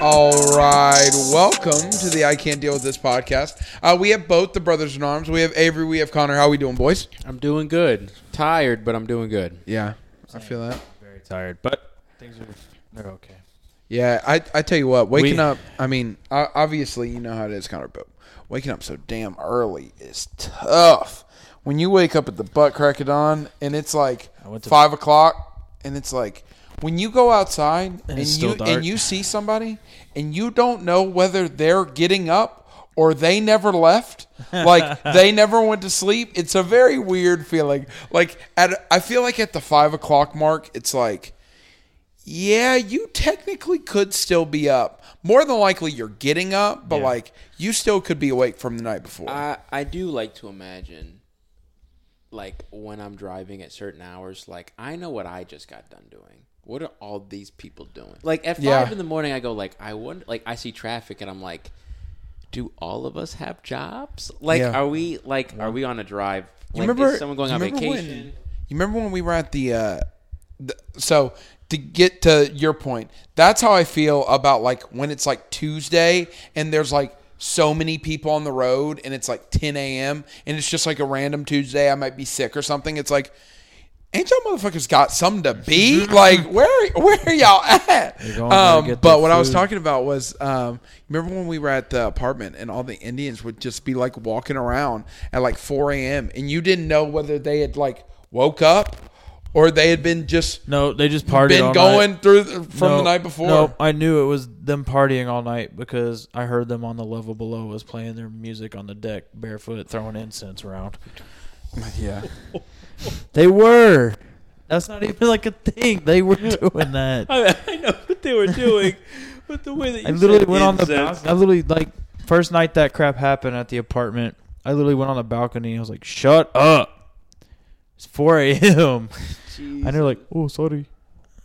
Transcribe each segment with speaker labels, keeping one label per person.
Speaker 1: All right, welcome to the I Can't Deal with This podcast. Uh, we have both the brothers in arms. We have Avery. We have Connor. How we doing, boys?
Speaker 2: I'm doing good. Tired, but I'm doing good.
Speaker 1: Yeah, I feel that.
Speaker 3: very tired, but things are they're okay.
Speaker 1: Yeah, I, I tell you what, waking
Speaker 3: We-
Speaker 1: up. I mean, o- obviously you know how it is, Connor, but waking up so damn early is tough. When you wake up at the butt crack of dawn and it's like
Speaker 3: I went to-
Speaker 1: five o'clock, and it's like when you go outside and,
Speaker 3: it's
Speaker 1: you
Speaker 3: still dark.
Speaker 1: and you see somebody and you don't know whether they're getting up or they never left like they never went to sleep it's a very weird feeling like at i feel like at the five o'clock mark it's like yeah, you technically could still be up. More than likely, you're getting up, but
Speaker 3: Yeah.
Speaker 1: like you still could be awake from the night before.
Speaker 2: I I do like to imagine, like when I'm driving at certain hours, like I know what I just got done doing. What are all these people doing? Like at five
Speaker 1: Yeah.
Speaker 2: in the morning, I go like I wonder. Like I see traffic, and I'm like, do all of us have jobs? Like
Speaker 1: Yeah.
Speaker 2: are we like are we on a drive?
Speaker 1: you
Speaker 2: Like,
Speaker 1: remember
Speaker 2: is someone going
Speaker 1: you
Speaker 2: on
Speaker 1: remember
Speaker 2: vacation?
Speaker 1: When, you remember when we were at the, uh, the so to get to your point, that's how I feel about like when it's like Tuesday and there's like so many people on the road and it's like 10 a.m. and it's just like a random Tuesday. I might be sick or something. It's like. Ain't y'all motherfuckers got something to be like? Where where are y'all at?
Speaker 3: going there to
Speaker 1: Um,
Speaker 3: get
Speaker 1: but
Speaker 3: their
Speaker 1: what I was
Speaker 3: food.
Speaker 1: talking about was um, remember when we were at the apartment and all the Indians would just be like walking around at like 4 a.m. and you didn't know whether they had like woke up or they had been just
Speaker 3: No, they just partied.
Speaker 1: been
Speaker 3: all
Speaker 1: going
Speaker 3: night.
Speaker 1: through the, from
Speaker 3: No,
Speaker 1: the night before.
Speaker 3: No, I knew it was them partying all night because I heard them on the level below was playing their music on the deck, barefoot, throwing incense around.
Speaker 1: Yeah,
Speaker 3: They were. That's not even like a thing. They were doing that.
Speaker 2: I, I know what they were doing, but the way that
Speaker 3: I literally
Speaker 2: said
Speaker 3: went on the
Speaker 2: incense-
Speaker 3: balcony. I literally like first night that crap happened at the apartment. I literally went on the balcony. and I was like, "Shut up! It's 4 a.m." And they're like, "Oh, sorry."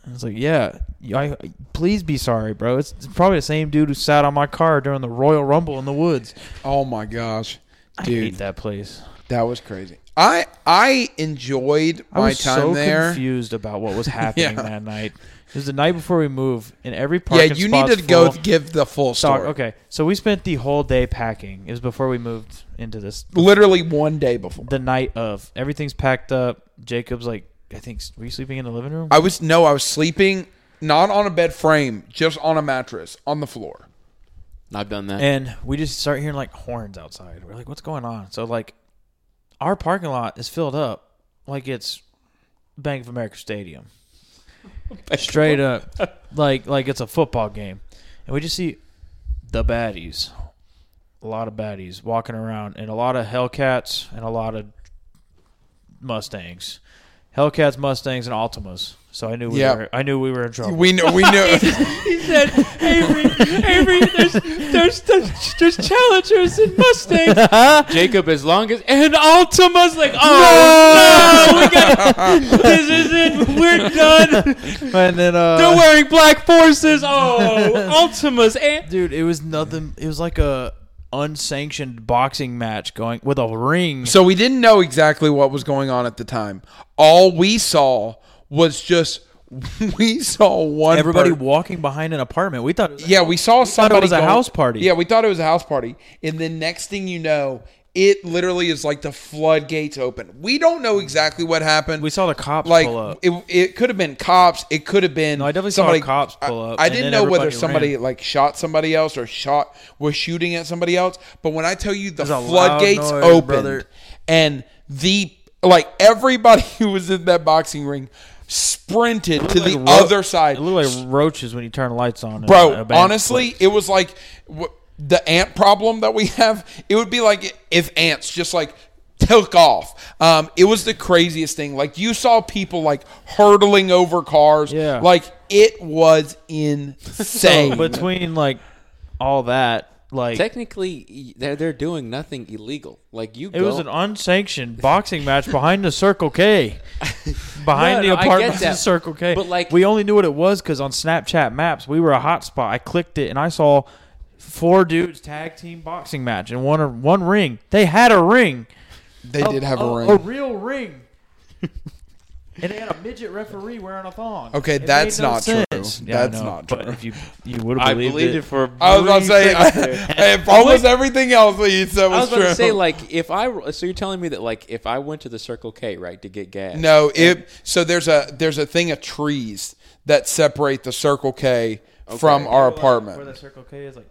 Speaker 3: I was like, "Yeah, you- I please be sorry, bro. It's, it's probably the same dude who sat on my car during the Royal Rumble in the woods."
Speaker 1: Oh my gosh,
Speaker 3: I
Speaker 1: dude,
Speaker 3: hate
Speaker 1: that.
Speaker 3: that place.
Speaker 1: was crazy. I I enjoyed
Speaker 3: I
Speaker 1: my
Speaker 3: was
Speaker 1: time
Speaker 3: so
Speaker 1: there.
Speaker 3: confused about what was happening
Speaker 1: Yeah.
Speaker 3: that night. It was the night before we moved, and every
Speaker 1: Yeah,
Speaker 3: parking
Speaker 1: you
Speaker 3: spot's
Speaker 1: needed to go
Speaker 3: full.
Speaker 1: give the full
Speaker 3: Dog,
Speaker 1: story.
Speaker 3: okay, so we spent the whole day packing. It was before we moved into this
Speaker 1: Literally one day before.
Speaker 3: the night of. Everything's packed up. Jacob's like, I think, were you sleeping in the living room?
Speaker 1: I was no, I was sleeping not on a bed frame, just on a mattress on the floor.
Speaker 2: I've done that.
Speaker 3: and we just start hearing like horns outside. We're like, what's going on? So, like, our parking lot is filled up like it's Bank of America Stadium. Straight up. Like, like it's a football game. And we just see the baddies. A lot of baddies walking around, and a lot of Hellcats and a lot of Mustangs. Hellcats, Mustangs, and Altimas. So I knew we
Speaker 1: Yeah.
Speaker 3: were I knew we were in trouble.
Speaker 1: We know, we know.
Speaker 2: he said, Avery, Avery, there's, there's, there's, Challengers and Mustangs. Jacob, as long as, and Altima's like, oh, no, we got, this is it, we're done.
Speaker 3: and then uh,
Speaker 2: They're wearing black forces. Oh, Altima's, and.
Speaker 3: Dude, it was nothing. It was like a unsanctioned boxing match going with a ring.
Speaker 1: so we didn't know exactly what was going on at the time. All we saw was just we saw one.
Speaker 3: Everybody
Speaker 1: per-
Speaker 3: walking behind an apartment. We thought. It was
Speaker 1: yeah, we saw somebody.
Speaker 3: was a
Speaker 1: go-
Speaker 3: house party.
Speaker 1: Yeah, we thought it was a house party, and then next thing you know, it literally is like the floodgates open. We don't know exactly what happened.
Speaker 3: We saw the cops
Speaker 1: like
Speaker 3: pull up.
Speaker 1: it, it could have been cops. It could have been.
Speaker 3: No, I definitely saw
Speaker 1: somebody,
Speaker 3: cops pull up,
Speaker 1: I, I
Speaker 3: and
Speaker 1: didn't
Speaker 3: then
Speaker 1: know whether
Speaker 3: everybody
Speaker 1: somebody
Speaker 3: ran.
Speaker 1: like shot somebody else or shot was shooting at somebody else. But when I tell you the
Speaker 3: There's a loud
Speaker 1: floodgates
Speaker 3: noise,
Speaker 1: opened
Speaker 3: brother.
Speaker 1: and the like everybody who was in that boxing ring sprinted to the
Speaker 3: Like ro-
Speaker 1: other side.
Speaker 3: It looked like roaches when you turn lights on. in a
Speaker 1: Bro,
Speaker 3: band.
Speaker 1: honestly, it was like w- the ant problem that we have. It would be like if ants just like took off. Um, it was the craziest thing. Like you saw people like hurtling over cars.
Speaker 3: Yeah.
Speaker 1: Like it was
Speaker 3: So,
Speaker 1: insane.
Speaker 3: between like all that, like
Speaker 2: Technically, they're, they're doing nothing illegal. Like, you
Speaker 3: it was an unsanctioned boxing match behind the Circle K,
Speaker 2: No,
Speaker 3: behind the
Speaker 2: no, I get
Speaker 3: apartments
Speaker 2: that.
Speaker 3: of Circle K.
Speaker 2: But, like-
Speaker 3: we only knew what it was because on Snapchat Maps we were a hotspot. I clicked it and I saw four dudes tag team boxing match and one one ring. They had a ring.
Speaker 2: Oh,
Speaker 1: they did have a ring.
Speaker 3: a real ring. And they had a midget referee wearing a thong.
Speaker 1: Okay,
Speaker 3: It made
Speaker 1: that's
Speaker 3: no
Speaker 1: not true.
Speaker 3: sense. I
Speaker 1: That's not
Speaker 3: but
Speaker 1: true.
Speaker 3: If you you would
Speaker 2: I
Speaker 3: have believed,
Speaker 2: believed it, for.
Speaker 1: I was about to say,
Speaker 2: brief second.
Speaker 1: if almost everything else that you said was,
Speaker 2: I was about
Speaker 1: true.
Speaker 2: to say, like, if I so you're telling me that, like, if I went to the Circle K, right, to get gas,
Speaker 1: No, it so there's a there's a thing of trees that separate the Circle K from our
Speaker 3: Where the
Speaker 1: apartment.
Speaker 3: Circle K is like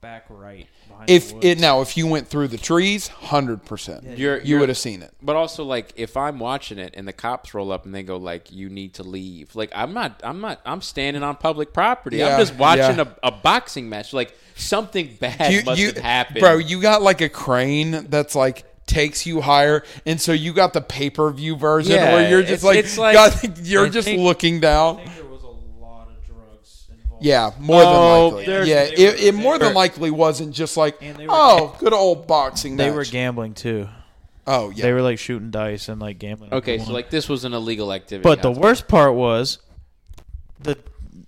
Speaker 3: back right behind
Speaker 1: If
Speaker 3: the
Speaker 1: it
Speaker 3: woods.
Speaker 1: now if you went through the trees, hundred percent,
Speaker 2: You're-
Speaker 1: you
Speaker 2: you're-
Speaker 1: would have seen it.
Speaker 2: But also, like, if I'm watching it and the cops roll up and they go, like, you need to leave. Like, I'm not, I'm not, I'm standing on public property.
Speaker 1: Yeah,
Speaker 2: I'm just watching
Speaker 1: yeah.
Speaker 2: a, a boxing match. Like, something bad must have happened.
Speaker 1: bro, you got like a crane that's like takes you higher, and so you got the pay per view version
Speaker 2: Yeah,
Speaker 1: where you're
Speaker 2: it's-
Speaker 1: just like,
Speaker 2: it's like-
Speaker 1: got- you're
Speaker 2: I
Speaker 1: just
Speaker 2: think-
Speaker 1: looking
Speaker 3: I
Speaker 1: down.
Speaker 3: think there was a lot of drugs involved.
Speaker 1: Yeah, more
Speaker 2: Oh,
Speaker 1: than
Speaker 3: there's-
Speaker 1: likely. Yeah,
Speaker 3: they
Speaker 1: it,
Speaker 3: were-
Speaker 1: it more than
Speaker 3: they-
Speaker 1: likely wasn't just like,
Speaker 3: And they were-
Speaker 1: oh, good old boxing.
Speaker 3: They
Speaker 1: match.
Speaker 3: were gambling too.
Speaker 1: Oh yeah,
Speaker 3: They were like shooting dice and like gambling.
Speaker 2: okay, so,
Speaker 3: One.
Speaker 2: like, this was an illegal activity.
Speaker 3: But the
Speaker 2: That's-
Speaker 3: worst part was the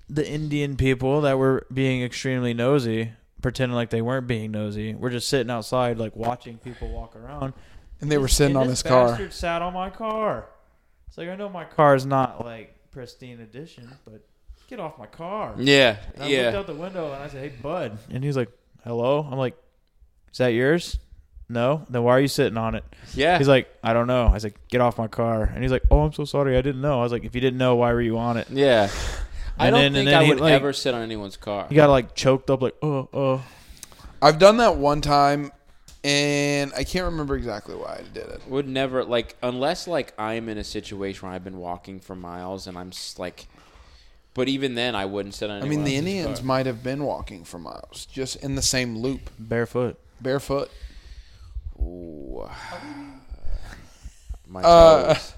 Speaker 3: the Indian people that were being extremely nosy, pretending like they weren't being nosy, were just sitting outside like watching people walk around.
Speaker 1: and they were sitting
Speaker 3: And
Speaker 1: on
Speaker 3: this
Speaker 1: his car.
Speaker 3: bastard sat on my car. It's like I know my car is not like pristine edition, but get off my car.
Speaker 2: Yeah,
Speaker 3: And I looked
Speaker 2: yeah.
Speaker 3: out the window and I said, "Hey, bud," and he's like, "Hello." I'm like, "Is that yours?" No. Then why are you sitting on it?
Speaker 2: Yeah.
Speaker 3: He's like, I don't know. I was like, get off my car. And he's like, oh, I'm so sorry. I didn't know. I was like, if you didn't know, why were you on it?
Speaker 2: yeah. I
Speaker 3: And
Speaker 2: don't
Speaker 3: then- and
Speaker 2: think
Speaker 3: then
Speaker 2: I
Speaker 3: he,
Speaker 2: would
Speaker 3: like-
Speaker 2: ever sit on anyone's car.
Speaker 3: You got like choked up, like, oh, oh.
Speaker 1: I've done that one time, and I can't remember exactly why I did it.
Speaker 2: would never like unless like I'm in a situation where I've been walking for miles and I'm s like, but even then I wouldn't sit on.
Speaker 1: I mean,
Speaker 2: anyone
Speaker 1: the
Speaker 2: else's
Speaker 1: Indians
Speaker 2: car.
Speaker 1: might have been walking for miles, just in the same loop,
Speaker 3: Barefoot.
Speaker 1: barefoot.
Speaker 2: Ooh. My
Speaker 1: Uh,
Speaker 2: toes.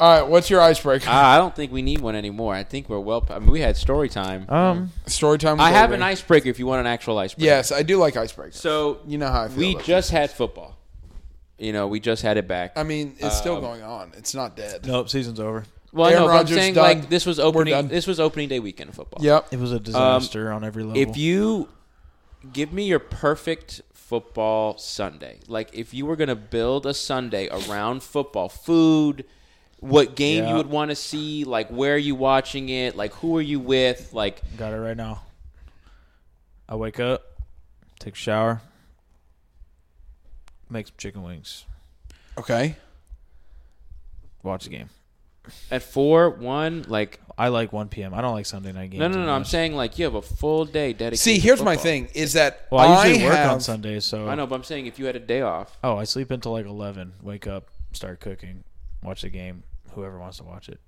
Speaker 1: All right, what's your icebreaker?
Speaker 2: Ah, I don't think we need one anymore. I think we're well. I mean, we had story time.
Speaker 3: Um,
Speaker 1: Story time. with
Speaker 2: I have
Speaker 1: Avery.
Speaker 2: an icebreaker. If you want an actual icebreaker,
Speaker 1: Yes, I do like icebreakers.
Speaker 2: So
Speaker 1: you know how I feel.
Speaker 2: we
Speaker 1: about
Speaker 2: just had football. You know, we just had it back.
Speaker 1: I mean, it's
Speaker 2: Um,
Speaker 1: still going on. It's not dead.
Speaker 3: nope, season's over.
Speaker 2: well,
Speaker 1: Aaron
Speaker 2: no, but I'm
Speaker 1: Rodgers
Speaker 2: saying
Speaker 1: done.
Speaker 2: like this was opening.
Speaker 1: done.
Speaker 2: This was opening day weekend of football.
Speaker 1: Yep.
Speaker 3: It was a disaster on every level.
Speaker 2: Um, If you give me your perfect football Sunday, like if you were going to build a Sunday around football, food, what game
Speaker 3: Yeah.
Speaker 2: you would want to see, like where are you watching it, like who are you with, like
Speaker 3: got it right now. I wake up, take a shower, make some chicken wings,
Speaker 1: Okay.
Speaker 3: watch the game.
Speaker 2: at four, one, like
Speaker 3: I like 1 p.m. I don't like Sunday night games.
Speaker 2: no, no, no. I'm
Speaker 3: anymore.
Speaker 2: saying like you have a full day dedicated.
Speaker 1: See,
Speaker 2: to
Speaker 1: here's my
Speaker 2: football.
Speaker 1: thing: is that
Speaker 3: Well, I usually work
Speaker 1: have,
Speaker 3: on Sundays, so
Speaker 2: I know, but I'm saying if you had a day off,
Speaker 3: Oh, I sleep until like eleven. Wake up, start cooking, watch the game. Whoever wants to watch it.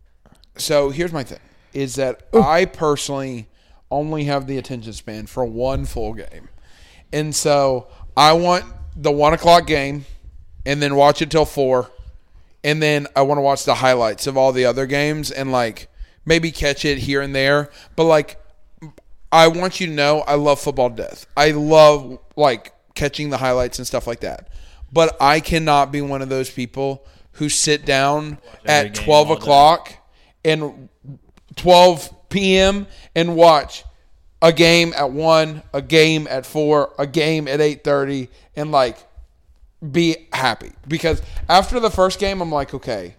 Speaker 1: So here's my thing: is that I personally only have the attention span for one full game, and so I want the one o'clock game, and then watch it till four, and then I want to watch the highlights of all the other games and like maybe catch it here and there, but like I want you to know I love football to death. I love like catching the highlights and stuff like that. But I cannot be one of those people who sit down
Speaker 3: every
Speaker 1: at
Speaker 3: game
Speaker 1: twelve
Speaker 3: all day.
Speaker 1: o'clock and twelve p.m. and watch a game at one, a game at four, a game at eight thirty, and like be happy because after the first game I'm like okay,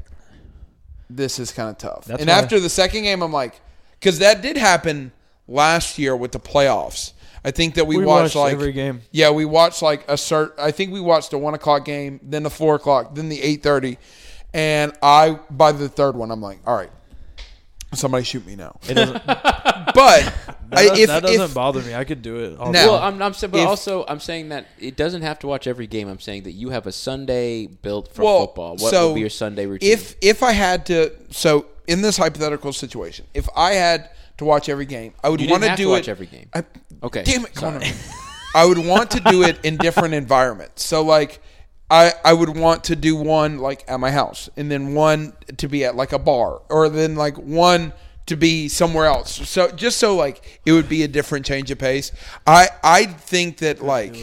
Speaker 1: this is kind of tough.
Speaker 3: That's
Speaker 1: and
Speaker 3: why-
Speaker 1: after the second game, I'm like, because that did happen last year with the playoffs. I think that we,
Speaker 3: We
Speaker 1: watched,
Speaker 3: watched
Speaker 1: like
Speaker 3: every game.
Speaker 1: Yeah, we watched like a cert. I think we watched the one o'clock game, then the four o'clock, then the eight thirty, and I by the third one, I'm like, all right, somebody shoot me now.
Speaker 3: It doesn't. that,
Speaker 1: But I, if,
Speaker 3: that doesn't
Speaker 1: if
Speaker 3: bother me. I could do it. All
Speaker 1: Now-
Speaker 2: Well, I'm, I'm saying, but
Speaker 1: If-
Speaker 2: also I'm saying that it doesn't have to watch every game. I'm saying that you have a Sunday built for
Speaker 1: well,
Speaker 2: football. What
Speaker 1: so
Speaker 2: would be your Sunday routine?
Speaker 1: If if I had to, so in this hypothetical situation, if I had to watch every game, I would
Speaker 2: You didn't
Speaker 1: want
Speaker 2: have to
Speaker 1: do
Speaker 2: watch
Speaker 1: it
Speaker 2: every game.
Speaker 1: I,
Speaker 2: Okay,
Speaker 1: Damn it, Connor.
Speaker 2: sorry.
Speaker 1: I would want to do it in different environments. So like I I would want to do one like at my house and then one to be at like a bar or then like one to be somewhere else. So just so like it would be a different change of pace. I I think that like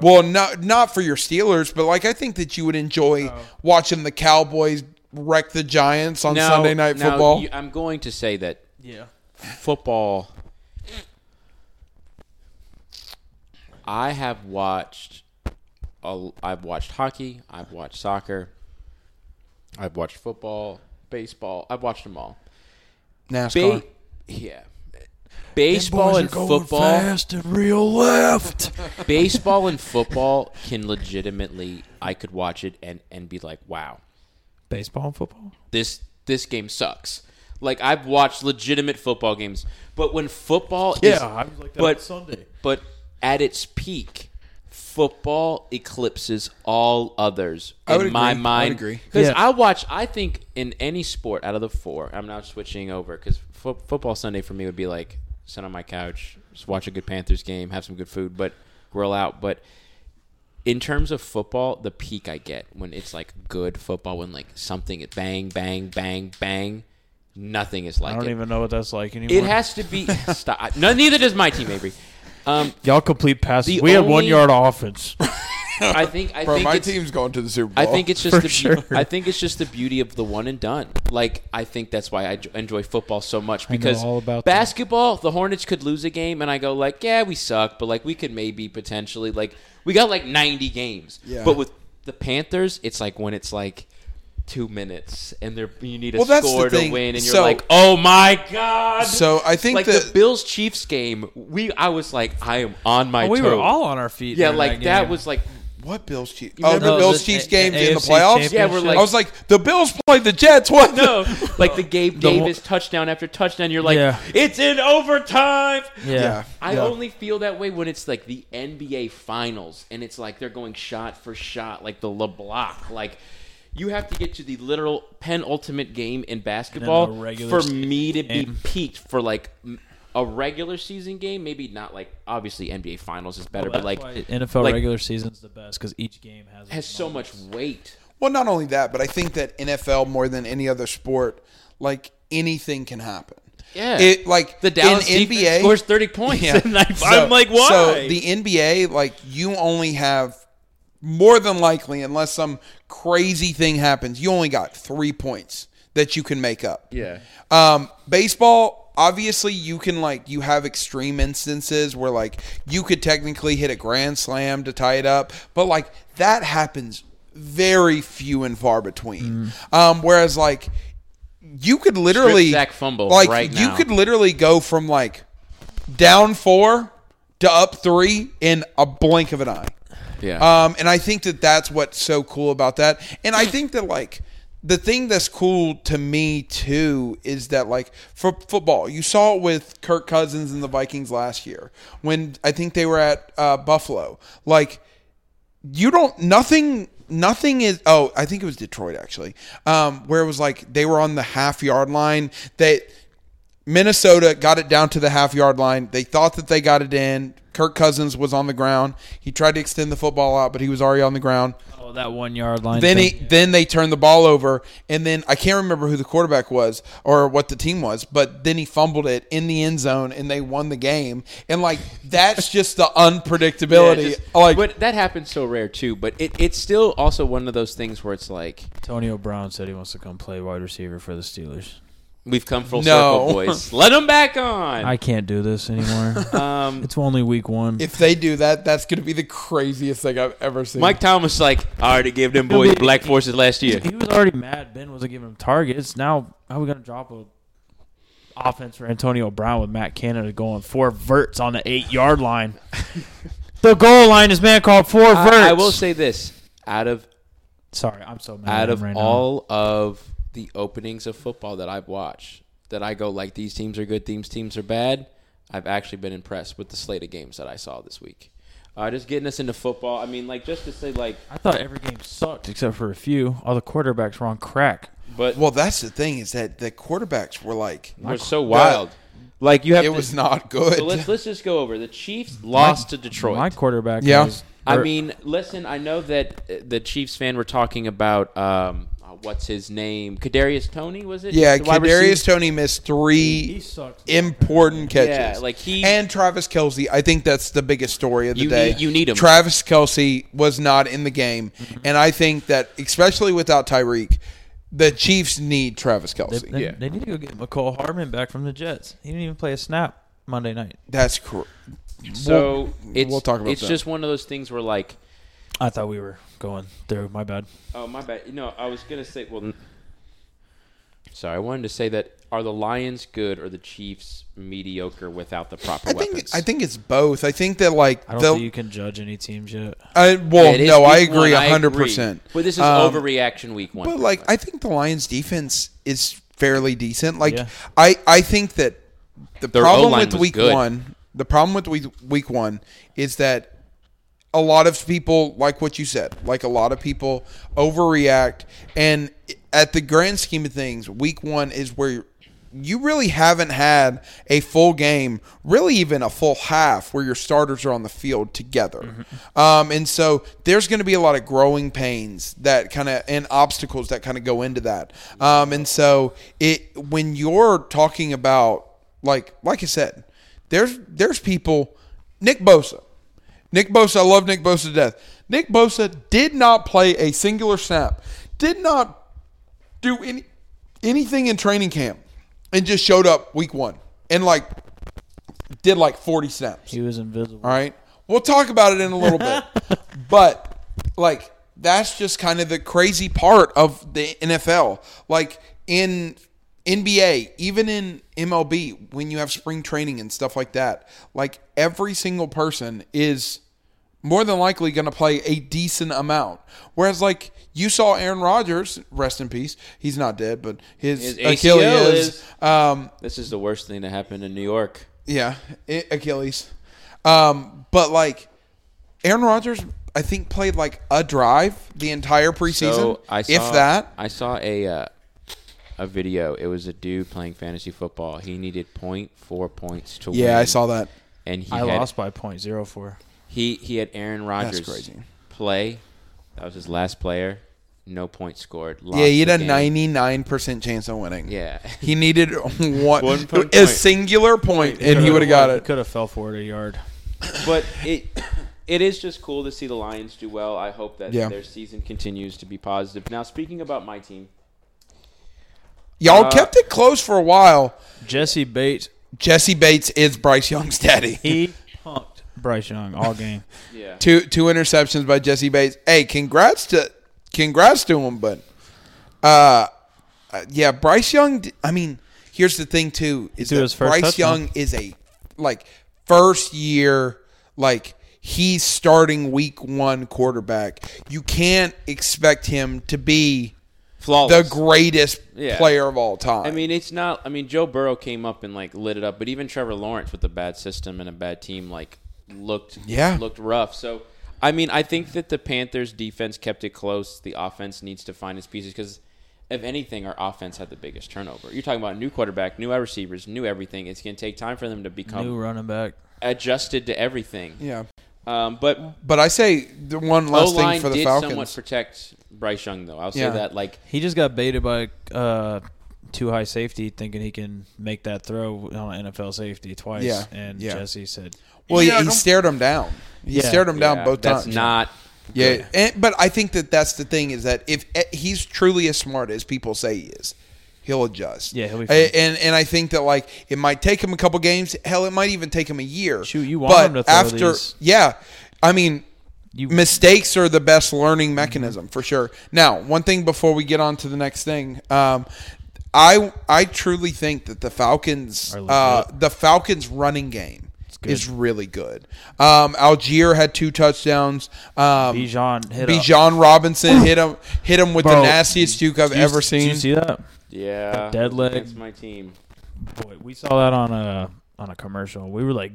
Speaker 1: well, not not for your Steelers, but like I think that you would enjoy watching the Cowboys wreck the Giants on
Speaker 2: Now-
Speaker 1: Sunday Night
Speaker 2: now,
Speaker 1: Football.
Speaker 2: you- I'm going to say that
Speaker 3: yeah.
Speaker 2: football. I have watched. a- I've watched hockey. I've watched soccer. I've watched football. baseball. I've watched them all.
Speaker 1: NASCAR.
Speaker 2: Ba- yeah. Baseball and football.
Speaker 1: and real left.
Speaker 2: Baseball and football can legitimately. I could watch it and and be like, wow,
Speaker 3: Baseball and football.
Speaker 2: this this game sucks. Like I've watched legitimate football games, but when football is
Speaker 4: was like
Speaker 2: but-
Speaker 4: on Sunday.
Speaker 2: but at its peak, football eclipses all others in
Speaker 1: I would agree.
Speaker 2: my
Speaker 1: I would
Speaker 2: mind.
Speaker 1: agree.
Speaker 2: Because
Speaker 3: Yeah.
Speaker 2: I watch, I think in any sport out of the four, I'm now switching over because fo- football Sunday for me would be like sit on my couch, just watch a good Panthers game, have some good food, but grill out. But in terms of football, the peak I get when it's like good football, when like something is bang, bang, bang, bang, nothing is like
Speaker 3: I don't
Speaker 2: it.
Speaker 3: even know what that's like anymore.
Speaker 2: it has to be stop. No, neither does my team, Avery. Um,
Speaker 3: Y'all complete passes.
Speaker 2: The
Speaker 3: We had one
Speaker 2: only-
Speaker 3: yard offense.
Speaker 2: I think I
Speaker 1: Bro,
Speaker 2: think
Speaker 1: my
Speaker 2: it's,
Speaker 1: team's going to the Super Bowl.
Speaker 2: I think it's just
Speaker 3: For
Speaker 2: the beau-
Speaker 3: sure.
Speaker 2: I think it's just the beauty of the one and done. Like I think that's why I j- enjoy football so much
Speaker 3: know
Speaker 2: because
Speaker 3: all about that.
Speaker 2: basketball, the Hornets could lose a game and I go like, yeah, we suck, but like we could maybe potentially like we got like 90 games.
Speaker 1: Yeah.
Speaker 2: But with the Panthers, it's like when it's like 2 minutes and they're you need a
Speaker 1: Well, that's the
Speaker 2: score to
Speaker 1: thing.
Speaker 2: win and you're
Speaker 1: So-
Speaker 2: like, "Oh my god."
Speaker 1: so I think
Speaker 2: like the,
Speaker 1: that
Speaker 2: Bills Chiefs game, we I was like, I am on my
Speaker 3: Oh, we
Speaker 2: toes.
Speaker 3: were all on our feet.
Speaker 2: yeah,
Speaker 3: during
Speaker 2: like that,
Speaker 3: game.
Speaker 2: was like
Speaker 1: what Bills Chiefs?
Speaker 2: You
Speaker 1: Oh,
Speaker 2: remember
Speaker 1: the
Speaker 3: No,
Speaker 1: Bills
Speaker 3: the
Speaker 1: Chiefs
Speaker 3: A-
Speaker 1: games in the
Speaker 3: AFC
Speaker 1: playoffs.
Speaker 2: Yeah, we're like-
Speaker 1: I was like, the Bills played the Jets. What? the-
Speaker 2: no, like the Gabe
Speaker 3: The one-
Speaker 2: Davis touchdown after touchdown. You're like,
Speaker 3: Yeah.
Speaker 2: it's in overtime.
Speaker 3: yeah.
Speaker 2: I
Speaker 1: Yeah.
Speaker 2: only feel that way when it's like the NBA Finals, and it's like they're going shot for shot, like the LeBlanc. Like you have to get to the literal penultimate game in basketball
Speaker 3: And then the regular
Speaker 2: for me to be
Speaker 3: game.
Speaker 2: peaked for like m- a regular season game. Maybe not like obviously NBA Finals is better, but like
Speaker 3: NFL
Speaker 2: like-
Speaker 3: regular season's the best because each game has
Speaker 2: has so much weight.
Speaker 1: Well, not only that, but I think that NFL more than any other sport, like anything can happen.
Speaker 2: Yeah.
Speaker 1: It like
Speaker 2: The Dallas
Speaker 1: in
Speaker 2: defense
Speaker 1: NBA
Speaker 2: scores thirty points,
Speaker 1: Yeah.
Speaker 2: and I-
Speaker 1: So-
Speaker 2: I'm like, why?
Speaker 1: So the NBA, like you only have more than likely, unless some crazy thing happens, you only got three points that you can make up.
Speaker 2: Yeah.
Speaker 1: Um, baseball, obviously, you can like you have extreme instances where like you could technically hit a grand slam to tie it up, but like that happens very few and far between. Um, whereas like you could literally
Speaker 2: Mm-hmm. sack fumble
Speaker 1: like
Speaker 2: right
Speaker 1: you
Speaker 2: now.
Speaker 1: could literally go from like down four to up three in a blink of an eye.
Speaker 2: yeah.
Speaker 1: Um, and I think that that's what's so cool about that. And I think that like the thing that's cool to me too is that like for football, you saw it with Kirk Cousins and the Vikings last year when I think they were at uh, Buffalo. Like you don't nothing nothing is oh i think it was detroit actually um where it was like they were on the half yard line that minnesota got it down to the half yard line they thought that they got it in kirk cousins was on the ground he tried to extend the football out but he was already on the ground
Speaker 3: Oh, that one yard line.
Speaker 1: then
Speaker 3: thing.
Speaker 1: he then they turned the ball over and then i can't remember who the quarterback was or what the team was but then he fumbled it in the end zone and they won the game and like that's just the unpredictability
Speaker 2: Yeah, just-
Speaker 1: like
Speaker 2: but that happens so rare too. But it, it's still also one of those things where it's like
Speaker 3: Antonio Brown said he wants to come play wide receiver for the Steelers.
Speaker 2: we've come full
Speaker 1: No.
Speaker 2: circle, boys. Let them back on.
Speaker 3: I can't do this anymore.
Speaker 2: um,
Speaker 3: it's only week one.
Speaker 1: If they do that, that's going to be the craziest thing I've ever seen.
Speaker 2: Mike Thomas like I already gave them boys Black Forces last year.
Speaker 3: he was already mad. Ben wasn't giving him targets. Now, how are we going to drop a offense for Antonio Brown with Matt Canada going four verts on the eight yard line? the goal line is man called four verts.
Speaker 2: I, I will say this: out of
Speaker 3: sorry, I'm so mad.
Speaker 2: out
Speaker 3: at him
Speaker 2: of
Speaker 3: right now.
Speaker 2: all of the openings of football that I've watched, that I go like these teams are good, these teams are bad. I've actually been impressed with the slate of games that I saw this week. Uh, just getting us into football. I mean, like just to say, like,
Speaker 3: I thought every game sucked except for a few. All the quarterbacks were on crack.
Speaker 2: but
Speaker 1: well, that's the thing is that the quarterbacks were like,
Speaker 2: we're so wild. like you have
Speaker 1: it
Speaker 2: to-
Speaker 1: was not good.
Speaker 2: So let's let's just go over. The Chiefs lost to Detroit.
Speaker 3: My quarterback.
Speaker 1: Yeah.
Speaker 3: was-
Speaker 2: I mean, listen, I know that uh, the Chiefs fan were talking about um, uh, what's his name, Kadarius Tony, was it?
Speaker 1: yeah,
Speaker 2: The wide
Speaker 1: Kadarius
Speaker 2: receiver?
Speaker 1: Tony missed three
Speaker 3: sucks.
Speaker 1: important catches.
Speaker 2: Yeah, like he-
Speaker 1: and Travis Kelsey. I think that's the biggest story of the
Speaker 2: You
Speaker 1: day.
Speaker 2: need- you need him.
Speaker 1: Travis Kelsey was not in the game,
Speaker 3: Mm-hmm.
Speaker 1: and I think that especially without Tyreek, the Chiefs need Travis
Speaker 3: They,
Speaker 1: Kelsey.
Speaker 3: they-
Speaker 2: Yeah.
Speaker 3: they need to go get McCole Hardman back from the Jets. He didn't even play a snap Monday night.
Speaker 1: that's correct.
Speaker 2: So
Speaker 1: We'll-
Speaker 2: it's
Speaker 1: we'll talk about
Speaker 2: it's
Speaker 1: that.
Speaker 2: just one of those things where like,
Speaker 3: I thought we were going through. My bad.
Speaker 2: oh my bad, no, I was gonna say, well, Sorry, I wanted to say that are the Lions good or the Chiefs mediocre without the proper
Speaker 1: I think
Speaker 2: weapons?
Speaker 1: I think it's both. I think that like
Speaker 3: I don't
Speaker 1: the
Speaker 3: think you can judge any teams yet.
Speaker 1: I, well
Speaker 2: It is
Speaker 1: Oh, no I
Speaker 2: week
Speaker 1: agree
Speaker 2: one,
Speaker 1: hundred percent.
Speaker 2: But this is
Speaker 1: Um,
Speaker 2: overreaction week one.
Speaker 1: But like I think the Lions defense is fairly decent. Like
Speaker 3: Yeah.
Speaker 1: I I think that the
Speaker 2: Their
Speaker 1: problem
Speaker 2: O-line
Speaker 1: with
Speaker 2: was
Speaker 1: week
Speaker 2: good.
Speaker 1: one, the problem with week week one is that a lot of people like what you said. Like a lot of people overreact and at the grand scheme of things, week 1 is where you really haven't had a full game, really even a full half where your starters are on the field together. Um, and so there's going to be a lot of growing pains that kind of and obstacles that kind of go into that. Um, and so it when you're talking about like like I said, there's there's people Nick Bosa Nick Bosa, I love Nick Bosa to death. Nick Bosa did not play a singular snap, did not do any anything in training camp, and just showed up week one and like did like forty snaps.
Speaker 3: He was invisible.
Speaker 1: All right. We'll talk about it in a little bit. But like that's just kind of the crazy part of the NFL. Like in NBA, even in MLB when you have spring training and stuff like that, like every single person is more than likely going to play a decent amount. Whereas like you saw Aaron Rodgers, rest in peace. He's not dead, but his,
Speaker 2: His ACL
Speaker 1: Achilles
Speaker 2: is-
Speaker 1: um
Speaker 2: this is the worst thing to happen in New York.
Speaker 1: yeah, I Achilles. Um, but like Aaron Rodgers, I think played like a drive the entire preseason,
Speaker 2: So I saw,
Speaker 1: if that.
Speaker 2: I saw a uh, a video. It was a dude playing fantasy football. He needed point four points to win.
Speaker 1: Yeah, I saw that.
Speaker 2: And he
Speaker 3: I
Speaker 2: had,
Speaker 3: lost by point zero four.
Speaker 2: He he had Aaron Rodgers
Speaker 1: crazy.
Speaker 2: play. That was his last player. No points scored. Lost
Speaker 1: Yeah, he had
Speaker 2: the
Speaker 1: a
Speaker 2: game.
Speaker 1: ninety nine percent chance of winning.
Speaker 2: Yeah.
Speaker 1: he needed one,
Speaker 2: One
Speaker 1: a
Speaker 2: point point.
Speaker 1: singular point, and he would have got it.
Speaker 3: Could have fell for it a yard.
Speaker 2: but it it is just cool to see the Lions do well. I hope that
Speaker 1: Yeah.
Speaker 2: their season continues to be positive. Now, speaking about my team,
Speaker 1: Y'all
Speaker 2: Uh,
Speaker 1: kept it close for a while.
Speaker 3: Jesse Bates,
Speaker 1: Jesse Bates is Bryce Young's daddy.
Speaker 3: he punked Bryce Young all game.
Speaker 2: yeah,
Speaker 1: two two interceptions by Jesse Bates. Hey, congrats to congrats to him, but uh, uh, yeah, Bryce Young. d- I mean, here's the thing too is
Speaker 3: threw
Speaker 1: that
Speaker 3: his first
Speaker 1: Bryce
Speaker 3: touchdown.
Speaker 1: Young is a like first year like he's starting week one quarterback. You can't expect him to be the
Speaker 2: flawless.
Speaker 1: greatest
Speaker 2: Yeah.
Speaker 1: player of all time.
Speaker 2: I mean, it's not. I mean, Joe Burrow came up and like lit it up, but even Trevor Lawrence with a bad system and a bad team like looked
Speaker 1: Yeah.
Speaker 2: looked rough. So, I mean, I think that the Panthers' defense kept it close. The offense needs to find its pieces because. If anything, our offense had the biggest turnover. You're talking about new quarterback, new wide receivers, new everything. It's going to take time for them to become
Speaker 3: New running back.
Speaker 2: adjusted to everything.
Speaker 1: yeah.
Speaker 2: Um, but
Speaker 1: But I say the one
Speaker 2: O
Speaker 1: last thing
Speaker 2: line
Speaker 1: for the
Speaker 2: did
Speaker 1: Falcons.
Speaker 2: somewhat protect Bryce Young, though. I'll say
Speaker 1: Yeah.
Speaker 2: that. Like,
Speaker 3: He just got baited by uh, too high safety, thinking he can make that throw on an NFL safety twice.
Speaker 1: Yeah,
Speaker 3: And
Speaker 1: yeah.
Speaker 3: Jesse said,
Speaker 1: well,
Speaker 3: Yeah,
Speaker 1: he, he
Speaker 3: don't-
Speaker 1: stared him down. He
Speaker 3: Yeah.
Speaker 1: stared him down
Speaker 2: yeah,
Speaker 1: both
Speaker 2: that's
Speaker 1: times.
Speaker 2: not.
Speaker 1: Yeah, and, but I think that that's the thing is that if eh, he's truly as smart as people say he is, he'll adjust.
Speaker 3: Yeah, he'll be
Speaker 1: A-
Speaker 3: fine.
Speaker 1: And and I think that like it might take him a couple games. Hell, it might even take him a year.
Speaker 3: Shoot, you want him to throw
Speaker 1: after,
Speaker 3: these.
Speaker 1: Yeah, I mean,
Speaker 3: You-
Speaker 1: mistakes are the best learning mechanism for sure. Now, one thing before we get on to the next thing, um, I I truly think that the Falcons,
Speaker 3: Are legit.
Speaker 1: uh, the Falcons running game.
Speaker 3: good.
Speaker 1: Is really good. Um, Algier had two touchdowns. Um,
Speaker 3: Bijan hit a-
Speaker 1: Bijan Robinson hit him hit him with the
Speaker 3: Bro,
Speaker 1: nastiest juke I've
Speaker 3: Did you-
Speaker 1: ever
Speaker 3: Did
Speaker 1: seen.
Speaker 3: you see that?
Speaker 2: Yeah,
Speaker 3: Dead leg.
Speaker 2: That's my team.
Speaker 3: Boy, we saw that on a on a commercial. We were like,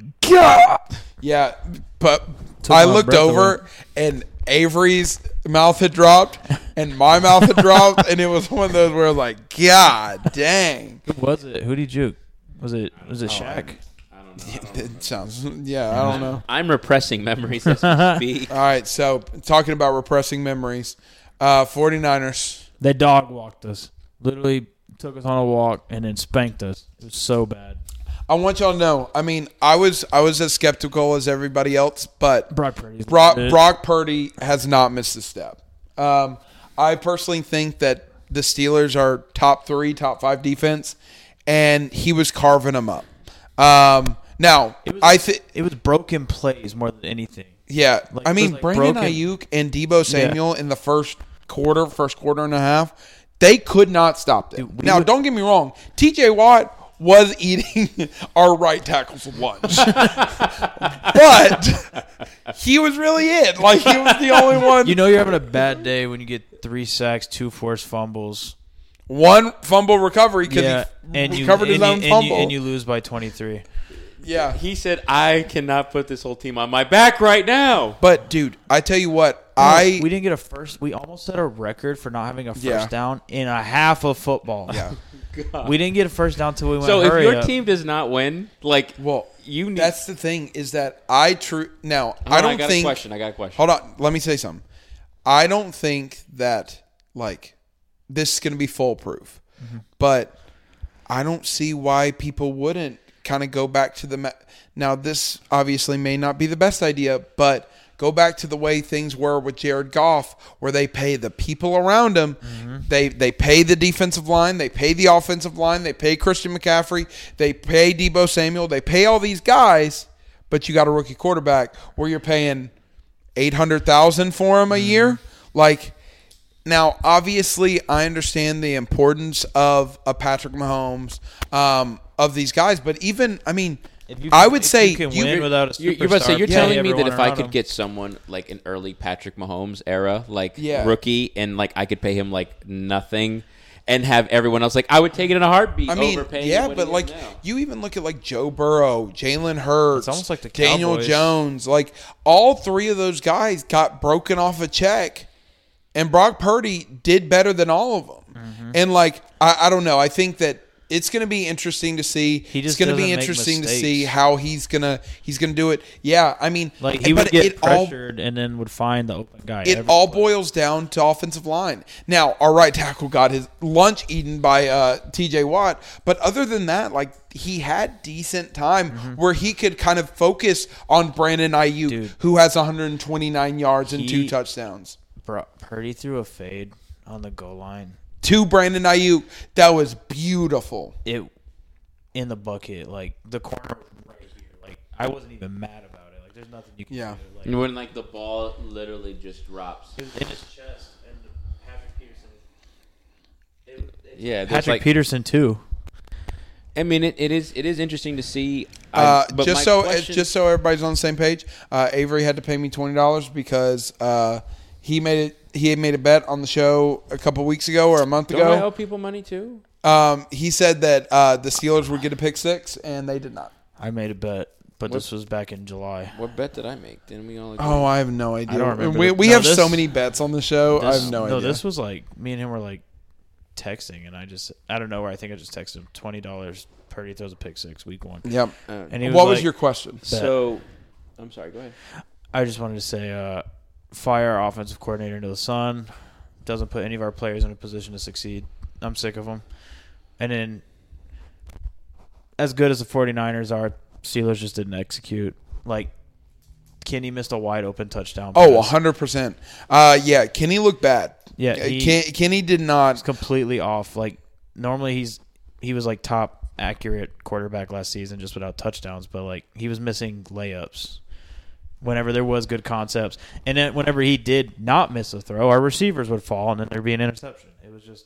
Speaker 1: Yeah, but
Speaker 3: Took
Speaker 1: I
Speaker 3: my
Speaker 1: looked
Speaker 3: breath
Speaker 1: over
Speaker 3: away.
Speaker 1: and Avery's mouth had dropped and my mouth had dropped and it was one of those where like God dang.
Speaker 3: "Who was it? Who did you juke? Was it was it Shaq?
Speaker 2: I don't know.
Speaker 1: That sounds yeah, I don't know.
Speaker 2: I'm repressing memories as we speak.
Speaker 1: All right, so talking about repressing memories. Uh 49ers.
Speaker 3: That dog walked us. Literally took us on a walk and then spanked us. It was so bad.
Speaker 1: I want y'all to know. I mean, I was I was as skeptical as everybody else, but
Speaker 3: Brock Purdy.
Speaker 1: Brock, Brock Purdy has not missed a step. Um, I personally think that the Steelers are top three, top five defense, and he was carving them up. Um, now,
Speaker 3: was-
Speaker 1: I think,
Speaker 3: It was broken plays more than anything.
Speaker 1: yeah,
Speaker 3: like,
Speaker 1: I
Speaker 3: it was
Speaker 1: mean,
Speaker 3: like
Speaker 1: Brandon
Speaker 3: broken.
Speaker 1: Ayuk and Debo Samuel in the first quarter, first quarter and a half They could not stop them. now, don't get me wrong. T.J. Watt was eating our right tackle's lunch, but he was really it. Like he was the only one.
Speaker 3: You know you're having a bad day when you get three sacks, two forced fumbles.
Speaker 1: one fumble recovery because
Speaker 3: Yeah,
Speaker 1: he
Speaker 3: and you
Speaker 1: recovered his
Speaker 3: and you-
Speaker 1: own
Speaker 3: and you-
Speaker 1: fumble.
Speaker 3: and you lose by 23.
Speaker 1: yeah,
Speaker 2: He said, "I cannot put this whole team on my back right now."
Speaker 1: but dude, I tell you what, I
Speaker 3: we didn't get a first. We almost set a record for not having a first
Speaker 1: Yeah.
Speaker 3: down in a half of football.
Speaker 1: yeah.
Speaker 3: we didn't get a first down till we went.
Speaker 2: So if
Speaker 3: hurry
Speaker 2: your
Speaker 3: up.
Speaker 2: team does not win, like,
Speaker 1: Well,
Speaker 2: you need.
Speaker 1: that's the thing is that I true now.
Speaker 2: Hold
Speaker 1: I
Speaker 2: on,
Speaker 1: don't
Speaker 2: I got
Speaker 1: think.
Speaker 2: A question. I got a question.
Speaker 1: Hold on, let me say something. I don't think that like this is going to be foolproof, but I don't see why people wouldn't kind of go back to the. Ma- now, this obviously may not be the best idea, but go back to the way things were with Jared Goff, where they pay the people around him. They they pay the defensive line, they pay the offensive line, they pay Christian McCaffrey, they pay Debo Samuel, they pay all these guys. But you got a rookie quarterback where you're paying eight hundred thousand for him a
Speaker 3: Mm-hmm.
Speaker 1: year, like. Now, obviously, I understand the importance of a Patrick Mahomes, um, of these guys, but even I mean,
Speaker 3: If you
Speaker 1: I
Speaker 3: can-
Speaker 1: would
Speaker 3: if
Speaker 1: say
Speaker 3: you can
Speaker 1: you-
Speaker 3: win without a
Speaker 2: You're, you're about to say
Speaker 3: superstar,
Speaker 2: you're
Speaker 3: pay
Speaker 2: telling me that
Speaker 3: everyone
Speaker 2: if I
Speaker 3: around
Speaker 2: could
Speaker 3: him.
Speaker 2: get someone like an early Patrick Mahomes era, like
Speaker 1: Yeah.
Speaker 2: rookie, and like I could pay him like nothing, and have everyone else like I would take it in a heartbeat.
Speaker 1: I mean,
Speaker 2: over paying
Speaker 1: yeah,
Speaker 2: him what
Speaker 1: but
Speaker 2: he is
Speaker 1: like
Speaker 2: now.
Speaker 1: you even look at like Joe Burrow, Jalen Hurts,
Speaker 3: It's almost like the
Speaker 1: Daniel
Speaker 3: Cowboys.
Speaker 1: Jones, like all three of those guys got broken off a check, and Brock Purdy did better than all of them.
Speaker 3: Mm-hmm.
Speaker 1: And like I, I don't know, I think that it's going to be interesting to see.
Speaker 3: He just
Speaker 1: it's going to be
Speaker 3: doesn't make
Speaker 1: interesting to see
Speaker 3: mistakes.
Speaker 1: how he's gonna he's gonna do it. Yeah, I mean,
Speaker 3: like he
Speaker 1: but
Speaker 3: would get
Speaker 1: it all-
Speaker 3: pressured and then would find the open guy.
Speaker 1: it
Speaker 3: every
Speaker 1: all
Speaker 3: play.
Speaker 1: boils down to offensive line. Now, our right tackle got his lunch eaten by uh, TJ Watt, but other than that, like he had decent time
Speaker 2: Mm-hmm.
Speaker 1: where he could kind of focus on Brandon Ayuk,
Speaker 3: Dude.
Speaker 1: who has 129 yards and two
Speaker 3: He-
Speaker 1: touchdowns.
Speaker 3: Bro, Purdy threw a fade on the goal line.
Speaker 1: To Brandon Ayuk, that was beautiful.
Speaker 3: It in the bucket, like the corner right here. Like I wasn't even mad about it. Like there's nothing you can
Speaker 1: Yeah.
Speaker 3: do. Like,
Speaker 2: And when like the ball literally just drops.
Speaker 3: it was in his chest and Patrick Peterson.
Speaker 2: Yeah, there's,
Speaker 3: Patrick
Speaker 2: like,
Speaker 3: Peterson too.
Speaker 2: I mean, it, it is it is interesting to see. I-
Speaker 1: Uh,
Speaker 2: but
Speaker 1: just
Speaker 2: my
Speaker 1: so
Speaker 2: question-
Speaker 1: just so everybody's on the same page, uh, Avery had to pay me twenty dollars because uh, he made it. He had made a bet on the show a couple weeks ago or a month
Speaker 2: don't
Speaker 1: ago.
Speaker 2: I owe people money too?
Speaker 1: Um, he said that uh, the Steelers would get a pick six, and they did not.
Speaker 3: I made a bet, but this was back in July.
Speaker 2: What bet did I make? Didn't we all? Agree?
Speaker 1: Oh, I have no idea.
Speaker 3: I don't remember
Speaker 1: We,
Speaker 3: the-
Speaker 1: we
Speaker 3: No,
Speaker 1: have
Speaker 3: this-
Speaker 1: so many bets on the show. I
Speaker 3: This-
Speaker 1: have no,
Speaker 3: no,
Speaker 1: idea.
Speaker 3: this was like me and him were like texting, and I just I don't know where I think I just texted him twenty dollars. Purdy throws a pick six week one.
Speaker 1: Yep.
Speaker 2: Uh,
Speaker 3: And he was
Speaker 1: what
Speaker 3: like,
Speaker 1: was your question?
Speaker 2: so I'm sorry. Go ahead.
Speaker 3: I just wanted to say, uh, fire our offensive coordinator into the sun. Doesn't put any of our players in a position to succeed. I'm sick of them. And then, as good as the 49ers are, Steelers just didn't execute. Like, Kenny missed a wide open touchdown.
Speaker 1: Oh,
Speaker 3: pass.
Speaker 1: 100%. Uh, yeah, Kenny looked bad.
Speaker 3: Yeah,
Speaker 1: Uh,
Speaker 3: he-
Speaker 1: Ken, Kenny did not.
Speaker 3: completely off. Like normally he's he was like top accurate quarterback last season just without touchdowns, but like he was missing layups. Whenever there was good concepts, and then whenever he did not miss a throw, our receivers would fall, and then there'd be an interception. It was just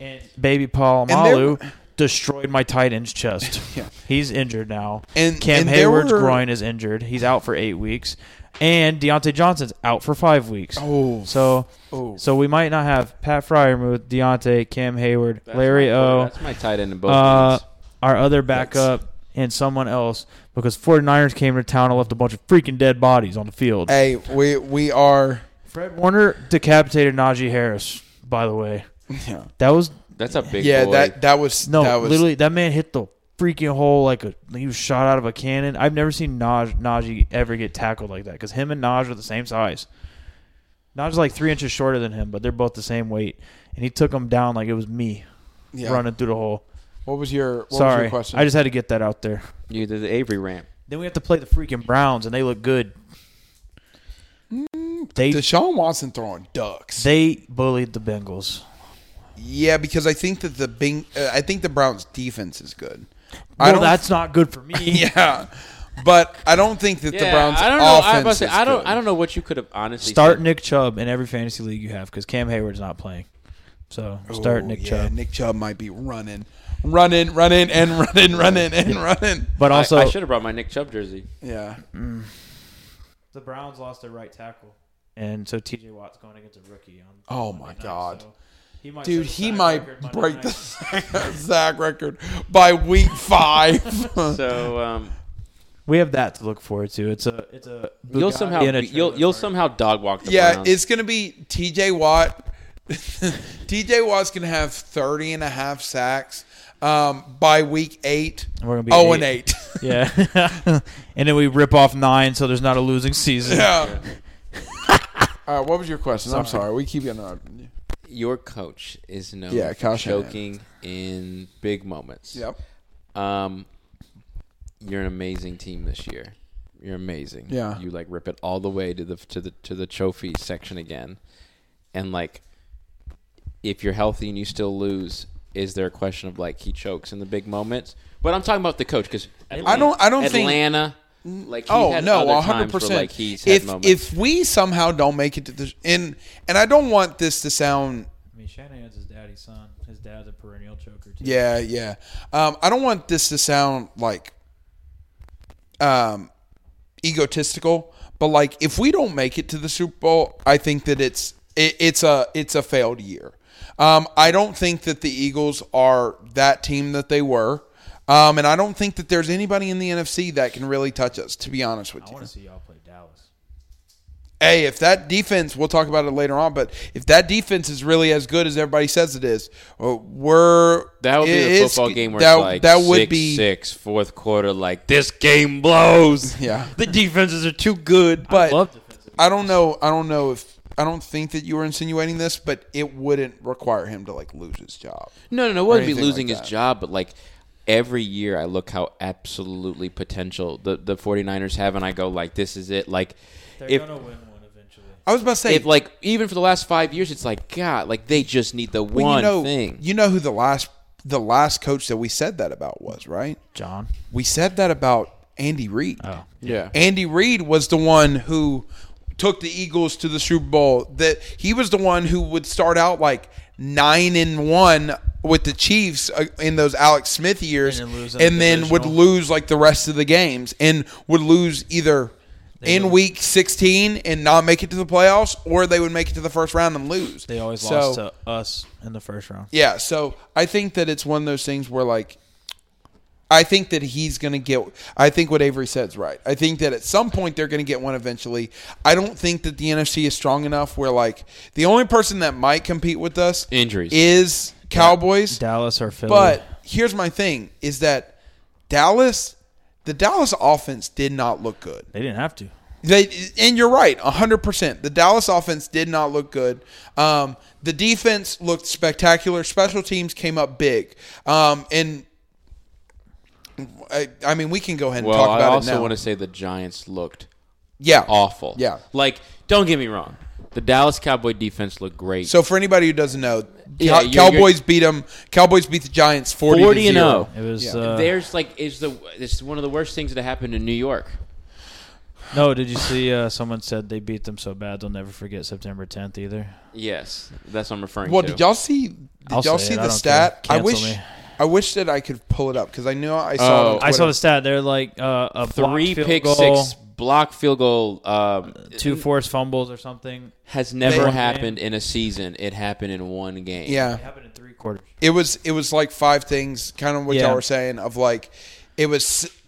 Speaker 3: and baby Paul
Speaker 1: there-
Speaker 3: Malu destroyed my tight end's chest.
Speaker 1: Yeah.
Speaker 3: He's injured now.
Speaker 1: And-
Speaker 3: Cam
Speaker 1: and there
Speaker 3: Hayward's
Speaker 1: were-
Speaker 3: groin is injured. He's out for eight weeks, and Deontay Johnson's out for five weeks.
Speaker 1: Oh,
Speaker 3: So,
Speaker 1: Oh.
Speaker 3: so we might not have Pat Fryermuth, Deontay, Cam Hayward,
Speaker 2: That's
Speaker 3: Larry
Speaker 2: my-
Speaker 3: O,
Speaker 2: That's my tight end in both.
Speaker 3: uh,
Speaker 2: leagues.
Speaker 3: our other backup, and someone else because 49ers came to town and left a bunch of freaking dead bodies on the field.
Speaker 1: hey, we we are.
Speaker 3: Fred Warner decapitated Najee Harris. By the way,
Speaker 1: Yeah,
Speaker 3: that was
Speaker 2: That's a big
Speaker 1: yeah
Speaker 2: boy.
Speaker 1: that that was
Speaker 3: no,
Speaker 1: that was
Speaker 3: literally that man hit the freaking hole like a like he was shot out of a cannon. I've never seen Naj, Najee ever get tackled like that because him and Naj are the same size. Najee's like three inches shorter than him, but they're both the same weight, and he took him down like it was me
Speaker 1: yeah.
Speaker 3: running through the hole.
Speaker 1: What was your what was
Speaker 3: Sorry,
Speaker 1: your question?
Speaker 3: I just had to get that out there.
Speaker 2: you did the Avery ramp.
Speaker 3: Then we have to play the freaking Browns, and they look good.
Speaker 1: Mm,
Speaker 3: They
Speaker 1: Deshaun Watson throwing ducks.
Speaker 3: they bullied the Bengals.
Speaker 1: yeah, because I think that the Bing, uh, I think the Browns defense is good. I
Speaker 3: Well,
Speaker 1: don't
Speaker 3: that's not good for me.
Speaker 1: yeah. But I don't think that the Browns
Speaker 2: I don't know. I,
Speaker 1: offense
Speaker 2: must say,
Speaker 1: is
Speaker 2: I don't.
Speaker 1: good.
Speaker 2: I don't know what you could have honestly
Speaker 3: Start
Speaker 2: said.
Speaker 3: Nick Chubb in every fantasy league you have because Cam Hayward's not playing. So start
Speaker 1: Ooh,
Speaker 3: Nick
Speaker 1: yeah,
Speaker 3: Chubb.
Speaker 1: Nick Chubb might be running, running, running, and running, running, and running.
Speaker 3: But
Speaker 2: I-
Speaker 3: also,
Speaker 2: I, should have brought my Nick Chubb jersey.
Speaker 1: Yeah.
Speaker 3: the Browns lost their right tackle, and so T.J. Watt's going against a rookie. On
Speaker 1: Oh, my God.
Speaker 3: he might
Speaker 1: Dude, he might break the sack record by week five.
Speaker 2: So um,
Speaker 3: We have that to look forward to. It's a it's a
Speaker 2: you'll somehow
Speaker 3: in a
Speaker 2: you'll
Speaker 3: trailer
Speaker 2: you'll
Speaker 3: park.
Speaker 2: somehow dog walk the
Speaker 1: yeah,
Speaker 2: Browns.
Speaker 1: it's going to be TJ Watt. TJ Watt's going to have 30 and a half sacks um, by week eight.
Speaker 3: And we're gonna be
Speaker 1: oh, and 8.
Speaker 3: yeah, and then we rip off nine, so there's not a losing season.
Speaker 1: yeah. All right, what was your question? I'm sorry. We keep interrupting you.
Speaker 2: your coach is known
Speaker 1: Yeah,
Speaker 2: for
Speaker 1: Kyle Shanahan.
Speaker 2: choking in big moments.
Speaker 1: Yep.
Speaker 2: Um, you're an amazing team this year. You're amazing.
Speaker 1: Yeah.
Speaker 2: You like rip it all the way to the to the to the trophy section again, and like, if you're healthy and you still lose, is there a question of like he chokes in the big moments? But I'm talking about the coach because
Speaker 1: I don't- I don't think-
Speaker 2: Atlanta. Like he
Speaker 1: Oh
Speaker 2: had
Speaker 1: no,
Speaker 2: other
Speaker 1: one
Speaker 2: times where,
Speaker 1: hundred percent.
Speaker 2: Like he's had
Speaker 1: If
Speaker 2: moments.
Speaker 1: if we somehow don't make it to the and and I don't want this to sound
Speaker 3: I mean, Shanahan's his daddy's son. His dad's a perennial choker too.
Speaker 1: yeah yeah, um, I don't want this to sound like um, egotistical, but like if we don't make it to the Super Bowl, I think that it's it, it's a it's a failed year. Um, I don't think that the Eagles are that team that they were. Um, and I don't think that there's anybody in the NFC that can really touch us, to be honest with
Speaker 3: I
Speaker 1: you.
Speaker 3: want to see y'all play Dallas.
Speaker 1: hey, if that defense, we'll talk about it later on, but if that defense is really as good as everybody says it is, uh, we're
Speaker 2: That would be
Speaker 1: it
Speaker 2: the
Speaker 1: is-
Speaker 2: football game where
Speaker 1: that,
Speaker 2: it's like
Speaker 1: that would
Speaker 2: six,
Speaker 1: be
Speaker 2: six, fourth quarter, like this game blows.
Speaker 1: yeah.
Speaker 2: The defenses are too good.
Speaker 1: But
Speaker 3: love defensive
Speaker 1: I don't know. I don't know if I don't think that you were insinuating this, but it wouldn't require him to like lose his job.
Speaker 2: No, no, no. It wouldn't be
Speaker 1: anything
Speaker 2: losing
Speaker 1: like
Speaker 2: his
Speaker 1: that.
Speaker 2: job, but like every year I look how absolutely potential the, the 49ers have, and I go, like, this is it. Like,
Speaker 3: They're
Speaker 2: if,
Speaker 3: gonna win one eventually.
Speaker 1: I was about to say
Speaker 2: if, like, even for the last five years, it's like, God, like, they just need the
Speaker 1: well,
Speaker 2: one
Speaker 1: you know,
Speaker 2: thing.
Speaker 1: You know who the last the last coach that we said that about was right.
Speaker 3: John.
Speaker 1: We said that about Andy Reid.
Speaker 3: Oh.
Speaker 2: yeah.
Speaker 1: Andy Reid was the one who took the Eagles to the Super Bowl. That he was the one who would start out like nine and one with the Chiefs uh, in those Alex Smith years,
Speaker 3: And
Speaker 1: and
Speaker 3: then lose
Speaker 1: then,
Speaker 3: in the
Speaker 1: would
Speaker 3: divisional.
Speaker 1: lose like the rest of the games, and would lose either. in week 16 and not make it to the playoffs, or they would make it to the first round and lose.
Speaker 3: They always
Speaker 1: So-
Speaker 3: lost to us in the first round.
Speaker 1: yeah, so I think that it's one of those things where like I think that he's going to get I think what Avery said's right. I think that at some point they're going to get one eventually. I don't think that the NFC is strong enough where like the only person that might compete with us
Speaker 2: Injuries.
Speaker 1: is Cowboys.
Speaker 3: Dallas or Philly.
Speaker 1: But here's my thing is that Dallas the Dallas offense did not look good.
Speaker 3: they didn't have to.
Speaker 1: They and you're right, hundred percent. The Dallas offense did not look good. Um, the defense looked spectacular. Special teams came up big, um, and I, I mean we can go ahead and
Speaker 2: Well,
Speaker 1: talk
Speaker 2: I
Speaker 1: about it
Speaker 2: also
Speaker 1: now.
Speaker 2: want to say the Giants looked
Speaker 1: yeah,
Speaker 2: awful.
Speaker 1: Yeah.
Speaker 2: Like, don't get me wrong. The Dallas Cowboy defense looked great.
Speaker 1: So for anybody who doesn't know,
Speaker 2: Yeah,
Speaker 1: Cow-
Speaker 2: you're-
Speaker 1: Cowboys beat 'em beat them. Cowboys beat the Giants forty,
Speaker 2: 40
Speaker 1: to
Speaker 2: and oh.
Speaker 1: 0.
Speaker 2: 0.
Speaker 3: It was
Speaker 1: Yeah.
Speaker 3: uh,
Speaker 2: There's like is the it's one of the worst things that happened in New York.
Speaker 3: no. Did you see? Uh, someone said they beat them so bad they'll never forget September 10th either.
Speaker 2: Yes, that's what I'm referring
Speaker 1: Well,
Speaker 2: to.
Speaker 1: did y'all see? Did
Speaker 3: I'll
Speaker 1: y'all
Speaker 3: say
Speaker 1: see
Speaker 3: it. I
Speaker 1: the
Speaker 3: don't
Speaker 1: stat?
Speaker 3: care.
Speaker 1: I
Speaker 3: Cancel
Speaker 1: wish,
Speaker 3: me.
Speaker 1: I wish that I could pull it up because I knew I saw.
Speaker 2: Oh,
Speaker 1: it on
Speaker 3: I saw
Speaker 1: Twitter.
Speaker 3: the stat. They're like uh, a
Speaker 2: three
Speaker 3: blocked field
Speaker 2: pick
Speaker 3: goal,
Speaker 2: six block field goal um,
Speaker 3: two forced fumbles or something.
Speaker 2: has never
Speaker 1: They-
Speaker 2: happened in a season. It happened in one game.
Speaker 1: Yeah,
Speaker 3: It happened in three quarters.
Speaker 1: it was it was like five things, kind of what
Speaker 3: Yeah.
Speaker 1: y'all were saying of like it was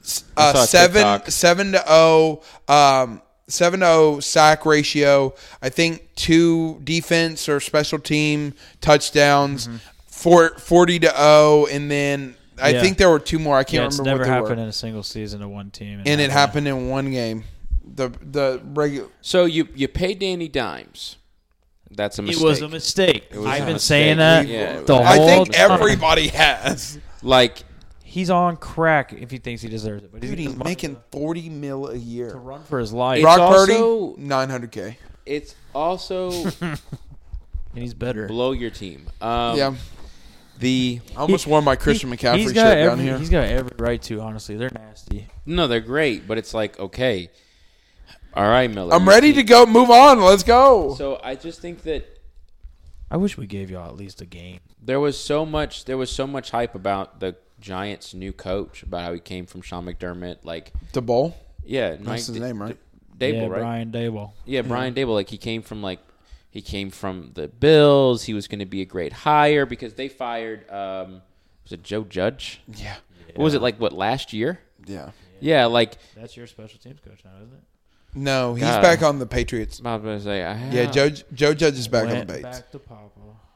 Speaker 1: s-
Speaker 2: I saw
Speaker 1: uh,
Speaker 2: a
Speaker 1: seven
Speaker 2: TikTok.
Speaker 1: seven to zero um, seven to zero sack ratio. I think two defense or special team touchdowns,
Speaker 3: Mm-hmm.
Speaker 1: four, 40 to zero, and then I
Speaker 3: Yeah.
Speaker 1: think there were two more. I can't
Speaker 3: Yeah, it's
Speaker 1: remember
Speaker 3: never
Speaker 1: what they
Speaker 3: happened
Speaker 1: were.
Speaker 3: in a single season to one team.
Speaker 1: And it happened in one game. The the regular
Speaker 2: So you you pay Danny Dimes. That's a
Speaker 3: It
Speaker 2: mistake.
Speaker 3: was a mistake.
Speaker 2: was
Speaker 3: I've
Speaker 2: a
Speaker 3: been
Speaker 2: mistake.
Speaker 3: saying that
Speaker 2: Yeah, it
Speaker 3: the whole
Speaker 2: was-
Speaker 1: I think
Speaker 3: time.
Speaker 1: everybody has.
Speaker 2: like
Speaker 3: He's on crack if he thinks he deserves it. But
Speaker 1: Dude, he's making forty mil a
Speaker 3: to
Speaker 1: year.
Speaker 3: run for his life,
Speaker 2: It's
Speaker 1: Brock
Speaker 2: also-
Speaker 1: Purdy, nine hundred k.
Speaker 2: it's also
Speaker 3: and he's better.
Speaker 2: blow your team. Um,
Speaker 1: Yeah,
Speaker 2: The
Speaker 1: I almost wore my Christian
Speaker 3: He-
Speaker 1: McCaffrey
Speaker 3: he's
Speaker 1: shirt
Speaker 3: got every,
Speaker 1: down here.
Speaker 3: He's got every right to. Honestly, they're nasty.
Speaker 2: no, they're great, but it's like okay, all right, Miller.
Speaker 1: I'm
Speaker 2: you
Speaker 1: ready
Speaker 2: keep-
Speaker 1: to go. Move on. Let's go.
Speaker 2: So I just think that
Speaker 3: I wish we gave y'all at least a game.
Speaker 2: There was so much. There was so much hype about the Giants' new coach, about how he came from Sean McDermott. Like,
Speaker 1: The bowl.
Speaker 2: yeah,
Speaker 1: That's his
Speaker 2: D-
Speaker 1: name, right?
Speaker 2: D- Dable,
Speaker 3: yeah,
Speaker 2: right?
Speaker 3: Brian Dable.
Speaker 2: Yeah, Brian Dable. Like, he came from like he came from the Bills. He was going to be a great hire because they fired. Um, was it Joe Judge?
Speaker 1: Yeah.
Speaker 2: What was it like? What last year?
Speaker 1: Yeah.
Speaker 2: Yeah, like
Speaker 3: That's your special teams coach now, isn't it?
Speaker 1: No, he's
Speaker 2: God.
Speaker 1: back on the Patriots.
Speaker 2: I was gonna say. I
Speaker 1: Yeah,
Speaker 2: have-
Speaker 1: Joe Joe Judge is back on the Bates.
Speaker 3: back to Papa.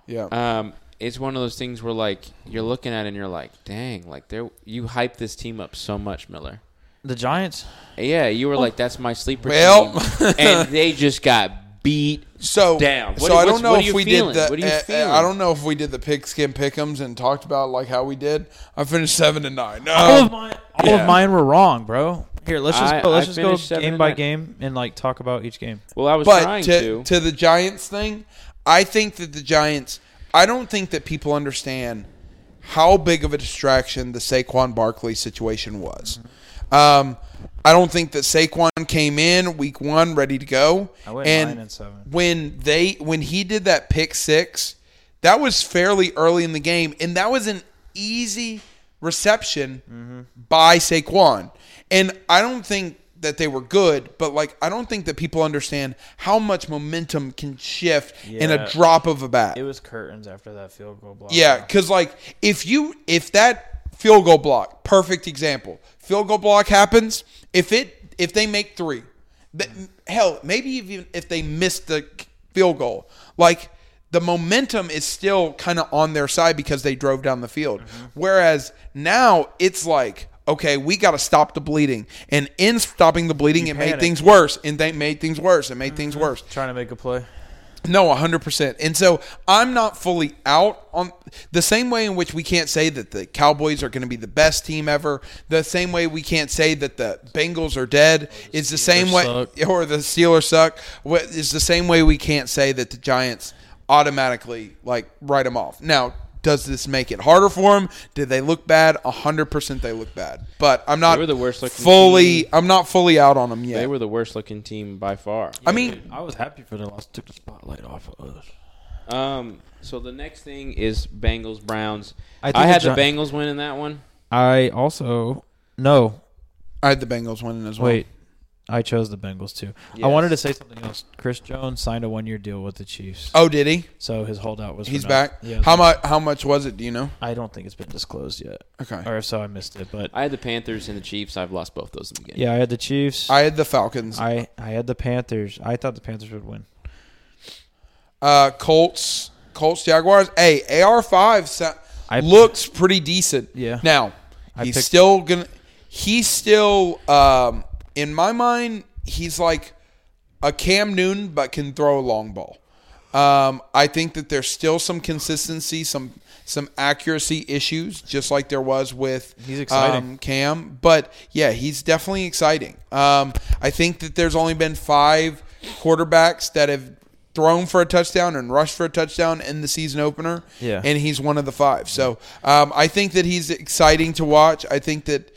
Speaker 1: Yeah.
Speaker 2: Um, it's one of those things where like you're looking at it and you're like, dang, like there you hype this team up so much, Miller.
Speaker 3: The Giants.
Speaker 2: Yeah, you were like, that's my sleeper
Speaker 1: Well-
Speaker 2: team, and they just got beat.
Speaker 1: So
Speaker 2: Damn. What-
Speaker 1: so I
Speaker 2: what's-
Speaker 1: don't know
Speaker 2: what are
Speaker 1: if
Speaker 2: you
Speaker 1: we
Speaker 2: feeling?
Speaker 1: did the.
Speaker 2: What are you
Speaker 1: uh, uh,
Speaker 2: feeling?
Speaker 1: I don't know if we did the pigskin pickums and talked about like how we did. I finished seven and nine. No,
Speaker 3: All of mine. All
Speaker 1: yeah.
Speaker 3: of mine were wrong, bro. Here, let's just
Speaker 2: I-
Speaker 3: go,
Speaker 2: I
Speaker 3: let's
Speaker 2: finished
Speaker 3: just go
Speaker 2: seven
Speaker 3: game
Speaker 2: and
Speaker 3: by
Speaker 2: nine.
Speaker 3: game and like talk about each game.
Speaker 2: Well, I was
Speaker 1: but
Speaker 2: trying
Speaker 1: to,
Speaker 2: to.
Speaker 1: to the Giants thing, I think that the Giants. I don't think that people understand how big of a distraction the Saquon Barkley situation was. Um, I don't think that Saquon came in week one ready to go.
Speaker 3: I went
Speaker 1: and
Speaker 3: nine and seven.
Speaker 1: when they when he did that pick six, that was fairly early in the game, and that was an easy reception by Saquon. And I don't think that they were good, but like I don't think that people understand how much momentum can shift in a
Speaker 3: Yeah.
Speaker 1: drop of a bat.
Speaker 3: It was curtains after that field goal block.
Speaker 1: Yeah, because like if you if that field goal block, perfect example. Field goal block happens if it if they make three, th- hell, maybe even if they miss the k- field goal, like the momentum is still kind of on their side because they drove down the field.
Speaker 3: Mm-hmm.
Speaker 1: Whereas now it's like. Okay, we got to stop the bleeding, and in stopping the bleeding, it made
Speaker 3: panic. Mm-hmm.
Speaker 1: things worse, and they made things worse, and made things worse.
Speaker 3: trying to make a play.
Speaker 1: No, 100%. And so I'm not fully out on the same way in which we can't say that the Cowboys are going to be the best team ever, the same way we can't say that the Bengals are dead is the same way,
Speaker 3: suck.
Speaker 1: or the Steelers suck, wha- is the same way we can't say that the Giants automatically like write them off. Now, does this make it harder for them? Did they look bad? 100% they look bad. But I'm not
Speaker 2: were the worst looking
Speaker 1: fully, I'm not fully out on them yet.
Speaker 2: they were the worst looking team by far.
Speaker 1: I mean,
Speaker 3: I was happy for the loss. Took the spotlight off of us.
Speaker 2: Um, so the next thing is Bengals Browns.
Speaker 3: I
Speaker 2: I,
Speaker 3: think
Speaker 2: had
Speaker 3: the
Speaker 2: the,
Speaker 3: Gi-
Speaker 2: Bengals win in that one.
Speaker 3: I also no
Speaker 1: I had the Bengals winning as well.
Speaker 3: wait. I chose the Bengals too. I
Speaker 2: Yes.
Speaker 3: wanted to say something else. Chris Jones signed a one-year deal with the Chiefs,
Speaker 1: Oh, did he?
Speaker 3: so his holdout was. for
Speaker 1: He's
Speaker 3: now-
Speaker 1: back.
Speaker 3: Yeah,
Speaker 1: how much? How much was it? Do you know?
Speaker 3: I don't think it's been disclosed yet,
Speaker 1: Okay.
Speaker 3: or if so, I missed it. But
Speaker 2: I had the Panthers and the Chiefs. I've lost both those in the beginning.
Speaker 3: yeah, I had the Chiefs.
Speaker 1: I had the Falcons.
Speaker 3: I I had the Panthers. I thought the Panthers would win.
Speaker 1: Uh, Colts. Colts. Jaguars. Hey, AR five so-
Speaker 3: I-
Speaker 1: looks pretty decent.
Speaker 3: Yeah.
Speaker 1: Now
Speaker 3: I
Speaker 1: he's
Speaker 3: picked-
Speaker 1: still gonna. He's still. Um, in my mind, he's like a Cam Newton, but can throw a long ball. Um, I think that there's still some consistency, some some accuracy issues, just like there was with
Speaker 3: He's exciting.
Speaker 1: um, Cam. But yeah, he's definitely exciting. Um, I think that there's only been five quarterbacks that have thrown for a touchdown and rushed for a touchdown in the season opener.
Speaker 3: Yeah.
Speaker 1: And he's one of the five. So um, I think that he's exciting to watch. I think that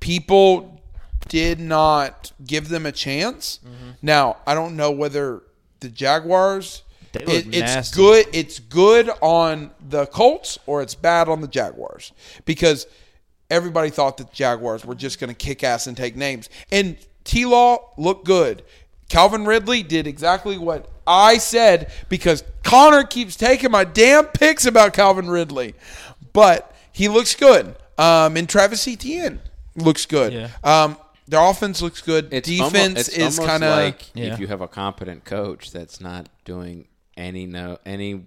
Speaker 1: people did not give them a chance.
Speaker 3: Mm-hmm.
Speaker 1: Now, I don't know whether the Jaguars.
Speaker 3: They look
Speaker 1: It, it's
Speaker 3: nasty.
Speaker 1: good. It's good on the Colts, or it's bad on the Jaguars because everybody thought that the Jaguars were just going to kick ass and take names. And T. Law looked good. Calvin Ridley did exactly what I said because Connor keeps taking my damn picks about Calvin Ridley, but he looks good. Um, and Travis Etienne looks good.
Speaker 3: Yeah.
Speaker 1: Um, their offense looks good.
Speaker 2: It's almo-
Speaker 1: Defense
Speaker 2: it's
Speaker 1: is
Speaker 2: almost
Speaker 1: kind of
Speaker 2: like
Speaker 3: Yeah.
Speaker 2: if you have a competent coach that's not doing any no any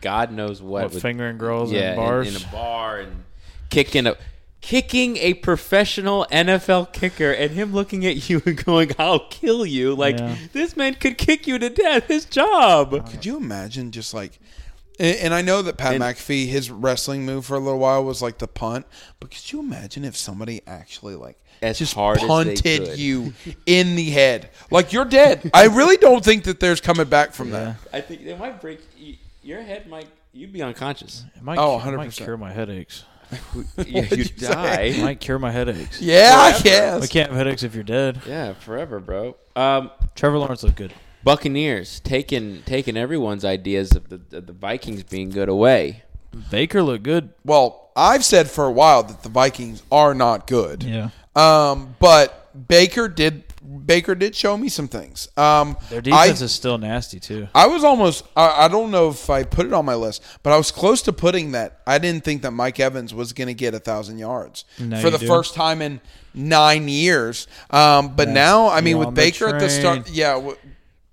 Speaker 2: God knows what,
Speaker 3: What, fingering girls
Speaker 2: yeah,
Speaker 3: in bars?
Speaker 2: in, a bar and kicking a kicking a professional NFL kicker and him looking at you and going I'll kill you like
Speaker 3: Yeah.
Speaker 2: this man could kick you to death his job
Speaker 1: Could you imagine just like, and, and I know that Pat McAfee, his wrestling move for a little while was like the punt, but could you imagine if somebody actually like
Speaker 2: As
Speaker 1: just
Speaker 2: hard as they
Speaker 1: punted
Speaker 2: could.
Speaker 1: you in the head? Like you're dead. I really don't think that there's coming back from that.
Speaker 2: I think they might break y- your head might you'd be unconscious
Speaker 3: It might,
Speaker 1: Oh,
Speaker 3: oh, 100 might
Speaker 1: 100%.
Speaker 3: cure my headaches.
Speaker 2: you,
Speaker 1: What'd you say?
Speaker 3: It might cure my headaches.
Speaker 1: Yeah, I
Speaker 2: Forever.
Speaker 1: guess.
Speaker 3: We can't have headaches if you're dead.
Speaker 2: yeah forever bro um
Speaker 3: Trevor Lawrence looked good.
Speaker 2: Buccaneers taking taking everyone's ideas of the of the Vikings being good away.
Speaker 3: Baker looked good.
Speaker 1: Well, I've said for a while that the Vikings are not good.
Speaker 3: Yeah.
Speaker 1: Um, but Baker did Baker did show me some things. Um,
Speaker 3: Their defense
Speaker 1: I,
Speaker 3: is still nasty too.
Speaker 1: I was almost I, I don't know if I put it on my list, but I was close to putting that. I didn't think that Mike Evans was going to get a thousand yards
Speaker 3: Now
Speaker 1: for
Speaker 3: you
Speaker 1: the
Speaker 3: do.
Speaker 1: first time in nine years. Um, but now I
Speaker 3: you're
Speaker 1: mean
Speaker 3: on
Speaker 1: with
Speaker 3: the
Speaker 1: Baker at the start,
Speaker 3: train.
Speaker 1: yeah. What,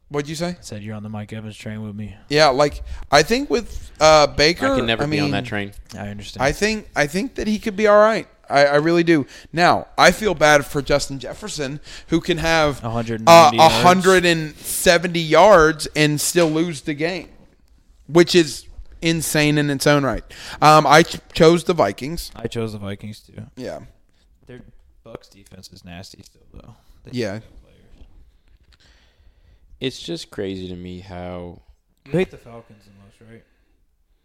Speaker 1: what'd you say?
Speaker 3: I said you're on the Mike Evans train with me.
Speaker 1: Yeah, like I think with uh, Baker,
Speaker 2: I can never be on
Speaker 1: mean,
Speaker 2: that train.
Speaker 3: I understand.
Speaker 1: I think I think that he could be all right. I, I really do. Now I feel bad for Justin Jefferson, who can have uh,
Speaker 3: 190 yards.
Speaker 1: 170 yards and still lose the game, which is insane in its own right. Um, I ch- chose the Vikings.
Speaker 3: I, chose the Vikings too.
Speaker 1: Yeah,
Speaker 3: Their Bucks defense is nasty still though. They
Speaker 1: yeah.
Speaker 2: It's just crazy to me how
Speaker 3: hate the Falcons the most, right?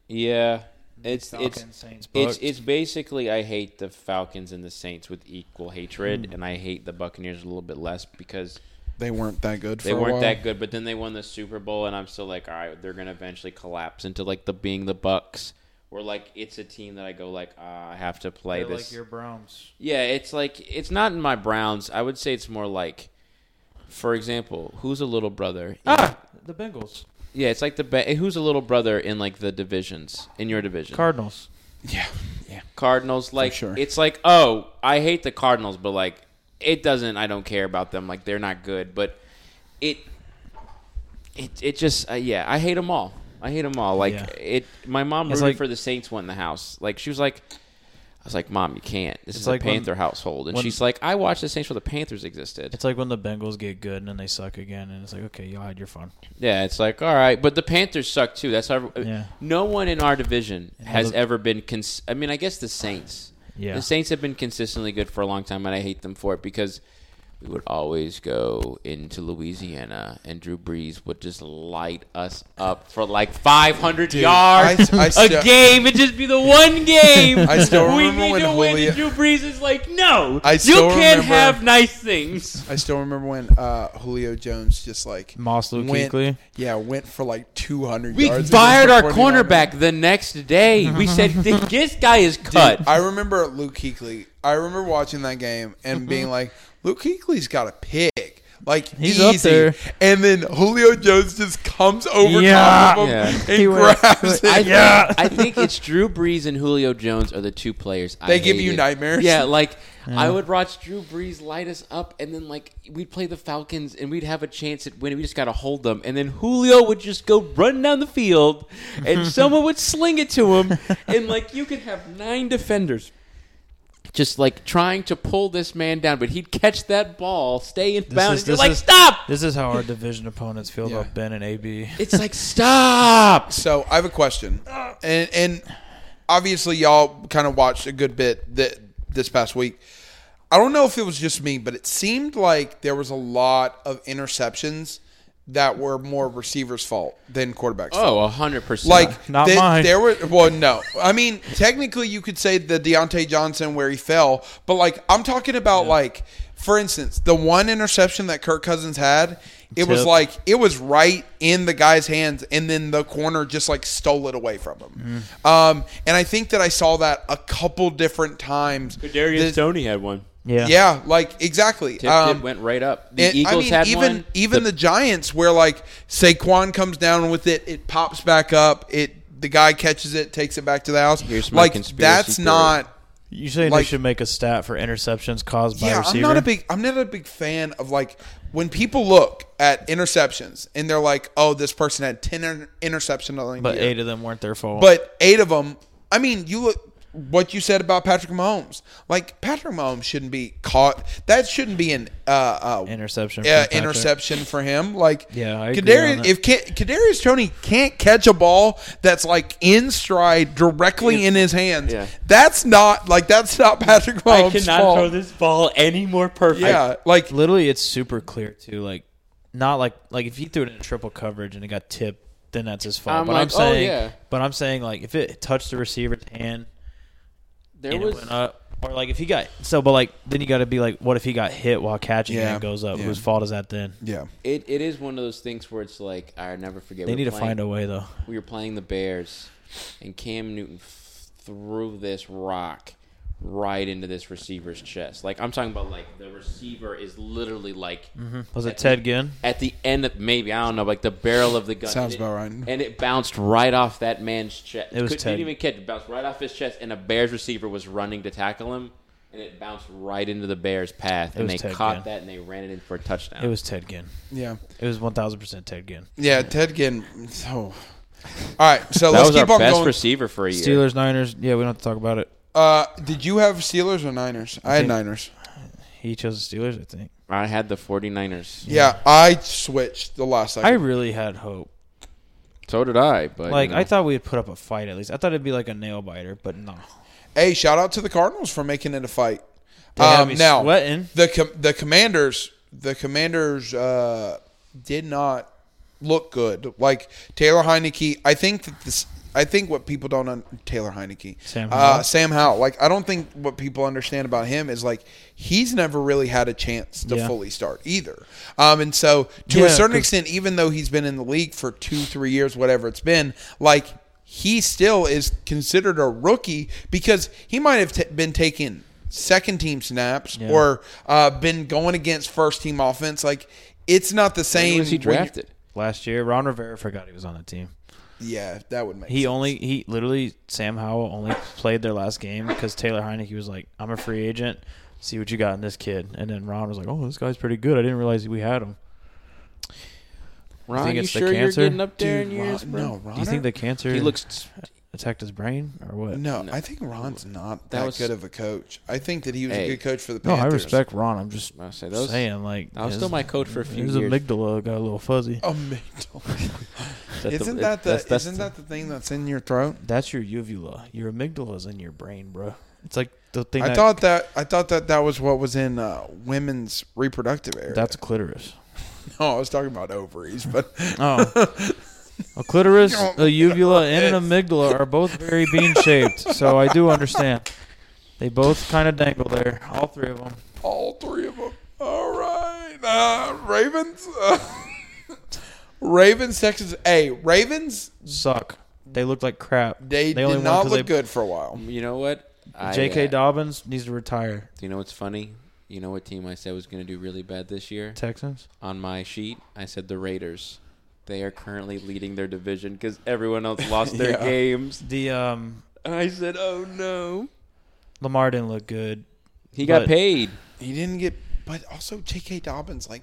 Speaker 2: yeah, it's it's
Speaker 3: Falcons, Saints,
Speaker 2: it's
Speaker 3: Bucks.
Speaker 2: it's basically I hate the Falcons and the Saints with equal hatred, and I hate the Buccaneers a little bit less because
Speaker 1: They weren't that good. For
Speaker 2: they
Speaker 1: a
Speaker 2: weren't
Speaker 1: while.
Speaker 2: that good. But then they won the Super Bowl, and I'm still like, all right, they're gonna eventually collapse into like the being the Bucks. Or like it's a team that I go like ah, I have to play
Speaker 3: They're
Speaker 2: this.
Speaker 3: like your Browns.
Speaker 2: Yeah, it's like it's not in my Browns. I would say it's more like, for example, who's a little brother?
Speaker 3: Ah, the Bengals,
Speaker 2: Yeah, it's like the ba- who's a little brother in like the divisions in your division.
Speaker 3: Cardinals.
Speaker 1: Yeah,
Speaker 2: Cardinals, like
Speaker 1: sure.
Speaker 2: it's like oh, I hate the Cardinals, but like it doesn't. I don't care about them. Like they're not good, but it it it just uh, yeah, I hate them all. I hate them all. Like
Speaker 3: Yeah.
Speaker 2: it. My mom
Speaker 3: It's
Speaker 2: rooted
Speaker 3: like-
Speaker 2: for the Saints went in the house. Like she was like. I was like, "Mom, you can't. This is
Speaker 3: like
Speaker 2: a
Speaker 3: when-
Speaker 2: Panther household." And
Speaker 3: when-
Speaker 2: she's like, "I watched the Saints before the Panthers existed."
Speaker 3: It's like when the Bengals get good and then they suck again, and it's like, okay, y'all had your fun.
Speaker 2: Yeah, it's like all right, but the Panthers suck too. That's our
Speaker 3: Yeah.
Speaker 2: no one in our division has
Speaker 3: the-
Speaker 2: ever been. Cons- I mean, I guess the Saints.
Speaker 3: Yeah.
Speaker 2: the Saints have been consistently good for a long time, and I hate them for it because we would always go into Louisiana, and Drew Brees would just light us up for like 500 yards
Speaker 1: I- I
Speaker 2: a
Speaker 1: still-
Speaker 2: game. It'd just be the one game.
Speaker 1: I still
Speaker 2: we
Speaker 1: remember
Speaker 2: need
Speaker 1: when
Speaker 2: to win.
Speaker 1: Julio-
Speaker 2: And Drew Brees is like, no,
Speaker 1: I
Speaker 2: you
Speaker 1: still
Speaker 2: can't
Speaker 1: remember-
Speaker 2: have nice things.
Speaker 1: I still remember when uh, Julio Jones just like
Speaker 3: Moss Luke
Speaker 1: went-
Speaker 3: Kuechly?
Speaker 1: Yeah, went for like 200
Speaker 2: We
Speaker 1: yards.
Speaker 2: fired our
Speaker 1: against the 49ers.
Speaker 2: cornerback the next day. We said this guy is cut.
Speaker 1: I remember Luke Kuechly. I remember watching that game
Speaker 3: Mm-hmm.
Speaker 1: and being like, Luke Kuechly's got a pick. Like
Speaker 3: He's
Speaker 1: easy.
Speaker 3: up there.
Speaker 1: And then Julio Jones just comes over
Speaker 3: Yeah.
Speaker 1: top of him
Speaker 2: Yeah.
Speaker 1: and
Speaker 3: He went-
Speaker 1: grabs
Speaker 2: I,
Speaker 1: it.
Speaker 3: Yeah.
Speaker 2: I think it's Drew Brees and Julio Jones are the two players. I
Speaker 1: They give you
Speaker 2: hated.
Speaker 1: nightmares?
Speaker 2: Yeah, like I would watch Drew Brees light us up, and then like we'd play the Falcons, and we'd have a chance at winning. We just got to hold them, and then Julio would just go run down the field, and someone would sling it to him, and like you could have nine defenders. Just like trying to pull this man down, but he'd catch that ball, stay in bounds.
Speaker 3: is-
Speaker 2: You're
Speaker 3: this
Speaker 2: like,
Speaker 3: is-
Speaker 2: stop!
Speaker 3: This is how our division opponents feel about Ben and AB.
Speaker 2: It's like, stop!
Speaker 1: So I have a question, and and obviously y'all kind of watched a good bit that this past week. I don't know if it was just me, but it seemed like there was a lot of interceptions that were more receivers' fault than quarterbacks. fault.
Speaker 2: Oh, hundred percent.
Speaker 1: Like
Speaker 3: Not
Speaker 1: the-
Speaker 3: mine.
Speaker 1: There were well, no. I mean, technically, you could say the Deontay Johnson where he fell, but like I'm talking about like, for instance, the one interception that Kirk Cousins had, it was
Speaker 3: Tip.
Speaker 1: like it was right in the guy's hands, and then the corner just like stole it away from him.
Speaker 3: Mm.
Speaker 1: Um, and I think that I saw that a couple different times.
Speaker 2: Darius
Speaker 1: This-
Speaker 2: Tony had one.
Speaker 3: Yeah.
Speaker 1: yeah, like exactly.
Speaker 2: Tip
Speaker 1: Um,
Speaker 2: did- went right up. The
Speaker 1: and,
Speaker 2: Eagles
Speaker 1: I mean,
Speaker 2: had
Speaker 1: even
Speaker 2: one.
Speaker 1: even the, Giants, where like Saquon comes down with it, it pops back up. It the guy catches it, takes it back to the house.
Speaker 2: Here's my
Speaker 1: like
Speaker 2: conspiracy
Speaker 1: that's
Speaker 2: theory.
Speaker 1: not.
Speaker 3: You saying they
Speaker 1: Like-
Speaker 3: should make a stat for interceptions caused by
Speaker 1: Yeah,
Speaker 3: receiver?
Speaker 1: I'm not a big. I'm not a big fan of like when people look at interceptions and they're like, "Oh, this person had ten inter- interceptions on the
Speaker 3: but
Speaker 1: year."
Speaker 3: eight of them weren't their fault.
Speaker 1: But eight of them. I mean, you look what you said about Patrick Mahomes. Like Patrick Mahomes shouldn't be caught. That shouldn't be an uh, uh,
Speaker 3: interception.
Speaker 1: uh,
Speaker 3: from Patrick.
Speaker 1: interception for him. Like,
Speaker 3: Yeah, I agree
Speaker 1: Kadarius-
Speaker 3: on that.
Speaker 1: if Ka- Kadarius Tony can't catch a ball that's like in stride directly in his hands,
Speaker 2: Yeah.
Speaker 1: that's not like that's not Patrick Mahomes' fault.
Speaker 2: this ball any more perfect.
Speaker 1: yeah, like
Speaker 3: Literally, it's super clear too. Like, not like like if he threw it in triple coverage and it got tipped, then that's his fault.
Speaker 2: I'm
Speaker 3: but
Speaker 2: like,
Speaker 3: I'm
Speaker 2: oh,
Speaker 3: saying,
Speaker 2: yeah.
Speaker 3: but I'm saying like if it touched the receiver's hand,
Speaker 2: There
Speaker 3: and it
Speaker 2: was
Speaker 3: went up. Or like if he got so, but like then you got to be like, what if he got hit while catching
Speaker 1: Yeah.
Speaker 3: and it goes up?
Speaker 1: Yeah.
Speaker 3: Whose fault is that then?
Speaker 1: Yeah.
Speaker 2: it, it is one of those things where it's like I never forget.
Speaker 3: They
Speaker 2: we
Speaker 3: need
Speaker 2: were
Speaker 3: to
Speaker 2: playing-
Speaker 3: find a way though.
Speaker 2: We were playing the Bears, and Cam Newton f- threw this rock right into this receiver's chest. Like I'm talking about, like the receiver is literally like
Speaker 3: Was it Ted Ginn?
Speaker 2: at the end of maybe I don't know, like the barrel of the gun.
Speaker 1: Sounds
Speaker 2: And it-
Speaker 1: about right.
Speaker 2: And it bounced right off that man's chest.
Speaker 3: It was
Speaker 2: Couldn't-
Speaker 3: Ted.
Speaker 2: Didn't even catch it. Bounced right off his chest, and a Bears receiver was running to tackle him, and it bounced right into the Bears' path, and
Speaker 3: was
Speaker 2: they
Speaker 3: Ted
Speaker 2: caught
Speaker 3: Ginn.
Speaker 2: that and they ran it in for a touchdown.
Speaker 3: It was Ted Ginn.
Speaker 1: Yeah.
Speaker 3: It was one thousand percent Ted Ginn.
Speaker 1: Yeah. Ted Ginn. Oh. All right. So
Speaker 2: that
Speaker 1: let's
Speaker 2: was our
Speaker 1: keep on
Speaker 2: best
Speaker 1: going.
Speaker 2: receiver for a year.
Speaker 3: Steelers, Niners. Yeah, we don't have to talk about it.
Speaker 1: Uh, did you have Steelers or Niners? I had
Speaker 3: think-
Speaker 1: Niners.
Speaker 3: He chose the Steelers, I think.
Speaker 2: I had the 49ers.
Speaker 1: Yeah. I switched the last
Speaker 3: I
Speaker 1: second.
Speaker 3: really had hope.
Speaker 2: So did I. But
Speaker 3: Like
Speaker 2: you know.
Speaker 3: I thought we'd put up a fight at least. I thought it'd be like a nail biter, but no.
Speaker 1: hey, shout out to the Cardinals for making it a fight. Um,
Speaker 3: They had me
Speaker 1: now
Speaker 3: sweating.
Speaker 1: the com- the Commanders the Commanders uh, did not look good. Like Taylor Heineke, I think that this. I think what people don't un- Taylor Heineke,
Speaker 3: Sam
Speaker 1: uh,
Speaker 3: Howell?
Speaker 1: Sam Howell. Like I don't think what people understand about him is like he's never really had a chance to
Speaker 3: Yeah.
Speaker 1: fully start either. Um, and so to a
Speaker 3: Yeah,
Speaker 1: certain
Speaker 3: 'cause-
Speaker 1: extent, even though he's been in the league for two, three years, whatever it's been, like he still is considered a rookie because he might have t- been taking second team snaps
Speaker 3: Yeah.
Speaker 1: or uh, been going against first team offense. Like it's not the same.
Speaker 2: When was he
Speaker 1: when you-
Speaker 2: drafted?
Speaker 3: Last year, Ron Rivera forgot he was on the team.
Speaker 1: Yeah, that would make.
Speaker 3: He
Speaker 1: sense.
Speaker 3: only he literally Sam Howell only played their last game because Taylor Heineke was like, "I'm a free agent. See what you got in this kid." And then Ron was like, "Oh, this guy's pretty good. I didn't realize we had him."
Speaker 2: Ron,
Speaker 3: think
Speaker 2: you
Speaker 3: it's the
Speaker 2: sure you're
Speaker 3: cancer?
Speaker 2: getting up there
Speaker 1: Dude,
Speaker 2: in years,
Speaker 1: Ron-
Speaker 2: bro?
Speaker 1: no, Ron.
Speaker 3: Do you think the cancer
Speaker 2: He looks.
Speaker 3: attacked his brain or what?
Speaker 1: No, I think Ron's not that,
Speaker 2: was-
Speaker 1: good of a coach. I think that he was
Speaker 2: Hey.
Speaker 1: a good coach for the
Speaker 3: No,
Speaker 1: Panthers.
Speaker 3: I respect Ron. I'm just
Speaker 2: I say, that was-
Speaker 3: saying like
Speaker 2: I was
Speaker 3: his-
Speaker 2: still my coach for a few
Speaker 3: his
Speaker 2: years.
Speaker 3: amygdala got a little fuzzy.
Speaker 1: Amygdala.
Speaker 2: Is the-
Speaker 1: Oh, isn't that the
Speaker 2: that's- that's
Speaker 1: isn't that the thing that's in your throat?
Speaker 3: That's your uvula. Your amygdala's in your brain, bro. It's like the thing.
Speaker 1: I
Speaker 3: that-
Speaker 1: thought that I thought that that was what was in uh, women's reproductive area.
Speaker 3: that's clitoris.
Speaker 1: no, I was talking about ovaries, but
Speaker 3: Oh. A clitoris,
Speaker 1: Don't
Speaker 3: a uvula, and an amygdala are both very bean shaped, so I do understand. They both kind of dangle there, all three of them.
Speaker 1: all three of them. All right, uh, Ravens. Uh, Ravens, Texas. Hey, Ravens.
Speaker 3: Suck. They look like crap.
Speaker 1: They,
Speaker 3: only
Speaker 1: did
Speaker 3: won
Speaker 1: not
Speaker 3: 'cause
Speaker 1: look
Speaker 3: they-
Speaker 1: good for a while.
Speaker 2: You know what? I,
Speaker 3: J.K.
Speaker 2: uh,
Speaker 3: Dobbins needs to retire.
Speaker 2: Do you know what's funny? You know what team I said was going to do really bad this year?
Speaker 3: Texans.
Speaker 2: On my sheet, I said the Raiders. They are currently leading their division because everyone else lost their
Speaker 1: Yeah.
Speaker 2: games.
Speaker 3: The um,
Speaker 2: I said, oh no.
Speaker 3: Lamar didn't look good.
Speaker 2: He got
Speaker 3: But-
Speaker 2: paid.
Speaker 1: He didn't get, but also J.K. Dobbins, like,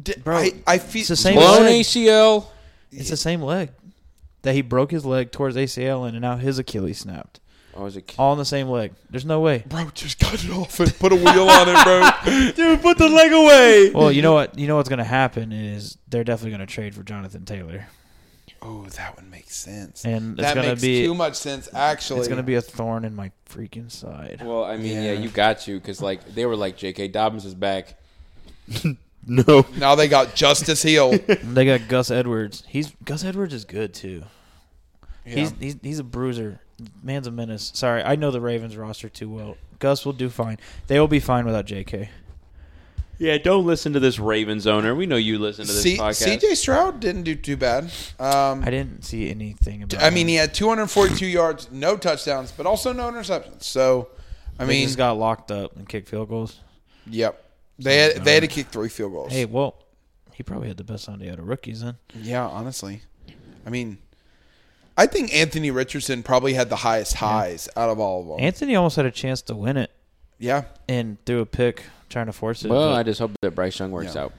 Speaker 1: d-
Speaker 3: Bro,
Speaker 1: I, I feel
Speaker 3: it's the same-
Speaker 2: Blown
Speaker 3: leg.
Speaker 2: ACL.
Speaker 3: It's the same leg that he broke his leg towards ACL in, and now his Achilles snapped.
Speaker 2: I was a kid.
Speaker 3: All in the same leg. There's no way.
Speaker 1: Bro, just cut it off and put a wheel on it, bro.
Speaker 2: Dude, put the leg away.
Speaker 3: Well, you know what? You know what's going to happen is they're definitely going to trade for Jonathan Taylor,
Speaker 1: oh, that would make sense.
Speaker 3: and it's
Speaker 1: that
Speaker 3: going
Speaker 1: makes
Speaker 3: to be
Speaker 1: too much sense, actually.
Speaker 3: It's gonna be a thorn in my freaking side.
Speaker 2: Well, I mean, yeah,
Speaker 1: Yeah.
Speaker 2: you got to because like they were like J.K. Dobbins is back.
Speaker 1: Now they got Justice Hill.
Speaker 3: they got Gus Edwards. He's Gus Edwards is good too.
Speaker 1: Yeah.
Speaker 3: He's, he's he's a bruiser. Man's a menace. Sorry, I know the Ravens roster too well. Gus will do fine. They will be fine without J.K.
Speaker 2: Yeah, don't listen to this Ravens owner. We know you listen to this
Speaker 1: C-
Speaker 2: podcast.
Speaker 1: CJ Stroud didn't do too bad. Um,
Speaker 3: I didn't see anything about.
Speaker 1: I mean,
Speaker 3: him.
Speaker 1: he had 242 yards, no touchdowns, but also no interceptions. So, I
Speaker 3: They
Speaker 1: mean,
Speaker 3: just got locked up and kicked field goals.
Speaker 1: yep. They had, they had to kick three field goals.
Speaker 3: Hey, well, he probably had the best Sunday out of rookies. Then
Speaker 1: Yeah, honestly. I mean, I think Anthony Richardson probably had the highest highs out of all of them.
Speaker 3: Anthony almost had a chance to win it
Speaker 1: yeah.
Speaker 3: and threw a pick trying to force it.
Speaker 2: well,
Speaker 3: but
Speaker 2: I just hope that Bryce Young works
Speaker 1: Yeah.
Speaker 2: out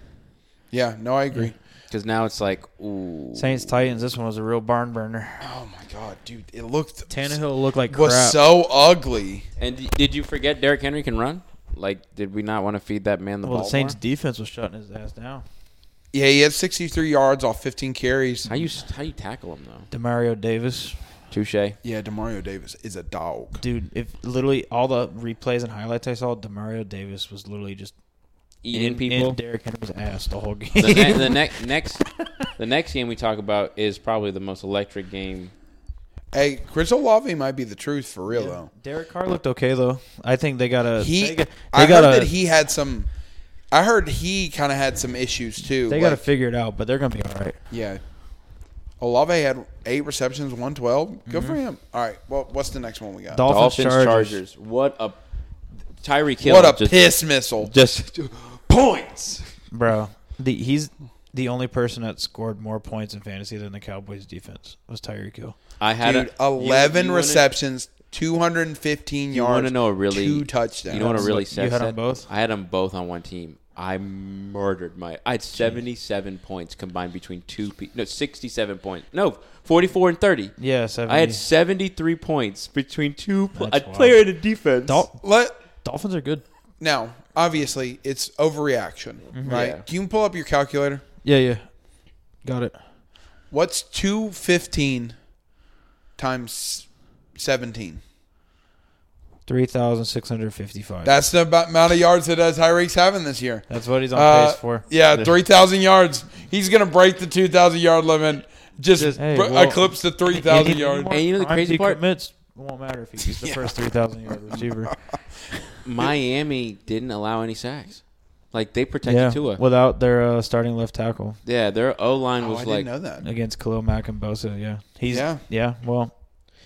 Speaker 1: Yeah, no, I agree.
Speaker 2: because now it's like, ooh,
Speaker 3: Saints Titans. This one was a real barn burner.
Speaker 1: Oh my god, dude, it looked
Speaker 3: Tannehill looked like
Speaker 1: was
Speaker 3: crap.
Speaker 1: so ugly.
Speaker 2: And d- did you forget Derrick Henry can run? Like, did we not want to feed that man the
Speaker 3: well,
Speaker 2: ball?
Speaker 3: the Saints
Speaker 2: more?
Speaker 3: defense was shutting his ass down.
Speaker 1: Yeah, he had 63 yards off 15 carries.
Speaker 2: How you s- how you tackle him though?
Speaker 3: Demario Davis,
Speaker 2: Touche.
Speaker 1: Yeah, Demario Davis is a dog.
Speaker 3: dude. If literally all the replays and highlights I saw, Demario Davis was literally just
Speaker 2: Eating people.
Speaker 3: in Derrick Henry's ass the whole game.
Speaker 2: the, ne- the next next the next game we talk about is probably the most electric game
Speaker 1: Hey, Chris Olave might be the truth for real though.
Speaker 3: Derek Carr looked okay though. I think they got a
Speaker 1: He,
Speaker 3: they got, they
Speaker 1: I
Speaker 3: got
Speaker 1: heard
Speaker 3: a,
Speaker 1: that he had some. I heard he kind of had some issues too.
Speaker 3: they got to
Speaker 1: like-
Speaker 3: figure it out, but they're gonna be all right.
Speaker 1: Yeah. Olave had eight receptions, 112. Good
Speaker 2: Mm-hmm.
Speaker 1: for him. All right. Well, what's the next one we got?
Speaker 3: Dolphins,
Speaker 2: Dolphins Chargers.
Speaker 3: Chargers.
Speaker 2: What a Tyree Hill.
Speaker 1: what a
Speaker 2: just,
Speaker 1: piss missile.
Speaker 2: Just points.
Speaker 3: bro. The, he's the only person that scored more points in fantasy than the Cowboys defense was Tyreek Hill.
Speaker 2: I had
Speaker 1: Dude,
Speaker 2: a,
Speaker 1: 11
Speaker 2: you- you wanna-
Speaker 1: receptions, 215
Speaker 2: You want
Speaker 1: yards.
Speaker 2: to know a really
Speaker 1: two touchdowns.
Speaker 2: You know what a really
Speaker 3: You
Speaker 2: sad
Speaker 3: had
Speaker 2: stat-
Speaker 3: 'em both?
Speaker 2: I had them both on one team. I murdered my. I had seventy-seven points combined between two. Pe- no, sixty-seven points. No, forty-four and thirty.
Speaker 3: Yeah, 70.
Speaker 2: I had seventy-three points between two. Pl- a
Speaker 3: That's wild.
Speaker 2: player and a defense.
Speaker 3: Dol-
Speaker 1: Let
Speaker 3: Dolphins are good.
Speaker 1: now, obviously, it's overreaction, right?
Speaker 2: Mm-hmm. Yeah.
Speaker 1: Can you pull up your calculator?
Speaker 3: Yeah, yeah, got it.
Speaker 1: What's 215 times 17?
Speaker 3: Three thousand six hundred fifty-five.
Speaker 1: That's the ab- amount of yards that uh, Tyreek's having this year.
Speaker 3: That's what he's on
Speaker 1: Uh,
Speaker 3: pace for.
Speaker 1: Yeah, three thousand yards. He's gonna break the two thousand yard limit. Just,
Speaker 2: Just-
Speaker 3: Hey,
Speaker 1: br-
Speaker 3: well,
Speaker 1: eclipse the three thousand yards.
Speaker 2: And you know the
Speaker 3: Times
Speaker 2: crazy
Speaker 3: he
Speaker 2: part?
Speaker 3: commits, it won't matter if he's the first three thousand yard receiver.
Speaker 2: Miami didn't allow any sacks. Like they protected
Speaker 3: yeah,
Speaker 2: Tua.
Speaker 3: without their uh, starting left tackle
Speaker 2: yeah, their O line
Speaker 1: Oh,
Speaker 2: was
Speaker 1: I
Speaker 2: like.
Speaker 1: didn't know that.
Speaker 3: against Khalil Mack and Bosa. Yeah, he's
Speaker 1: Yeah.
Speaker 3: yeah, well,
Speaker 2: I mean,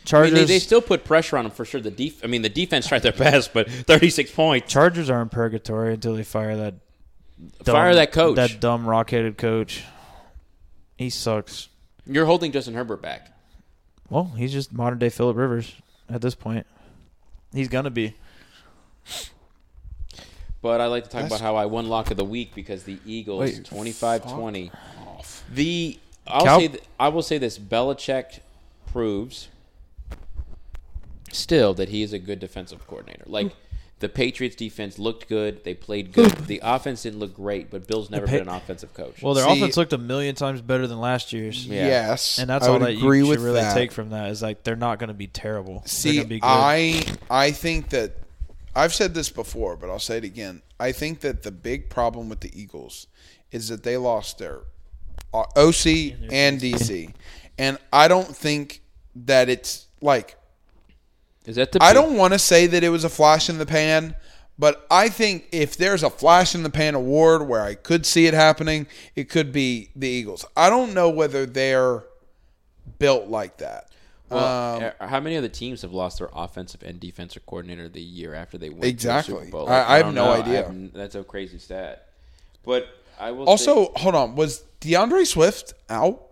Speaker 3: Chargers.
Speaker 2: they, they still put pressure on them for sure. The def- I mean, the defense tried their best, but thirty-six points.
Speaker 3: Chargers are in purgatory until they fire that dumb-
Speaker 2: Fire that coach.
Speaker 3: that dumb rock-headed coach. He sucks.
Speaker 2: You're holding Justin Herbert back.
Speaker 3: Well, he's just modern day Philip Rivers at this point. He's gonna be.
Speaker 2: But I like to talk
Speaker 1: That's-
Speaker 2: about how I won lock of the week because the Eagles
Speaker 3: Wait,
Speaker 2: twenty five twenty. 25-20. The I'll
Speaker 3: Cow-
Speaker 2: say th- I will say this Belichick proves still that he is a good defensive coordinator. Like the Patriots defense looked good, they played good. the offense didn't look great, but Bill's never
Speaker 3: Pa-
Speaker 2: been an offensive coach.
Speaker 3: Well, their
Speaker 1: See-
Speaker 3: offense looked a million times better than last year's.
Speaker 2: Yeah.
Speaker 1: Yes,
Speaker 3: And that's
Speaker 1: I
Speaker 3: all
Speaker 1: would
Speaker 3: that
Speaker 1: agree
Speaker 3: you should
Speaker 1: with
Speaker 3: really
Speaker 1: that.
Speaker 3: take from that is like they're not going to be terrible. They're
Speaker 1: See,
Speaker 3: gonna be good.
Speaker 1: I I think that I've said this before, but I'll say it again. I think that the big problem with the Eagles is that they lost their uh, OC and DC, and I don't think that it's like
Speaker 2: is that the
Speaker 1: I don't want to say that it was a flash in the pan, but I think if there's a flash in the pan award where I could see it happening, it could be the Eagles. I don't know whether they're built like that.
Speaker 2: well,
Speaker 1: Um,
Speaker 2: uh, how many other teams have lost their offensive and defensive coordinator the year after they went to the
Speaker 1: Exactly.
Speaker 2: Super Bowl?
Speaker 1: I- I have
Speaker 2: don't
Speaker 1: no
Speaker 2: know.
Speaker 1: idea.
Speaker 2: n- that's a crazy stat. But I will say-
Speaker 1: also, hold on. Was DeAndre Swift out?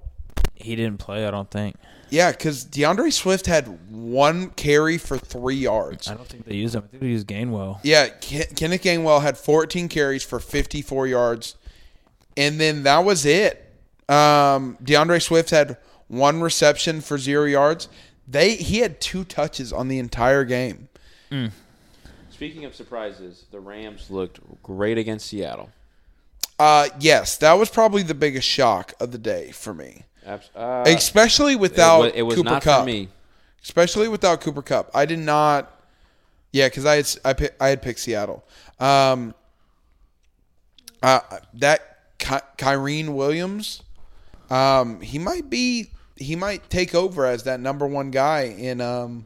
Speaker 3: he didn't play. I don't think.
Speaker 1: Yeah, because DeAndre Swift had one carry for three yards.
Speaker 3: I don't think they used him. I think they used Gainwell.
Speaker 1: Yeah, Ken- Kenneth Gainwell had 14 carries for 54 yards, and then that was it. Um, DeAndre Swift had one reception for zero yards. They he had two touches on the entire game.
Speaker 2: Speaking of surprises, the Rams looked great against Seattle.
Speaker 1: Uh, yes, that was probably the biggest shock of the day for me,
Speaker 2: Abs- uh,
Speaker 1: especially
Speaker 2: it wa-
Speaker 1: without
Speaker 2: it was
Speaker 1: Cooper
Speaker 2: not
Speaker 1: Cup.
Speaker 2: for me.
Speaker 1: Especially without Cooper Cup, I did not. Yeah, because I had s- I, pi- I had picked Seattle. Um, uh, that Ky- Kyrene Williams, um, he might be he might take over as that number one guy in um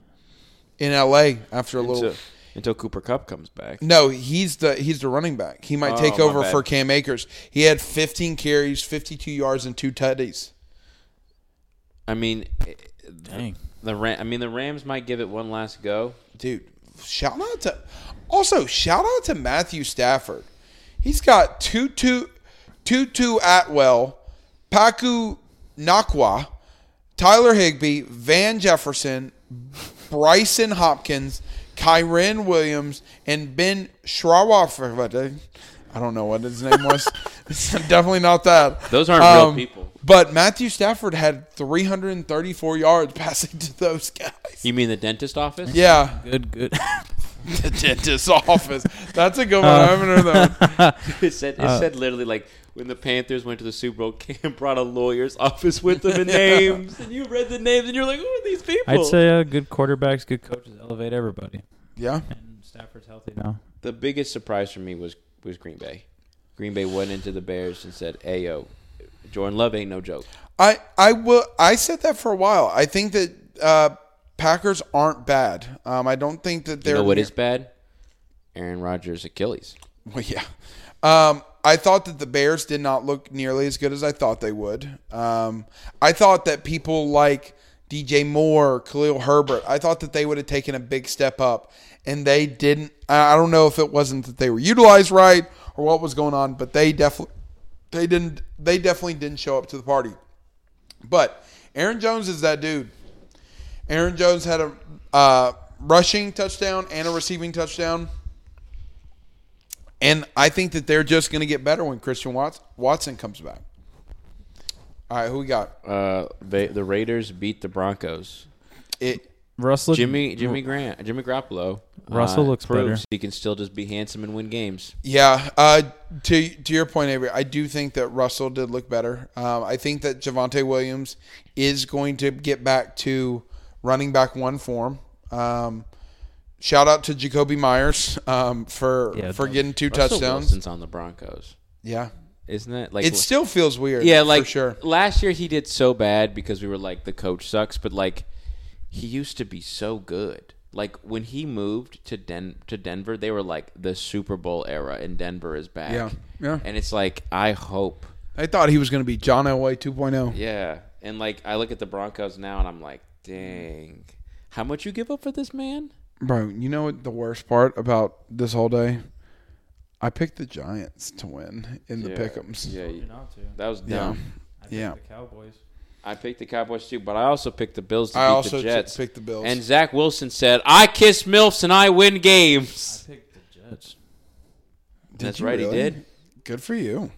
Speaker 1: in L.A. after a little.
Speaker 2: Until, until Cooper Cup comes back.
Speaker 1: No, he's the he's the running back. He might
Speaker 2: Oh,
Speaker 1: take
Speaker 2: my
Speaker 1: over
Speaker 2: bad.
Speaker 1: for Cam Akers. He had 15 carries, 52 yards, and two tutties.
Speaker 2: I mean, eh,
Speaker 3: Dang.
Speaker 2: the Ram- I mean the Rams might give it one last go.
Speaker 1: dude. Shout out to also shout out to Matthew Stafford. He's got two two two two Atwell, Paku Nakwa, Tyler Higby, Van Jefferson, Bryson Hopkins, Kyren Williams, and Ben Schrawaffer. I don't know what his name was. It's definitely not that.
Speaker 2: Those aren't
Speaker 1: Um,
Speaker 2: real people.
Speaker 1: But Matthew Stafford had 334 yards passing to those guys.
Speaker 2: You mean the dentist office?
Speaker 1: Yeah
Speaker 3: Good, good.
Speaker 1: the dentist's office. That's a good one.
Speaker 3: Uh.
Speaker 1: I haven't heard that one.
Speaker 2: It said it said literally like when the Panthers went to the Super Bowl, Cam brought a lawyer's office with them and names, and you read the names and you're like, who are these people?
Speaker 3: I'd say uh, good quarterbacks, good coaches elevate everybody.
Speaker 1: Yeah.
Speaker 3: And Stafford's healthy now.
Speaker 2: the biggest surprise for me was was Green Bay. Green Bay went into the Bears and said, "Ayo, Jordan Love ain't no joke."
Speaker 1: I I will I said that for a while. I think that uh, Packers aren't bad. Um, I don't think that
Speaker 2: You
Speaker 1: they're
Speaker 2: know what is bad? Aaron Rodgers' Achilles.
Speaker 1: Well, yeah. Um, I thought that the Bears did not look nearly as good as I thought they would. Um, I thought that people like DJ Moore, Khalil Herbert, I thought that they would have taken a big step up, and they didn't. I I don't know if it wasn't that they were utilized right or what was going on, but they definitely they didn't they definitely didn't show up to the party. But Aaron Jones is that dude. Aaron Jones had a uh, rushing touchdown and a receiving touchdown. And I think that they're just going to get better when Christian Wat- Watson comes back. All right, who we got?
Speaker 2: Uh, they, the Raiders beat the Broncos.
Speaker 1: It.
Speaker 3: Russ looked
Speaker 2: Jimmy Jimmy Grant Jimmy Garoppolo. uh,
Speaker 3: Russell looks
Speaker 2: proves
Speaker 3: better.
Speaker 2: He can still just be handsome and win games.
Speaker 1: Yeah. Uh, to to your point, Avery, I do think that Russell did look better. Um, I think that Javante Williams is going to get back to running back one form. Um, shout out to Jacoby Myers um, for
Speaker 3: Yeah,
Speaker 1: for getting two
Speaker 2: Russell
Speaker 1: touchdowns.
Speaker 2: Wilson's on the Broncos,
Speaker 1: Yeah.
Speaker 2: isn't it? Like
Speaker 1: It still feels weird.
Speaker 2: yeah, like
Speaker 1: for sure.
Speaker 2: last year he did so bad because we were like the coach sucks, but like he used to be so good. Like when he moved to Den to Denver, they were like the Super Bowl era, and Denver is back.
Speaker 1: Yeah, yeah.
Speaker 2: And it's like I hope,
Speaker 1: I thought he was going to be John Elway oh. 2.0.
Speaker 2: yeah. And like I look at the Broncos now, and I'm like, dang, how much you give up for this man?
Speaker 1: Bro, you know what the worst part about this whole day? I picked the Giants to win in the
Speaker 2: Yeah,
Speaker 1: pickems.
Speaker 2: Yeah, you-
Speaker 3: not to.
Speaker 2: that was
Speaker 1: Yeah.
Speaker 2: dumb.
Speaker 1: Yeah.
Speaker 3: Cowboys.
Speaker 2: I picked the Cowboys too, but I also picked the Bills to
Speaker 1: I
Speaker 2: beat
Speaker 1: also
Speaker 2: the Jets.
Speaker 1: picked the Bills.
Speaker 2: And Zach Wilson said, "I kiss milfs and I win games."
Speaker 3: picked the Jets.
Speaker 1: Did
Speaker 2: That's
Speaker 1: you
Speaker 2: right,
Speaker 1: really?
Speaker 2: he did.
Speaker 1: Good for you.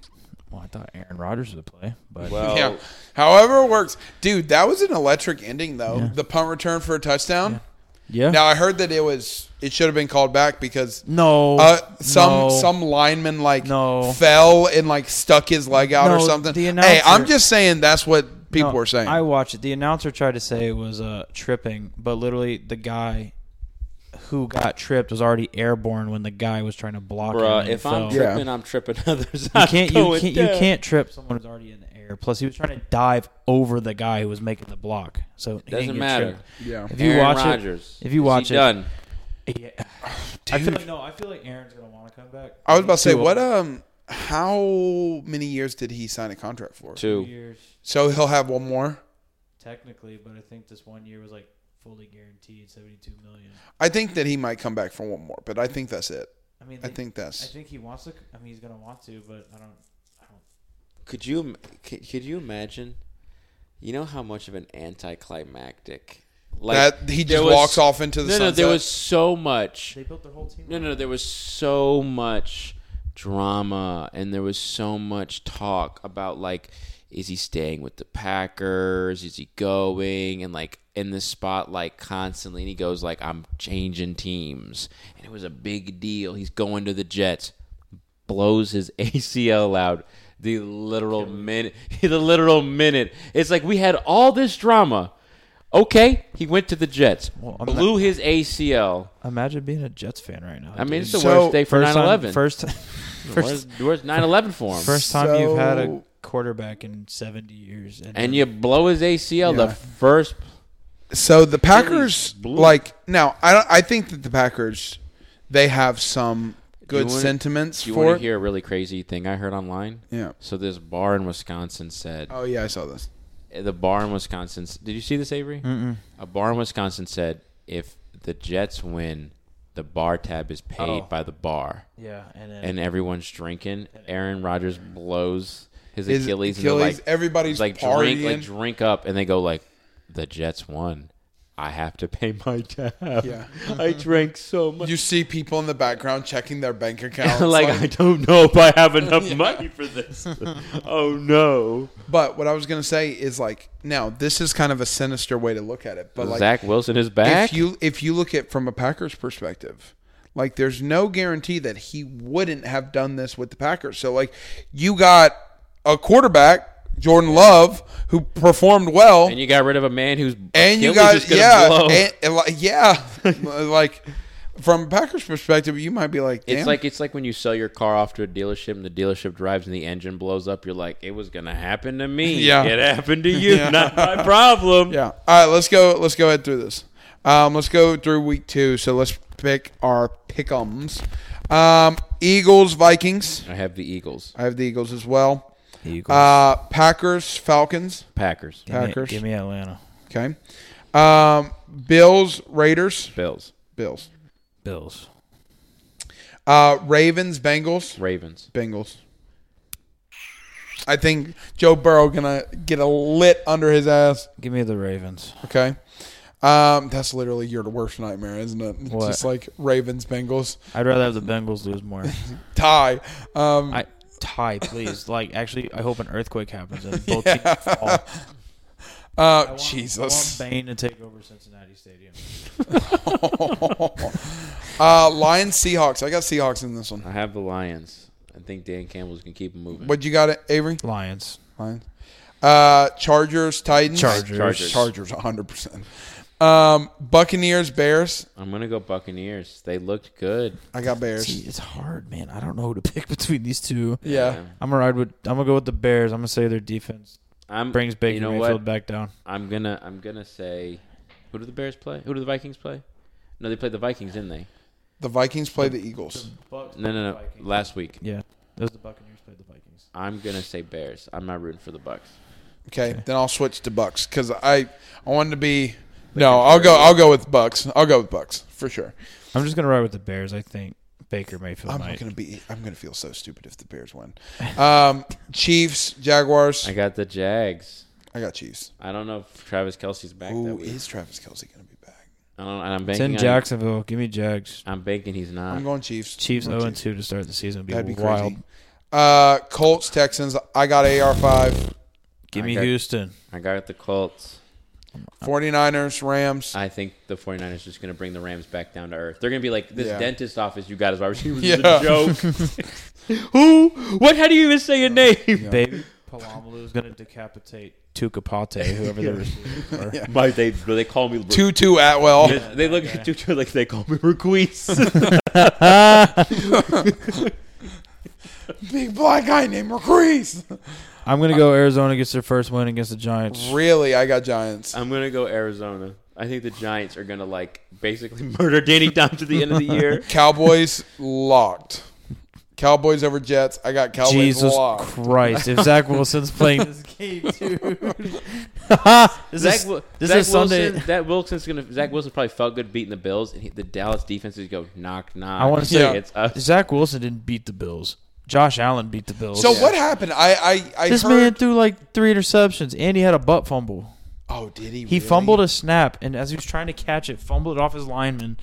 Speaker 3: Well, I thought Aaron Rodgers would play, but
Speaker 2: Well,
Speaker 1: Yeah. However it works. Dude, that was an electric ending though. The punt return for a touchdown.
Speaker 3: yeah,
Speaker 1: Now I heard that it was it should have been called back because
Speaker 3: no,
Speaker 1: uh, some
Speaker 3: no.
Speaker 1: some lineman like
Speaker 3: No.
Speaker 1: fell and like stuck his leg out or
Speaker 3: No,
Speaker 1: something.
Speaker 3: the
Speaker 1: hey, I'm
Speaker 3: announcer-
Speaker 1: just saying that's what people
Speaker 3: No,
Speaker 1: were saying.
Speaker 3: I watched it. The announcer tried to say it was uh, tripping, but literally the guy who got tripped was already airborne when the guy was trying to block him.
Speaker 2: bruh,
Speaker 3: and
Speaker 2: if
Speaker 3: he
Speaker 2: I'm
Speaker 3: fell.
Speaker 1: Yeah.
Speaker 2: tripping, I'm tripping others.
Speaker 3: you can't you can't, you can't trip someone who's already in the air. Plus, he was trying to dive over the guy who was making the block, so he
Speaker 2: Doesn't
Speaker 3: didn't get
Speaker 2: matter.
Speaker 3: tripped.
Speaker 1: yeah.
Speaker 3: If you
Speaker 2: Aaron
Speaker 3: watch
Speaker 2: Rodgers,
Speaker 3: it, if you
Speaker 2: is
Speaker 3: watch
Speaker 2: he
Speaker 3: it,
Speaker 2: done.
Speaker 3: Yeah. I feel like, no, I feel like Aaron's gonna want to come back.
Speaker 1: I was about to say,
Speaker 3: Two
Speaker 1: what um, how many years did he sign a contract for?
Speaker 2: Two.
Speaker 3: years
Speaker 1: So he'll have one more.
Speaker 3: technically, but I think this one year was like fully guaranteed, seventy-two million.
Speaker 1: I think that he might come back for one more, but I think that's it.
Speaker 3: I mean,
Speaker 1: I
Speaker 3: they-
Speaker 1: think
Speaker 3: I
Speaker 1: that's
Speaker 3: think he wants to. c- I mean, he's gonna want to, but I don't. I don't.
Speaker 2: Could you im- could, could you imagine? You know how much of an anticlimactic like
Speaker 1: that he
Speaker 2: there
Speaker 1: just
Speaker 2: was-
Speaker 1: walks off into the
Speaker 2: No, no,
Speaker 1: sunset.
Speaker 2: there was so much.
Speaker 3: They built their whole team.
Speaker 2: No, no, there was so much drama and there was so much talk about like is he staying with the Packers? Is he going? And like in the spotlight constantly and he goes like I'm changing teams. And it was a big deal. He's going to the Jets. Blows his ACL out the literal minute the literal minute. It's like we had all this drama. Okay, he went to the Jets.
Speaker 3: Well, I'm not-
Speaker 2: blew his ACL.
Speaker 3: Imagine being a Jets fan right now.
Speaker 2: I mean, it's the
Speaker 1: So,
Speaker 2: worst day for 9 11.
Speaker 3: First,
Speaker 2: Where's
Speaker 3: first,
Speaker 2: where's 9 11 for him?
Speaker 3: first time you've had a
Speaker 1: So-
Speaker 3: quarterback in seventy years,
Speaker 2: And you blow his ACL
Speaker 1: Yeah.
Speaker 2: the first.
Speaker 1: so the Packers,
Speaker 2: blew.
Speaker 1: like now, I don't, I think that the Packers, they have some good
Speaker 2: you wanna-
Speaker 1: sentiments
Speaker 2: Do you
Speaker 1: for
Speaker 2: want
Speaker 1: it.
Speaker 2: to hear a really crazy thing I heard online?
Speaker 1: yeah.
Speaker 2: So this bar in Wisconsin said
Speaker 1: Oh yeah, I saw this.
Speaker 2: the bar in Wisconsin. s- Did you see this, Avery? Mm-mm. A bar in Wisconsin said if the Jets win, the bar tab is paid
Speaker 3: Oh.
Speaker 2: by the bar,
Speaker 3: yeah, and then
Speaker 2: and everyone's drinking. Aaron Rodgers blows his,
Speaker 1: His
Speaker 2: Achilles, and they're
Speaker 1: Achilles,
Speaker 2: like,
Speaker 1: everybody's
Speaker 2: like
Speaker 1: partying.
Speaker 2: drink, like drink up, and they go like, the Jets won. I have to pay my tab.
Speaker 1: Yeah.
Speaker 2: I drank so much.
Speaker 1: you see people in the background checking their bank accounts.
Speaker 2: like, I don't know if I have enough money for this. oh no!
Speaker 1: but what I was gonna say is like, now this is kind of a sinister way to look at it. But like,
Speaker 2: Zach Wilson is back.
Speaker 1: If you if you look at from a Packers perspective, like there's no guarantee that he wouldn't have done this with the Packers. So like you got a quarterback, Jordan Love, who performed well,
Speaker 2: and you got rid of a man who's
Speaker 1: and you
Speaker 2: Achilles
Speaker 1: got
Speaker 2: is gonna
Speaker 1: yeah,
Speaker 2: blow.
Speaker 1: and- and like- yeah, like from Packers perspective, you might be like,
Speaker 2: It's
Speaker 1: Damn,
Speaker 2: like it's like when you sell your car off to a dealership and the dealership drives and the engine blows up. You're like, it was gonna happen to me.
Speaker 1: Yeah.
Speaker 2: it happened to you,
Speaker 1: Yeah.
Speaker 2: not my problem.
Speaker 1: yeah. All right, let's go. Let's go ahead through this. Um, let's go through week two. So let's pick our pickums. Um, Eagles, Vikings.
Speaker 2: I have the Eagles,
Speaker 1: I have the Eagles as well.
Speaker 3: Eagles.
Speaker 1: Uh, Packers, Falcons.
Speaker 2: Packers,
Speaker 3: Give me-
Speaker 1: Packers.
Speaker 3: Give me Atlanta.
Speaker 1: Okay. Um, Bills, Raiders,
Speaker 2: Bills,
Speaker 1: Bills.
Speaker 3: Bills.
Speaker 1: Uh, Ravens, Bengals,
Speaker 2: Ravens.
Speaker 1: Bengals. I think Joe Burrow gonna get a lit under his ass.
Speaker 3: Give me the Ravens.
Speaker 1: Okay. Um, that's literally your worst nightmare, isn't it? It's
Speaker 3: What?
Speaker 1: Just like Ravens, Bengals
Speaker 3: I'd rather have the Bengals lose more.
Speaker 1: tie. Um,
Speaker 3: I tie, please. Like, actually, I hope an earthquake happens and both teams fall.
Speaker 1: uh,
Speaker 3: want-
Speaker 1: Jesus.
Speaker 3: I want Bane to take over Cincinnati Stadium.
Speaker 1: Uh, Lions, Seahawks. I got Seahawks in this one.
Speaker 2: I have the Lions. I think Dan Campbell's gonna keep them moving.
Speaker 1: What you got, Avery?
Speaker 3: Lions.
Speaker 1: Lions. Uh, Chargers, Titans.
Speaker 3: Chargers.
Speaker 2: Chargers.
Speaker 1: Chargers, 100%. Um, Buccaneers, Bears.
Speaker 2: I'm gonna go Buccaneers. They looked good.
Speaker 1: I got Bears.
Speaker 3: See, it's hard, man. I don't know who to pick between these two.
Speaker 1: Yeah.
Speaker 3: I'm gonna ride with. I'm gonna go with the Bears. I'm gonna say their defense
Speaker 2: I'm
Speaker 3: brings Baker
Speaker 2: You know
Speaker 3: Mayfield
Speaker 2: what?
Speaker 3: back down.
Speaker 2: I'm gonna I'm gonna say, who do the Bears play? Who do the Vikings play? No, they played the Vikings, didn't they?
Speaker 1: The Vikings play the Eagles.
Speaker 2: No, no, no. Last week.
Speaker 3: Yeah, those the Buccaneers played the Vikings.
Speaker 2: I'm gonna say Bears. I'm not rooting for the Bucks.
Speaker 1: Okay, then I'll switch to Bucks because I I wanted to be. No, I'll go. I'll go with Bucks. I'll go with Bucks for sure.
Speaker 3: I'm just gonna ride with the Bears. I think Baker Mayfield
Speaker 1: I'm
Speaker 3: might.
Speaker 1: gonna be. I'm gonna feel so stupid if the Bears win. Um, Chiefs, Jaguars.
Speaker 2: I got the Jags.
Speaker 1: I got Chiefs.
Speaker 2: I don't know if Travis Kelsey's back that
Speaker 1: Ooh,
Speaker 2: week.
Speaker 1: is Travis Kelsey gonna be back?
Speaker 2: I don't. And I'm
Speaker 3: It's
Speaker 2: banking.
Speaker 3: in
Speaker 2: on-
Speaker 3: Jacksonville. Give me Jags.
Speaker 2: I'm banking he's not.
Speaker 1: I'm going Chiefs.
Speaker 3: Chiefs
Speaker 1: I'm going
Speaker 3: 0 2 to start the season. Would be
Speaker 1: That'd be
Speaker 3: wild.
Speaker 1: crazy. Uh, Colts, Texans. I got AR five.
Speaker 3: Give
Speaker 2: I
Speaker 3: me
Speaker 2: got-
Speaker 3: Houston.
Speaker 2: I got the Colts.
Speaker 1: 49ers, Rams.
Speaker 2: I think the 49ers are just going to bring the Rams back down to earth. They're going to be like, this
Speaker 1: Yeah.
Speaker 2: dentist office you got as wide receivers is
Speaker 1: Yeah.
Speaker 2: a joke. Who? What? How do you even say your name?
Speaker 3: Baby Palamalu is gonna decapitate Tuka Pate, whoever the receivers are.
Speaker 2: Mike, they, they call me.
Speaker 1: Two two Atwell.
Speaker 2: They, they look at you like they call me Ruquiz.
Speaker 1: Big black guy named McCrease.
Speaker 3: I'm gonna go Arizona gets their first win against the Giants.
Speaker 1: Really, I got Giants.
Speaker 2: I'm going to go Arizona. I think the Giants are going to like basically murder Danny Dimes at the end of the year.
Speaker 1: Cowboys locked. Cowboys over Jets. I got Cowboys
Speaker 3: Jesus
Speaker 1: locked.
Speaker 3: Christ! If Zach Wilson's playing this game, dude, this
Speaker 2: Zach,
Speaker 3: is
Speaker 2: Wil-
Speaker 3: this
Speaker 2: Zach
Speaker 3: is Sunday.
Speaker 2: Wilson, that Wilson's gonna. Zach Wilson probably felt good beating the Bills, and he, the Dallas defense is go knock knock.
Speaker 3: I wanna say-
Speaker 1: Yeah.
Speaker 2: it's us.
Speaker 3: Zach Wilson didn't beat the Bills. Josh Allen beat the Bills.
Speaker 1: So what happened? I I, I
Speaker 3: This
Speaker 1: heard.
Speaker 3: man threw like three interceptions, and he had a butt fumble.
Speaker 1: oh, did he?
Speaker 3: He
Speaker 1: really?
Speaker 3: fumbled a snap, and as he was trying to catch it, fumbled it off his lineman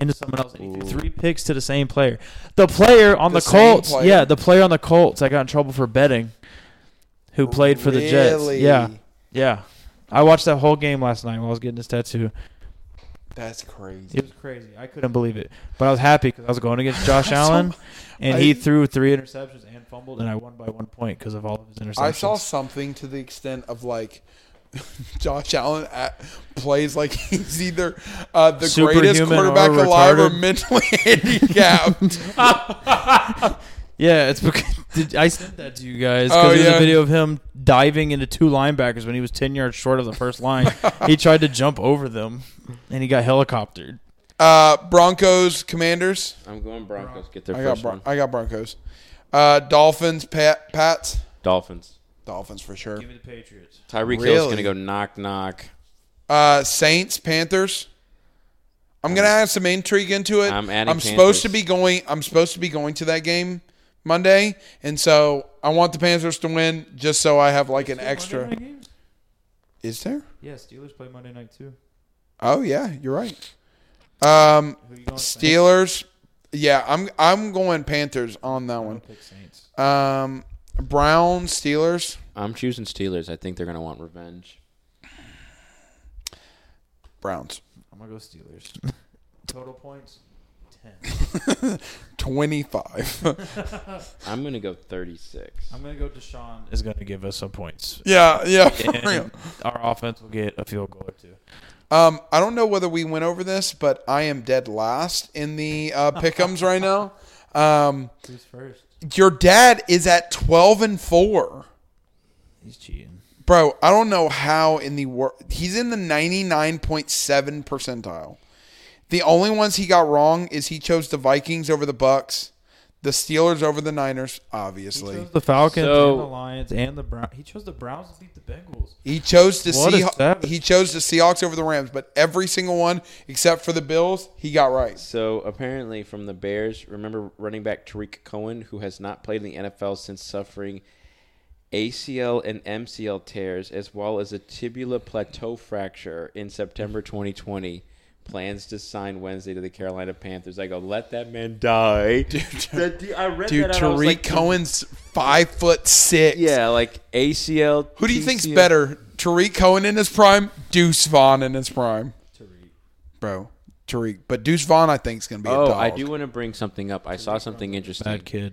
Speaker 3: into someone else. And he threw three picks to the same player. The player on
Speaker 1: The
Speaker 3: the,
Speaker 1: same
Speaker 3: Colts,
Speaker 1: player?
Speaker 3: yeah, the player on the Colts. I got in trouble for betting. Who played for the Jets?
Speaker 1: Really?
Speaker 3: Yeah, yeah. I watched that whole game last night while I was getting this tattoo.
Speaker 1: That's crazy.
Speaker 3: It was crazy. I couldn't believe it, but I was happy because I was going against Josh Allen, and
Speaker 1: I-
Speaker 3: he threw three interceptions and fumbled, and I won by one point because of all of his interceptions.
Speaker 1: I saw something to the extent of like. Josh Allen at, plays like he's either uh, the greatest
Speaker 3: Superhuman or
Speaker 1: quarterback alive or
Speaker 3: retarded.
Speaker 1: mentally handicapped.
Speaker 3: Yeah, it's because did, I sent that to you guys
Speaker 1: Oh,
Speaker 3: because there's
Speaker 1: yeah.
Speaker 3: a video of him diving into two linebackers when he was ten yards short of the first line. he tried to jump over them, and he got helicoptered.
Speaker 1: Uh, Broncos, Commanders.
Speaker 2: I'm going Broncos. Get their
Speaker 1: I got
Speaker 2: first
Speaker 1: Bron-
Speaker 2: one.
Speaker 1: I got Broncos. Uh, Dolphins, Pat, Pats.
Speaker 2: Dolphins.
Speaker 1: Dolphins for sure.
Speaker 3: me the Patriots.
Speaker 2: Tyreek Hill's
Speaker 1: Really?
Speaker 2: going to go knock knock.
Speaker 1: Uh, Saints, Panthers. I'm gonna add some intrigue into it.
Speaker 2: I'm adding
Speaker 1: I'm supposed
Speaker 2: Panthers.
Speaker 1: to be going. I'm supposed to be going to that game Monday, and so I want the Panthers to win just so I have like an extra. Is there?
Speaker 3: Yeah, Steelers play Monday night too.
Speaker 1: Oh yeah, you're right. Um,
Speaker 3: Who you going?
Speaker 1: Steelers. Yeah, I'm. I'm going Panthers on that one.
Speaker 3: Pick Saints.
Speaker 1: Um, Brown Steelers.
Speaker 2: I'm choosing Steelers. I think they're going to want revenge.
Speaker 1: Browns.
Speaker 3: I'm gonna go Steelers. Total points, ten.
Speaker 1: Twenty five.
Speaker 2: I'm going to go 36.
Speaker 3: I'm gonna go. Deshaun is gonna give us some points.
Speaker 1: yeah, yeah. For real.
Speaker 3: And our offense will get a field goal or two.
Speaker 1: Um, I don't know whether we went over this, but I am dead last in the uh, pickums right now. Um,
Speaker 2: Who's first?
Speaker 1: your dad is at twelve and four,
Speaker 3: He's cheating.
Speaker 1: bro. I don't know how in the world he's in the ninety nine point seven percentile. The only ones he got wrong is he chose the Vikings over the Bucks, the Steelers over the Niners. Obviously, he chose,
Speaker 3: the Falcons
Speaker 2: So-
Speaker 3: and the Lions and the Browns. He chose the Browns to beat the Bengals.
Speaker 1: the
Speaker 3: What a
Speaker 1: Seahawks.
Speaker 3: savage.
Speaker 1: He chose the Seahawks over the Rams, but every single one except for the Bills, he got right.
Speaker 2: So apparently, from the Bears, remember running back Tariq Cohen, who has not played in the NFL since suffering ACL and MCL tears, as well as a tibula plateau fracture in September 2020. Plans to sign Wednesday to the Carolina Panthers. I go, let that man die. Dude, I read
Speaker 1: Dude,
Speaker 2: that and I was
Speaker 1: Tariq
Speaker 2: like,
Speaker 1: Cohen's five foot six.
Speaker 2: Yeah, like ACL.
Speaker 1: Who do you think's
Speaker 2: TCL?
Speaker 1: better, Tariq Cohen in his prime, Deuce Vaughn in his prime? Tariq, bro, Tariq. But Deuce Vaughn, I think, is going to be a
Speaker 2: Oh,
Speaker 1: dog.
Speaker 2: I do want to bring something up. I saw something interesting.
Speaker 3: Bad kid.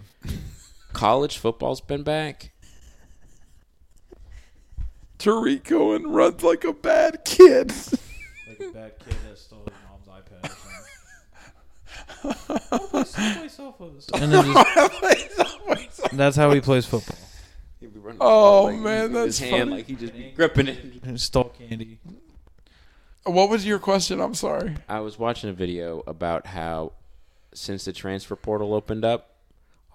Speaker 2: College football's been back.
Speaker 1: Tariq Cohen runs like a bad kid.
Speaker 3: Like a bad kid that stole his mom's iPad. and then just, that's how he plays football.
Speaker 2: He'd be running
Speaker 1: Oh,
Speaker 2: like,
Speaker 1: man,
Speaker 2: with his
Speaker 1: that's
Speaker 2: hand,
Speaker 1: funny.
Speaker 2: like he just be gripping it.
Speaker 3: Stole candy.
Speaker 1: what was your question? I'm sorry.
Speaker 2: I was watching a video about how since the transfer portal opened up,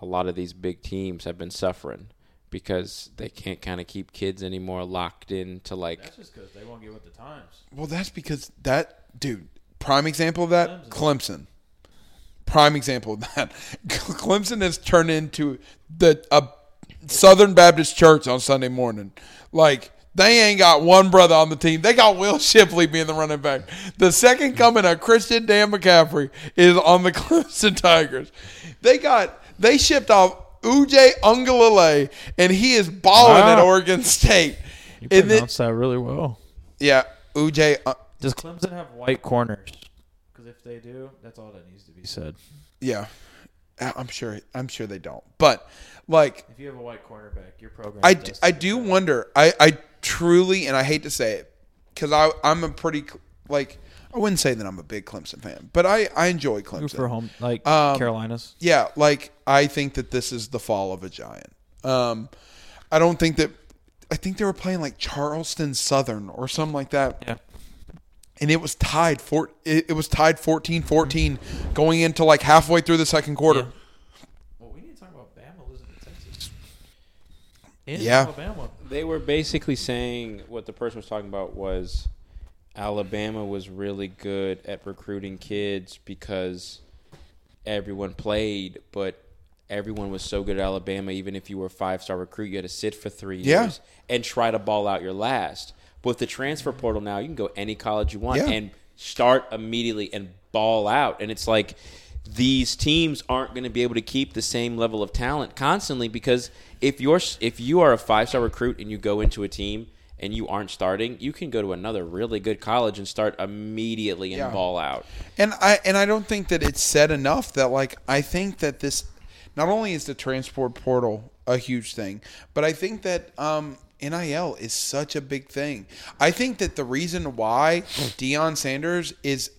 Speaker 2: a lot of these big teams have been suffering because they can't kind of keep kids anymore locked into like
Speaker 3: just because they won't get with the times.
Speaker 1: Well, that's because that dude. Prime example of that, Clemson. Prime example of that. Clemson has turned into the a Southern Baptist Church on Sunday morning. Like they ain't got one brother on the team. They got Will Shipley being the running back. The second coming of Christian Dan McCaffrey is on the Clemson Tigers. They got they shipped off Uje Ungalale, and he is balling at
Speaker 3: Wow.
Speaker 1: Oregon State.
Speaker 3: You
Speaker 1: And then,
Speaker 3: pronounced that really well.
Speaker 1: yeah, Uje. Uh,
Speaker 3: Does Clemson have white corners? Because if they do, that's all that needs to be said.
Speaker 1: Yeah, I- I'm sure. I'm sure they don't. But like,
Speaker 3: If you have a white cornerback, your program.
Speaker 1: I, d- I do wonder. I I truly, and I hate to say it, because I I'm a pretty cl- like I wouldn't say that I'm a big Clemson fan, but I I enjoy Clemson.
Speaker 3: for home like
Speaker 1: Um,
Speaker 3: Carolinas.
Speaker 1: Yeah, like I think that this is the fall of a giant. Um, I don't think that. I think they were playing like Charleston Southern or something like that.
Speaker 3: Yeah.
Speaker 1: and it was tied for it, it was tied 14-14 going into like halfway through the second quarter.
Speaker 3: Well, we need to talk about Bama losing to Texas. In
Speaker 1: Yeah.
Speaker 3: Alabama.
Speaker 2: they were basically saying what the person was talking about was Alabama was really good at recruiting kids because everyone played, but everyone was so good at Alabama. Even if you were a five star recruit, you had to sit for three
Speaker 1: Yeah.
Speaker 2: years and try to ball out your last. But with the transfer portal now, you can go any college you want
Speaker 1: Yeah.
Speaker 2: and start immediately and ball out. And it's like these teams aren't going to be able to keep the same level of talent constantly because if you're if you are a five star recruit and you go into a team and you aren't starting, you can go to another really good college and start immediately and
Speaker 1: Yeah.
Speaker 2: ball out.
Speaker 1: And I and I don't think that it's said enough that like I think that this not only is the transport portal a huge thing, but I think that um NIL is such a big thing. I think that the reason why Deion Sanders is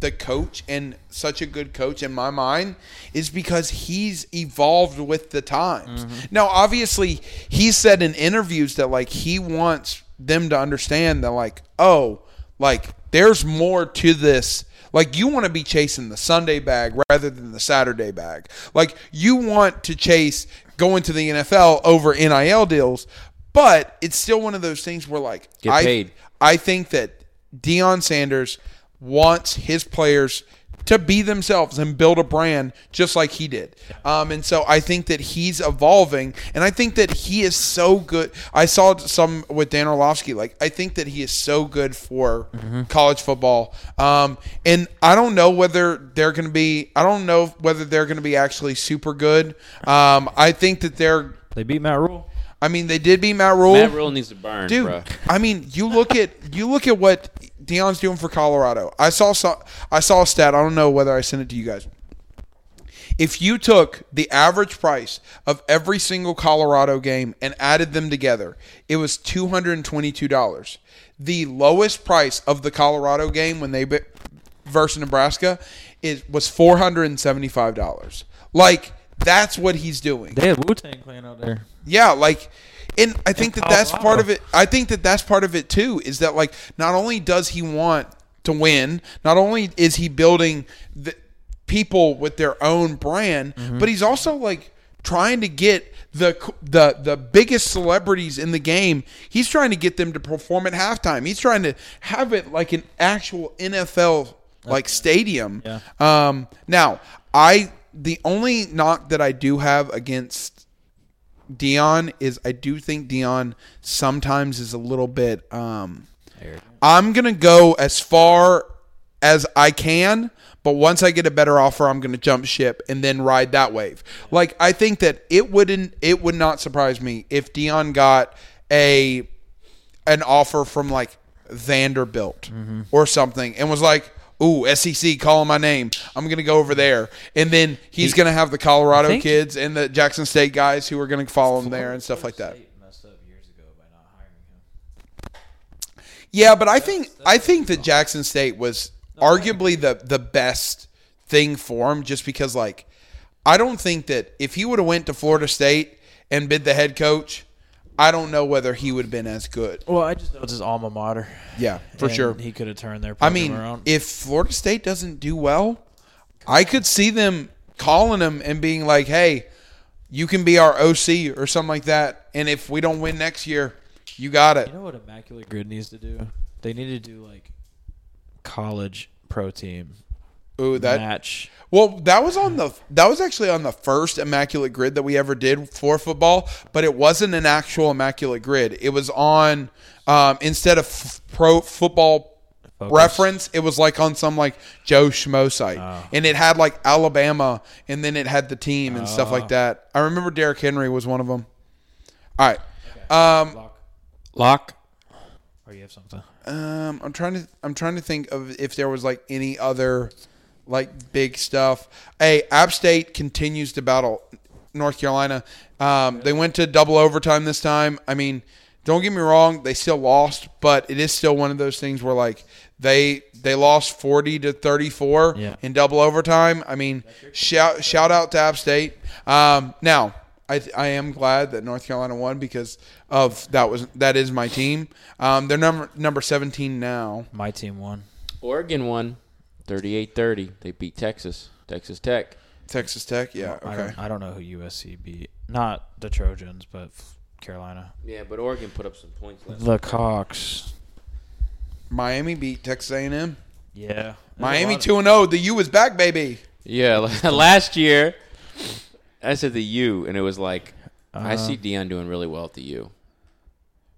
Speaker 1: the coach and such a good coach in my mind is because he's evolved with the times. Now, obviously, he said in interviews that like he wants them to understand that like, oh, like there's more to this like you want to be chasing the sunday bag rather than the saturday bag like you want to chase going to the nfl over nil deals but it's still one of those things where like
Speaker 2: Get
Speaker 1: I,
Speaker 2: paid.
Speaker 1: I think that Deion sanders wants his players to be themselves and build a brand just like he did um, and so i think that he's evolving and i think that he is so good i saw some with dan orlovsky like i think that he is so good for college football um, and i don't know whether they're going to be i don't know whether they're going to be actually super good um, i think that they're
Speaker 3: They beat Matt Rule.
Speaker 1: i mean they did beat matt rule
Speaker 2: Matt Rule needs to burn,
Speaker 1: dude.
Speaker 2: bruh.
Speaker 1: I mean, you look at you look at what Dion's doing for Colorado. I saw some, I saw a stat. I don't know whether I sent it to you guys. If you took the average price of every single Colorado game and added them together, it was $222. The lowest price of the Colorado game when they be- versus Nebraska is was $475. Like that's what he's doing.
Speaker 3: They had Wu Tang Clan out there.
Speaker 1: Yeah, like, and I think that that's
Speaker 3: Colorado.
Speaker 1: part of it. I think that that's part of it too. Is that like not only does he want to win, not only is he building the people with their own brand, but he's also like trying to get the the the biggest celebrities in the game. He's trying to get them to perform at halftime. He's trying to have it like an actual NFL like stadium.
Speaker 3: Yeah.
Speaker 1: Um, now I the only knock that I do have against Dion is I do think Dion sometimes is a little bit um I'm going to go as far as I can, but once I get a better offer I'm going to jump ship and then ride that wave. Like I think that it wouldn't it would not surprise me if Dion got a an offer from like Vanderbilt or something and was like Ooh, E SEC calling my name. I'm gonna go over there, and then he's gonna have the Colorado
Speaker 3: think-
Speaker 1: kids and the Jackson State guys who are gonna follow him there and stuff like that.
Speaker 3: messed up years ago by not hiring him.
Speaker 1: Yeah, but I think I think that Jackson State was arguably the the best thing for him, just because like I don't think that if he would have went to Florida State and bid the head coach, I don't know whether he would have been as good.
Speaker 3: Well, I just know it's his alma mater.
Speaker 1: Yeah, for
Speaker 3: And
Speaker 1: sure.
Speaker 3: He could have turned their
Speaker 1: I
Speaker 3: program
Speaker 1: mean,
Speaker 3: around.
Speaker 1: if Florida State doesn't do well, I could see them calling him and being like, "Hey, you can be our OC or something like that." And if we don't win next year, you got it.
Speaker 3: You know what Immaculate Grid needs to do? They need to do like college pro team
Speaker 1: Ooh, that
Speaker 3: match.
Speaker 1: Well, that was on the that was actually on the first immaculate grid that we ever did for football, but it wasn't an actual immaculate grid. It was on um, instead of f- pro football
Speaker 3: Focus.
Speaker 1: reference, it was like on some like Joe Schmo site, and it had like Alabama, and then it had the team and stuff like that. I remember Derrick Henry was one of them. All right, um,
Speaker 2: Lock.
Speaker 3: Or you have something.
Speaker 1: um, I'm trying to I'm trying to think of if there was like any other like big stuff. Hey, App State continues to battle North Carolina. Um, they went to double overtime this time. I mean, don't get me wrong, they still lost, but it is still one of those things where like they they lost 40 to 34
Speaker 3: Yeah.
Speaker 1: in double overtime. I mean, shout shout out to App State. Um, now, I I am glad that North Carolina won because of that was that is my team. Um, they're number number 17 now.
Speaker 3: My team won.
Speaker 2: Oregon won 38 30. They beat Texas. Texas Tech.
Speaker 1: Texas Tech, yeah,
Speaker 3: I,
Speaker 1: okay.
Speaker 3: don't, I don't know who USC beat. Not the Trojans, but Carolina.
Speaker 2: Yeah, but Oregon put up some points last
Speaker 3: The Cox.
Speaker 1: Miami beat Texas A&M.
Speaker 3: Yeah.
Speaker 1: Miami 2 and 0, the U is back baby.
Speaker 2: Yeah, last year I said the U, and it was like I see Dion doing really well at the U.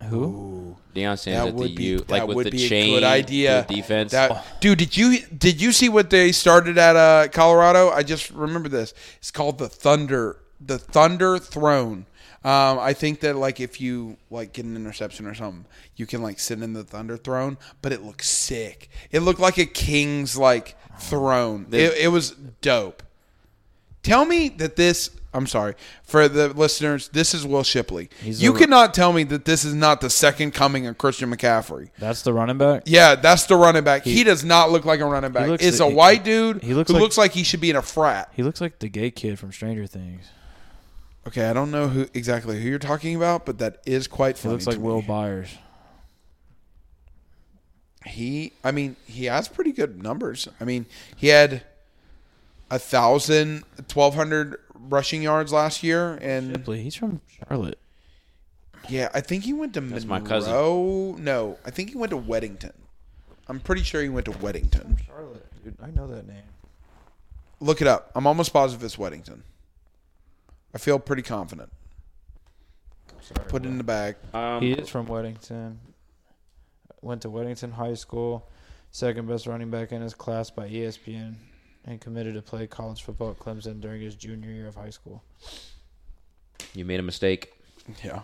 Speaker 3: Uh-huh. Who?
Speaker 2: Deion Sanders
Speaker 1: That
Speaker 2: at the
Speaker 1: would be-
Speaker 2: U, like
Speaker 1: that
Speaker 2: with
Speaker 1: would
Speaker 2: the
Speaker 1: be a
Speaker 2: chain,
Speaker 1: good idea.
Speaker 2: the defense.
Speaker 1: That dude, did you did you see what they started at uh, Colorado? I just remember this. It's called the Thunder, the Thunder Throne. Um, I think that like if you like get an interception or something, you can like sit in the Thunder Throne. But it looks sick. It looked like a king's like throne. it, it was dope. Tell me that this. I'm sorry for the listeners. This is Will Shipley. you
Speaker 3: the-
Speaker 1: cannot tell me that this is not the second coming of Christian McCaffrey.
Speaker 3: That's the running back?
Speaker 1: Yeah, that's the running back. He, does not look like a running back.
Speaker 3: looks
Speaker 1: It's a
Speaker 3: like-
Speaker 1: white dude
Speaker 3: he looks
Speaker 1: who
Speaker 3: like-
Speaker 1: looks like he should be in a frat.
Speaker 3: He looks like the gay kid from Stranger Things.
Speaker 1: Okay, I don't know who exactly who you're talking about, but that is quite
Speaker 3: He
Speaker 1: funny.
Speaker 3: looks like
Speaker 1: to
Speaker 3: Will
Speaker 1: me.
Speaker 3: Byers.
Speaker 1: He, I mean, he has pretty good numbers. I mean, he had a thousand, twelve hundred rushing yards last year, and
Speaker 3: Shipley, he's from Charlotte.
Speaker 1: yeah, I think he went to
Speaker 2: That's my
Speaker 1: Monroe.
Speaker 2: cousin.
Speaker 1: No, I think he went to Weddington. I'm pretty sure he went to Weddington.
Speaker 3: Charlotte, dude. I know that name.
Speaker 1: Look it up. I'm almost positive it's Weddington. I feel pretty confident. Put it in the bag.
Speaker 2: Um,
Speaker 4: He is from Weddington. Went to Weddington High School, second best running back in his class by
Speaker 3: E
Speaker 4: ESPN, and committed to play college football at Clemson during his junior year of high school.
Speaker 2: you made a mistake.
Speaker 1: Yeah.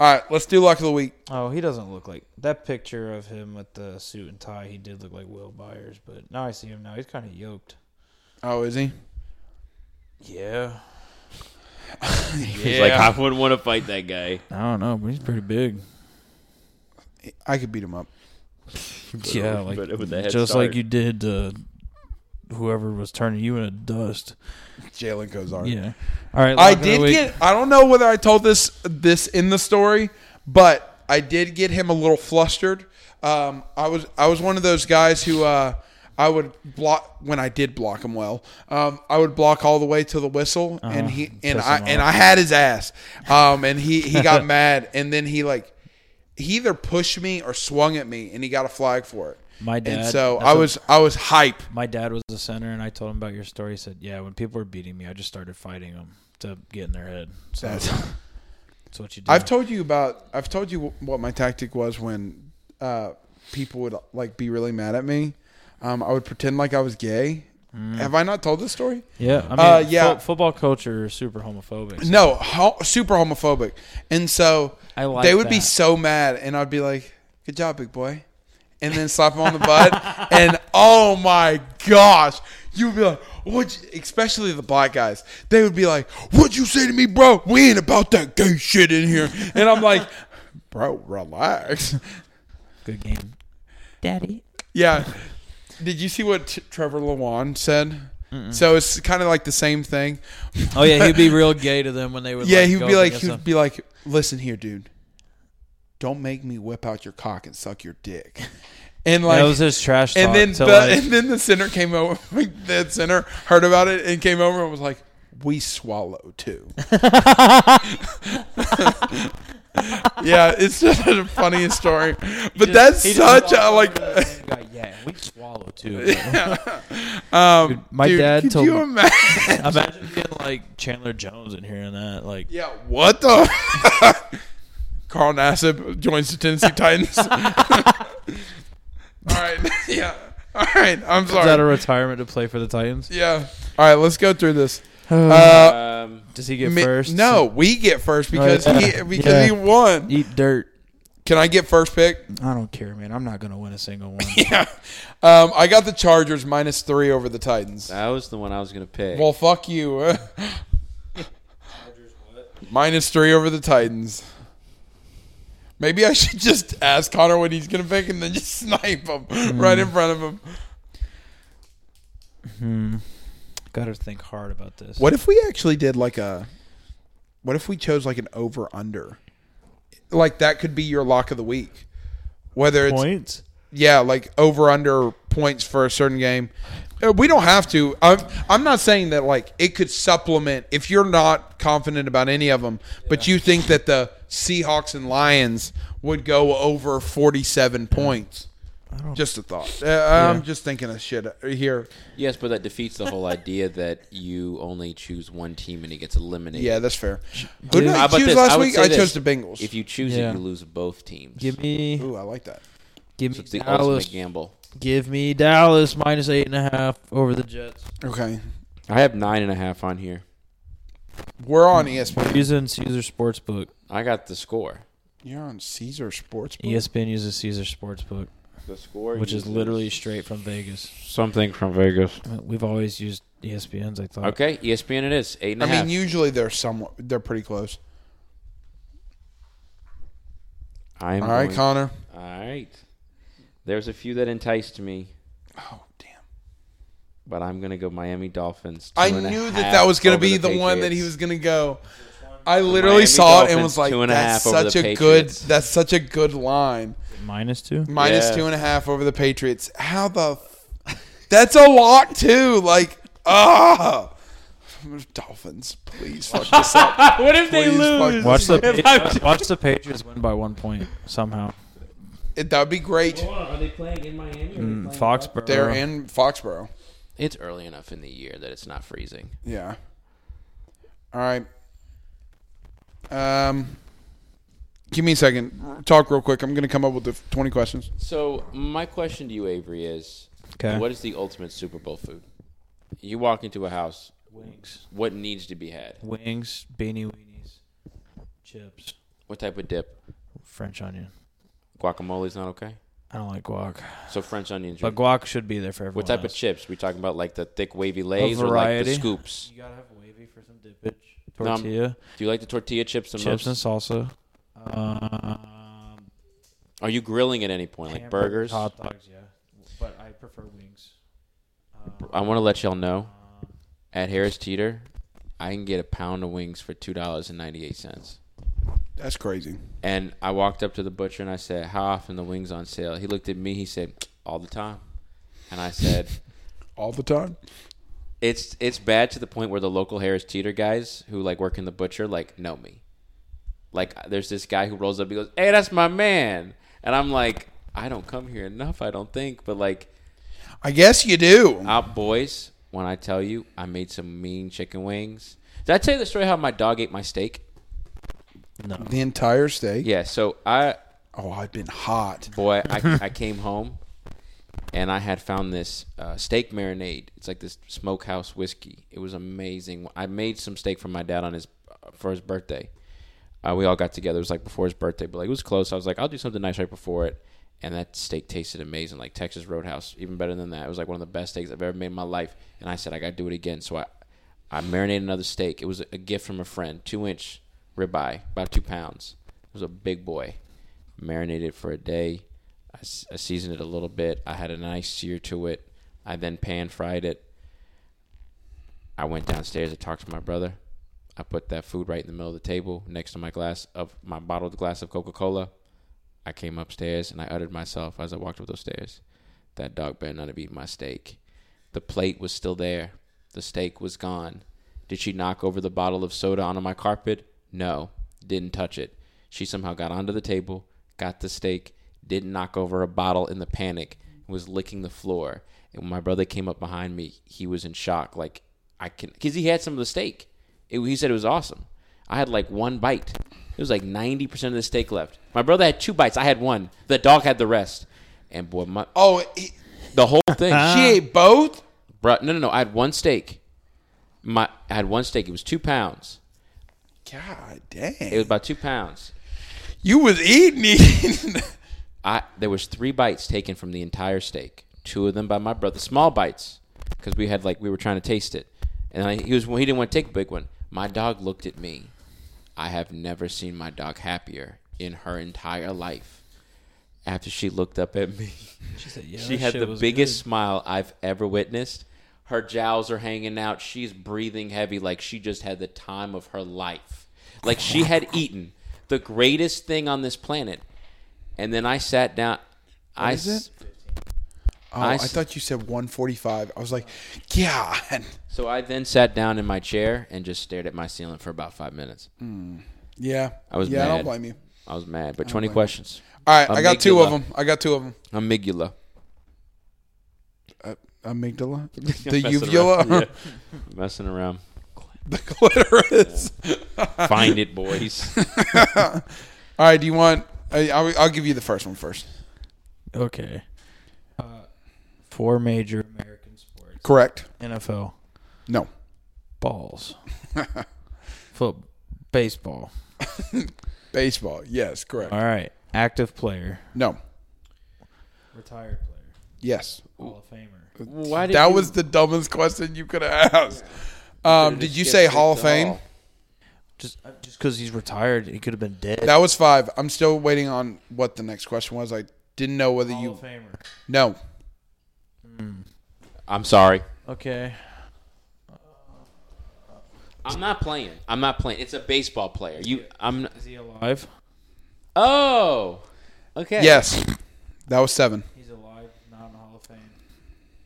Speaker 1: All right, let's do luck of the week.
Speaker 4: Oh, he doesn't look like that picture of him with the suit and tie. He did look like Will Byers, but now I see him now. He's kind of yoked.
Speaker 1: Oh, is he?
Speaker 4: Yeah.
Speaker 2: He's like, I wouldn't want to fight that guy.
Speaker 3: I don't know, but he's pretty big.
Speaker 1: I could beat him up.
Speaker 3: yeah, like
Speaker 2: but with the head
Speaker 3: just
Speaker 2: start.
Speaker 3: like you did to whoever was turning you into dust.
Speaker 1: Jalen Kozar.
Speaker 3: Yeah. All right.
Speaker 1: I
Speaker 3: lock of the
Speaker 1: did
Speaker 3: week.
Speaker 1: get. I don't know whether I told this this in the story, but I did get him a little flustered. Um, I was I was one of those guys who uh, I would block when I did block him well. Um, I would block all the way to the whistle, and he and
Speaker 3: Uh-huh.
Speaker 1: I
Speaker 3: piss him
Speaker 1: and
Speaker 3: off.
Speaker 1: I had his ass. Um, and he he got mad, and then he like he either pushed me or swung at me, and he got a flag for it.
Speaker 3: My
Speaker 1: and
Speaker 3: dad-
Speaker 1: so
Speaker 3: that's
Speaker 1: I
Speaker 3: a-
Speaker 1: was I was hype.
Speaker 3: My dad was a center, and I told him about your story. He said, "Yeah, when people were beating me, I just started fighting them to get in their head." So that's,
Speaker 1: That's-
Speaker 3: what you do.
Speaker 1: I've told you about. I've told you what my tactic was when uh, people would like be really mad at me. Um, I would pretend like I was gay. Have I not told this story?
Speaker 3: yeah, I mean,
Speaker 1: Uh, yeah.
Speaker 3: fo- football culture is super homophobic.
Speaker 1: No, ho- super homophobic. And so
Speaker 3: I like
Speaker 1: they would be
Speaker 3: that.
Speaker 1: so mad, and I'd be like, "Good job, big boy," and then slap him on the butt. And oh my gosh, you'd be like, "What?" you-" Especially the black guys, they would be like, "What'd you say to me, bro? We ain't about that gay shit in here." And I'm like, "Bro, relax."
Speaker 3: good game.
Speaker 1: Yeah. Did you see what T- Trevor Lawan said? So it's kind of like the same thing.
Speaker 3: Oh yeah, he'd be real gay to them when they would.
Speaker 1: yeah,
Speaker 3: like,
Speaker 1: he would
Speaker 3: go
Speaker 1: be
Speaker 3: up
Speaker 1: like,
Speaker 3: against
Speaker 1: he
Speaker 3: them.
Speaker 1: would be like, listen here, dude. Don't make me whip out your cock and suck your dick. And like,
Speaker 3: that was his trash talk.
Speaker 1: and then the,
Speaker 3: to, like-
Speaker 1: and then the center came over. the center heard about it and came over and was like, "We swallow too." yeah, it's just the funniest story. But that's such a like.
Speaker 3: yeah, we swallow too.
Speaker 1: Um,
Speaker 3: Dude, my dad
Speaker 1: could
Speaker 3: told
Speaker 1: you
Speaker 3: me-
Speaker 1: imagine?
Speaker 3: Imagine being like Chandler Jones and hearing that. Like,
Speaker 1: Yeah, what the? Carl Nassib joins the Tennessee Titans. All right, yeah. All right, I'm
Speaker 3: is that a
Speaker 1: sorry.
Speaker 3: retirement to play for the Titans?
Speaker 1: Yeah. All right, let's go through this. Uh,
Speaker 2: Um,
Speaker 3: Does he get
Speaker 1: mi-
Speaker 3: first?
Speaker 1: No, we get first because
Speaker 3: yeah.
Speaker 1: he because
Speaker 3: Yeah.
Speaker 1: he won.
Speaker 3: eat dirt.
Speaker 1: Can I get first pick?
Speaker 3: I don't care, man. I'm not gonna win a single one.
Speaker 1: Yeah. Um, I got the Chargers minus three over the Titans.
Speaker 2: that was the one I was gonna pick.
Speaker 1: Well, fuck you. Minus three over the Titans. Maybe I should just ask Connor what he's gonna pick and then just snipe him right in front of him.
Speaker 3: Got to think hard about this.
Speaker 1: What if we actually did like a? What if we chose like an over under? Like that could be your lock of the week. Whether it's
Speaker 3: points?
Speaker 1: yeah, like over under points for a certain game. Uh, We don't have to. I'm I'm not saying that like it could supplement if you're not confident about any of them, but you think that the Seahawks and Lions would go over 47 points. Just a thought. Uh, I'm just thinking of shit uh, here.
Speaker 2: yes, but that defeats the whole idea that you only choose one team and it gets eliminated.
Speaker 1: Yeah, that's fair. Who did
Speaker 2: How
Speaker 1: I
Speaker 2: about
Speaker 1: choose
Speaker 2: this?
Speaker 1: last
Speaker 2: would
Speaker 1: week?
Speaker 2: say
Speaker 1: I
Speaker 2: this.
Speaker 1: chose the Bengals.
Speaker 2: If you choose
Speaker 3: Yeah.
Speaker 2: it, you lose both teams.
Speaker 3: Give me,
Speaker 1: Ooh, I like that.
Speaker 3: give
Speaker 2: so
Speaker 3: me
Speaker 2: it's the
Speaker 3: Dallas.
Speaker 2: ultimate gamble.
Speaker 3: Give me Dallas minus eight and a half over the Jets.
Speaker 1: Okay,
Speaker 2: I have nine and a half on here.
Speaker 1: we're on E ESPN.
Speaker 3: Using Caesar Sportsbook.
Speaker 2: I got the score.
Speaker 1: You're on Caesar Sports.
Speaker 3: ESPN uses Caesar Sportsbook,
Speaker 2: The score,
Speaker 3: which is literally straight from Vegas.
Speaker 2: something from Vegas.
Speaker 3: We've always used E ESPN's. I thought.
Speaker 2: Okay, E ESPN. It is eight and
Speaker 1: I
Speaker 2: a half.
Speaker 1: mean, usually they're somewhat. They're pretty close.
Speaker 2: I'm
Speaker 1: All right,
Speaker 2: going-
Speaker 1: Connor.
Speaker 2: All right. There's a few that enticed me,
Speaker 1: Oh damn.
Speaker 2: but I'm going to go Miami Dolphins.
Speaker 1: I
Speaker 2: two and a
Speaker 1: knew
Speaker 2: half
Speaker 1: that that was going to
Speaker 2: over
Speaker 1: be the, one that he
Speaker 2: Patriots.
Speaker 1: was going to go. I literally
Speaker 2: Miami
Speaker 1: saw it and
Speaker 2: Dolphins,
Speaker 1: was like,
Speaker 2: two and a
Speaker 1: "That's
Speaker 2: half over
Speaker 1: such a
Speaker 2: the
Speaker 1: good.
Speaker 2: Patriots."
Speaker 1: That's such a good line.
Speaker 3: Minus two.
Speaker 1: Minus
Speaker 2: Yeah.
Speaker 1: two and a half over the Patriots. How the? f- That's a lot too. Like, ah, Dolphins. Please fuck this up.
Speaker 2: what if they
Speaker 1: Please fuck
Speaker 2: lose?
Speaker 3: Watch the
Speaker 2: If I'm-
Speaker 3: watch the Patriots win by one point somehow.
Speaker 1: It- That'd be great.
Speaker 2: Are they playing in Miami?
Speaker 3: Mm, Foxborough.
Speaker 1: They're in Foxborough.
Speaker 2: It's early enough in the year that it's not freezing.
Speaker 1: Yeah. All right. Um, give me a second. Talk real quick. I'm gonna come up with the f- 20 questions.
Speaker 2: So my question to you, Avery, is:
Speaker 3: 'Kay.
Speaker 2: What is the ultimate Super Bowl food? You walk into a house.
Speaker 3: wings,
Speaker 2: What needs to be had?
Speaker 3: wings, beanie weenies, chips,
Speaker 2: What type of dip?
Speaker 3: French onion.
Speaker 2: Guacamole's not okay.
Speaker 3: I don't like guac,
Speaker 2: So French onions.
Speaker 3: but guac should be there for everyone.
Speaker 2: what type
Speaker 3: else.
Speaker 2: of chips? We talking about like the thick wavy lays or like the
Speaker 3: variety.
Speaker 2: scoops?
Speaker 4: You gotta have wavy for some dip.
Speaker 2: Um,
Speaker 3: tortilla,
Speaker 2: Do you like the tortilla chips the
Speaker 3: chips and
Speaker 2: most?
Speaker 3: salsa,
Speaker 4: Um,
Speaker 2: Are you grilling at any point, like burgers?
Speaker 4: hot dogs, yeah. But I prefer wings. Uh,
Speaker 2: I want to let y'all know at Harris Teeter, I can get a pound of wings for two dollars and ninety eight cents.
Speaker 1: That's crazy.
Speaker 2: And I walked up to the butcher and I said, "How often the wings on sale?" He looked at me. He said, "All the time." And I said,
Speaker 1: All the time.
Speaker 2: "It's it's bad to the point where the local Harris Teeter guys who like work in the butcher like know me. Like there's this guy who rolls up. He goes, "Hey, that's my man." And I'm like, I don't come here enough. I don't think, but like
Speaker 1: I guess you do.
Speaker 2: out boys. When I tell you, I made some mean chicken wings. Did I tell you the story how my dog ate my steak?
Speaker 1: The entire steak.
Speaker 2: Um, Yeah. So I
Speaker 1: Oh, I've been hot.
Speaker 2: boy, I, I came home and I had found this uh, steak marinade. It's like this smokehouse whiskey. It was amazing. I made some steak for my dad on his for his birthday. Uh, we all got together. It was like before his birthday, but like it was close. I was like, I'll do something nice right before it. And that steak tasted amazing, like Texas Roadhouse, even better than that. It was like one of the best steaks I've ever made in my life. And I said, I got to do it again. So I, I marinated another steak. It was a gift from a friend, two inch ribeye, about two pounds. It was a big boy marinated it for a day. I, s- I seasoned it a little bit. I had a nice sear to it. I then pan fried it. I went downstairs to talk to my brother. I put that food right in the middle of the table next to my glass of my bottled glass of Coca Cola. I came upstairs and I uttered myself as I walked up those stairs. That dog better not have eaten my steak. The plate was still there. The steak was gone. Did she knock over the bottle of soda onto my carpet? No. Didn't touch it. She somehow got onto the table, got the steak, didn't knock over a bottle in the panic, and was licking the floor. And when my brother came up behind me, he was in shock. Like, I can, because he had some of the steak. It, he said it was awesome. I had like one bite. It was like 90% of the steak left. My brother had two bites. I had one. The dog had the rest. And boy, my,
Speaker 1: Oh, he,
Speaker 2: the whole thing.
Speaker 1: she ate both.
Speaker 2: Bro, no, no, no. I had one steak. My, I had one steak. It was two pounds.
Speaker 1: God damn.
Speaker 2: It was about two pounds.
Speaker 1: you was eating it.
Speaker 2: I there was three bites taken from the entire steak. Two of them by my brother, small bites, because we had like we were trying to taste it, and I, he was he didn't want to take a big one. My dog looked at me. I have never seen my dog happier in her entire life. After she looked up at me,
Speaker 3: She said, "Yeah,
Speaker 2: she
Speaker 3: that
Speaker 2: had
Speaker 3: shit
Speaker 2: the
Speaker 3: was
Speaker 2: biggest smile I've ever witnessed. Her jowls are hanging out. She's breathing heavy like she just had the time of her life. Like she had eaten the greatest thing on this planet. And then I sat down. I
Speaker 1: is
Speaker 2: s-
Speaker 1: Oh,
Speaker 2: I
Speaker 1: I,
Speaker 2: s-
Speaker 1: thought you said 145. I was like, God.
Speaker 2: so I then sat down in my chair and just stared at my ceiling for about five minutes.
Speaker 1: Yeah.
Speaker 2: I was
Speaker 1: yeah, I
Speaker 2: mad.
Speaker 1: don't blame you.
Speaker 2: I was mad.
Speaker 3: Oh,
Speaker 2: But twenty questions.
Speaker 1: All right, I got two of
Speaker 2: Amygdala.
Speaker 1: them. I got two of them.
Speaker 2: Amygdala.
Speaker 1: Amygdala, the
Speaker 2: Messing around.
Speaker 1: uvula,
Speaker 2: Messing around.
Speaker 1: the clitoris.
Speaker 2: Find it, boys.
Speaker 1: All right, do you want? I, I'll, I'll give you the first one first.
Speaker 3: good. okay. Uh, Four major
Speaker 4: American sports.
Speaker 1: Correct.
Speaker 3: NFL
Speaker 1: No.
Speaker 3: balls, foot, baseball.
Speaker 1: Baseball. Yes. Correct.
Speaker 3: All right, active player.
Speaker 1: No.
Speaker 4: Retired player.
Speaker 1: Yes.
Speaker 4: Hall of Famer.
Speaker 2: Why
Speaker 1: That was the dumbest question you could have asked. Um, did you say Hall of Fame?
Speaker 3: Just uh, just because he's retired, he could have been dead.
Speaker 1: That was five. I'm still waiting on what the next question was. I didn't know whether
Speaker 4: Hall
Speaker 1: you.
Speaker 4: of Famer.
Speaker 1: No.
Speaker 2: I'm sorry.
Speaker 3: Okay.
Speaker 2: I'm not playing. I'm not playing. It's a baseball player. You. I'm.
Speaker 4: Is he alive?
Speaker 3: Five.
Speaker 2: Oh. Okay.
Speaker 1: Yes. That was seven.
Speaker 4: He's alive, not in the Hall of Fame.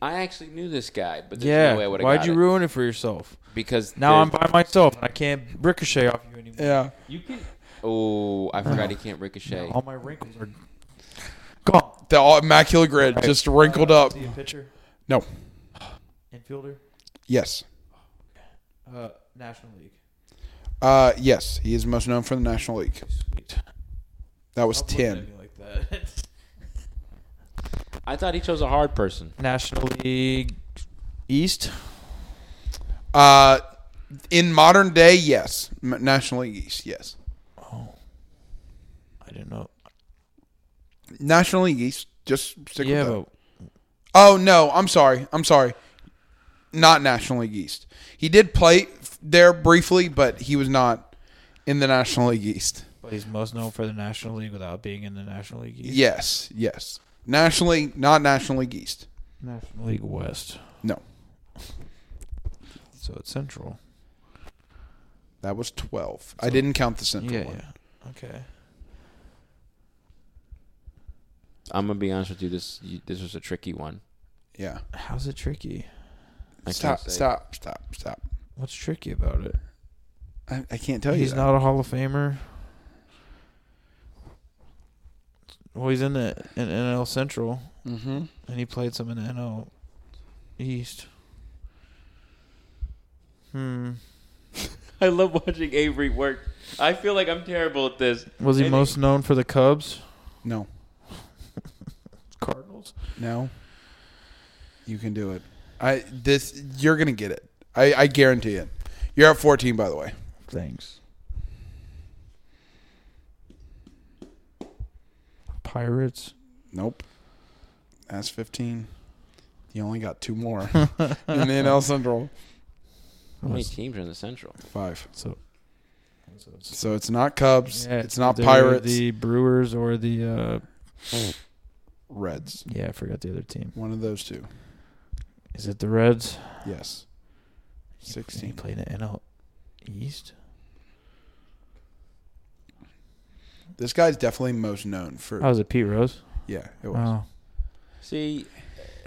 Speaker 2: I actually knew this guy, but there's
Speaker 3: Yeah.
Speaker 2: no way I would have
Speaker 3: Why'd
Speaker 2: got
Speaker 3: you
Speaker 2: it.
Speaker 3: ruin it for yourself?
Speaker 2: because
Speaker 3: Now I'm
Speaker 2: there's-
Speaker 3: by myself and I can't ricochet off you anymore.
Speaker 1: Yeah.
Speaker 2: You can. Oh, I forgot he can't ricochet.
Speaker 3: All my wrinkles are gone.
Speaker 1: The all- immaculate grid just wrinkled
Speaker 4: Uh,
Speaker 1: up.
Speaker 4: Is he a pitcher?
Speaker 1: No.
Speaker 4: Infielder?
Speaker 1: Yes.
Speaker 4: Uh, National League.
Speaker 1: Uh, yes. He is most known for the National League.
Speaker 4: Sweet.
Speaker 1: That was
Speaker 4: Stop looking at
Speaker 1: ten.
Speaker 4: me Like that.
Speaker 2: I thought he chose a hard person.
Speaker 3: National League East.
Speaker 1: Uh, in modern day, yes. M- National League East, yes.
Speaker 3: I didn't know.
Speaker 1: National League East. just stick
Speaker 3: Yeah,
Speaker 1: with that.
Speaker 3: but
Speaker 1: Oh no, I'm sorry. I'm sorry. Not National League East. He did play f- there briefly, but he was not in the National League East.
Speaker 3: but he's most known for the National League without being in the National League East.
Speaker 1: Yes, yes. National League, not National League East.
Speaker 3: National League West.
Speaker 1: No.
Speaker 3: So it's Central.
Speaker 1: That was 12. I didn't count the central
Speaker 3: yeah,
Speaker 1: one.
Speaker 3: yeah. Okay.
Speaker 2: I'm gonna be honest with you. This you, this was a tricky one.
Speaker 1: Yeah.
Speaker 3: How's it tricky?
Speaker 2: I
Speaker 1: Stop,
Speaker 2: can't say.
Speaker 1: stop, stop, stop.
Speaker 3: What's tricky about it?
Speaker 1: I, I can't tell
Speaker 3: he's
Speaker 1: you. that.
Speaker 3: not a Hall of Famer. Well, he's in the in NL Central,
Speaker 1: Mhm.
Speaker 3: and he played some in the NL East. Hmm.
Speaker 2: I love watching Avery work. I feel like I'm terrible at this.
Speaker 3: Was he
Speaker 2: And-
Speaker 3: most known for the Cubs?
Speaker 1: No.
Speaker 3: Cardinals.
Speaker 1: No. You can do it. I this you're going to get it. I I guarantee it. You're at 14 by the way.
Speaker 3: Thanks. Pirates.
Speaker 1: Nope. That's 15. You only got two more. and then El Central.
Speaker 2: How many teams are in the Central?
Speaker 1: Five.
Speaker 3: So,
Speaker 1: So it's not Cubs.
Speaker 3: Yeah,
Speaker 1: it's not
Speaker 3: either
Speaker 1: Pirates.
Speaker 3: The Brewers or the uh,
Speaker 1: Reds.
Speaker 3: yeah, I forgot the other team.
Speaker 1: One of those two.
Speaker 3: Is it the Reds?
Speaker 1: Yes.
Speaker 3: And he
Speaker 1: 16.
Speaker 3: played in NL East.
Speaker 1: This guy's definitely most known for.
Speaker 3: How was it, Pete Rose?
Speaker 1: yeah, it was.
Speaker 3: Oh,
Speaker 2: See,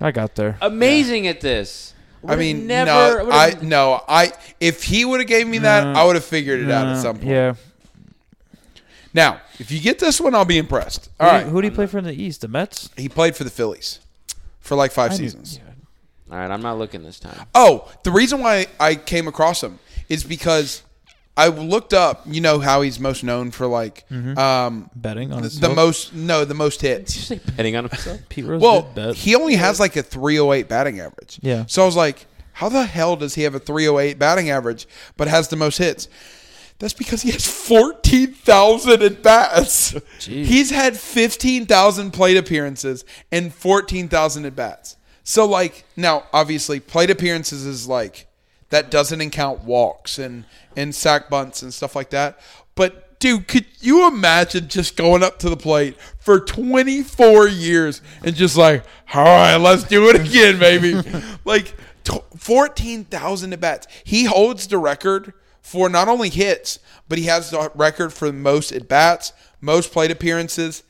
Speaker 3: I got there.
Speaker 2: amazing at this.
Speaker 1: I
Speaker 2: Would've
Speaker 1: mean,
Speaker 2: never.
Speaker 1: no,
Speaker 2: would've-
Speaker 1: I no, I if he would have gave me that,
Speaker 3: No.
Speaker 1: I would have figured it out at some point.
Speaker 3: Yeah.
Speaker 1: Now, if you get this one, I'll be impressed. All
Speaker 3: who
Speaker 1: right,
Speaker 3: Do, who do you play for in the East? The Mets.
Speaker 1: he played for the Phillies for like five
Speaker 3: I knew-
Speaker 1: seasons.
Speaker 3: yeah.
Speaker 2: All right, I'm not looking this time.
Speaker 1: Oh, the reason why I came across him is because I looked up. You know how he's most known for like um,
Speaker 3: Betting Mm-hmm. on his
Speaker 1: the most no the most hits.
Speaker 2: Did you say betting on himself?
Speaker 3: Pete Rose
Speaker 1: Well,
Speaker 3: did bet.
Speaker 1: he only has like a 308 batting average.
Speaker 3: Yeah.
Speaker 1: So I was like, how the hell does he have a 308 batting average but has the most hits? That's because he has 14,000 at bats. He's had 15,000 plate appearances and 14,000 at bats. So, like, now, obviously, plate appearances is like, that doesn't count walks and, and sack bunts and stuff like that. But, dude, could you imagine just going up to the plate for 24 years and just like, all right, let's do it again, baby? like, t- 14,000 at bats. He holds the record for not only hits, but he has the record for most at bats, most plate appearances,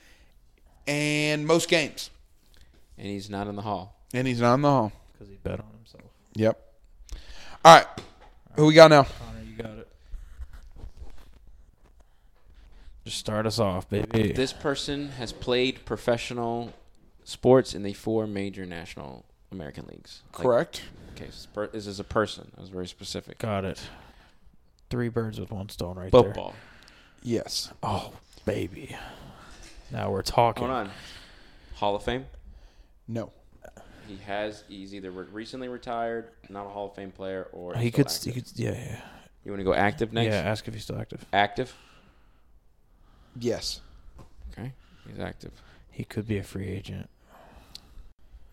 Speaker 1: and most games.
Speaker 2: And he's not in the hall.
Speaker 1: And he's not in the hall.
Speaker 3: because he bet on himself.
Speaker 1: Yep. All right. Who we got now?
Speaker 3: Connor, you got it. Just start us off, baby.
Speaker 2: This person has played professional sports in the four major national American leagues. Like,
Speaker 1: Correct.
Speaker 2: okay, this per- this is a person. I was very specific.
Speaker 3: got it. Three birds with one stone, right there.
Speaker 2: Football.
Speaker 1: Yes.
Speaker 3: Oh, baby. Now we're talking.
Speaker 2: Hold on. Hall of Fame.
Speaker 1: No.
Speaker 2: He has. He's either re- recently retired, not a Hall of Fame player, or
Speaker 3: He
Speaker 2: still
Speaker 3: could,
Speaker 2: active.
Speaker 3: he could. Yeah, yeah.
Speaker 2: You want to go active next?
Speaker 3: Yeah. Ask if he's still active.
Speaker 2: Active.
Speaker 1: Yes.
Speaker 2: Okay, he's active.
Speaker 3: He could be a free agent.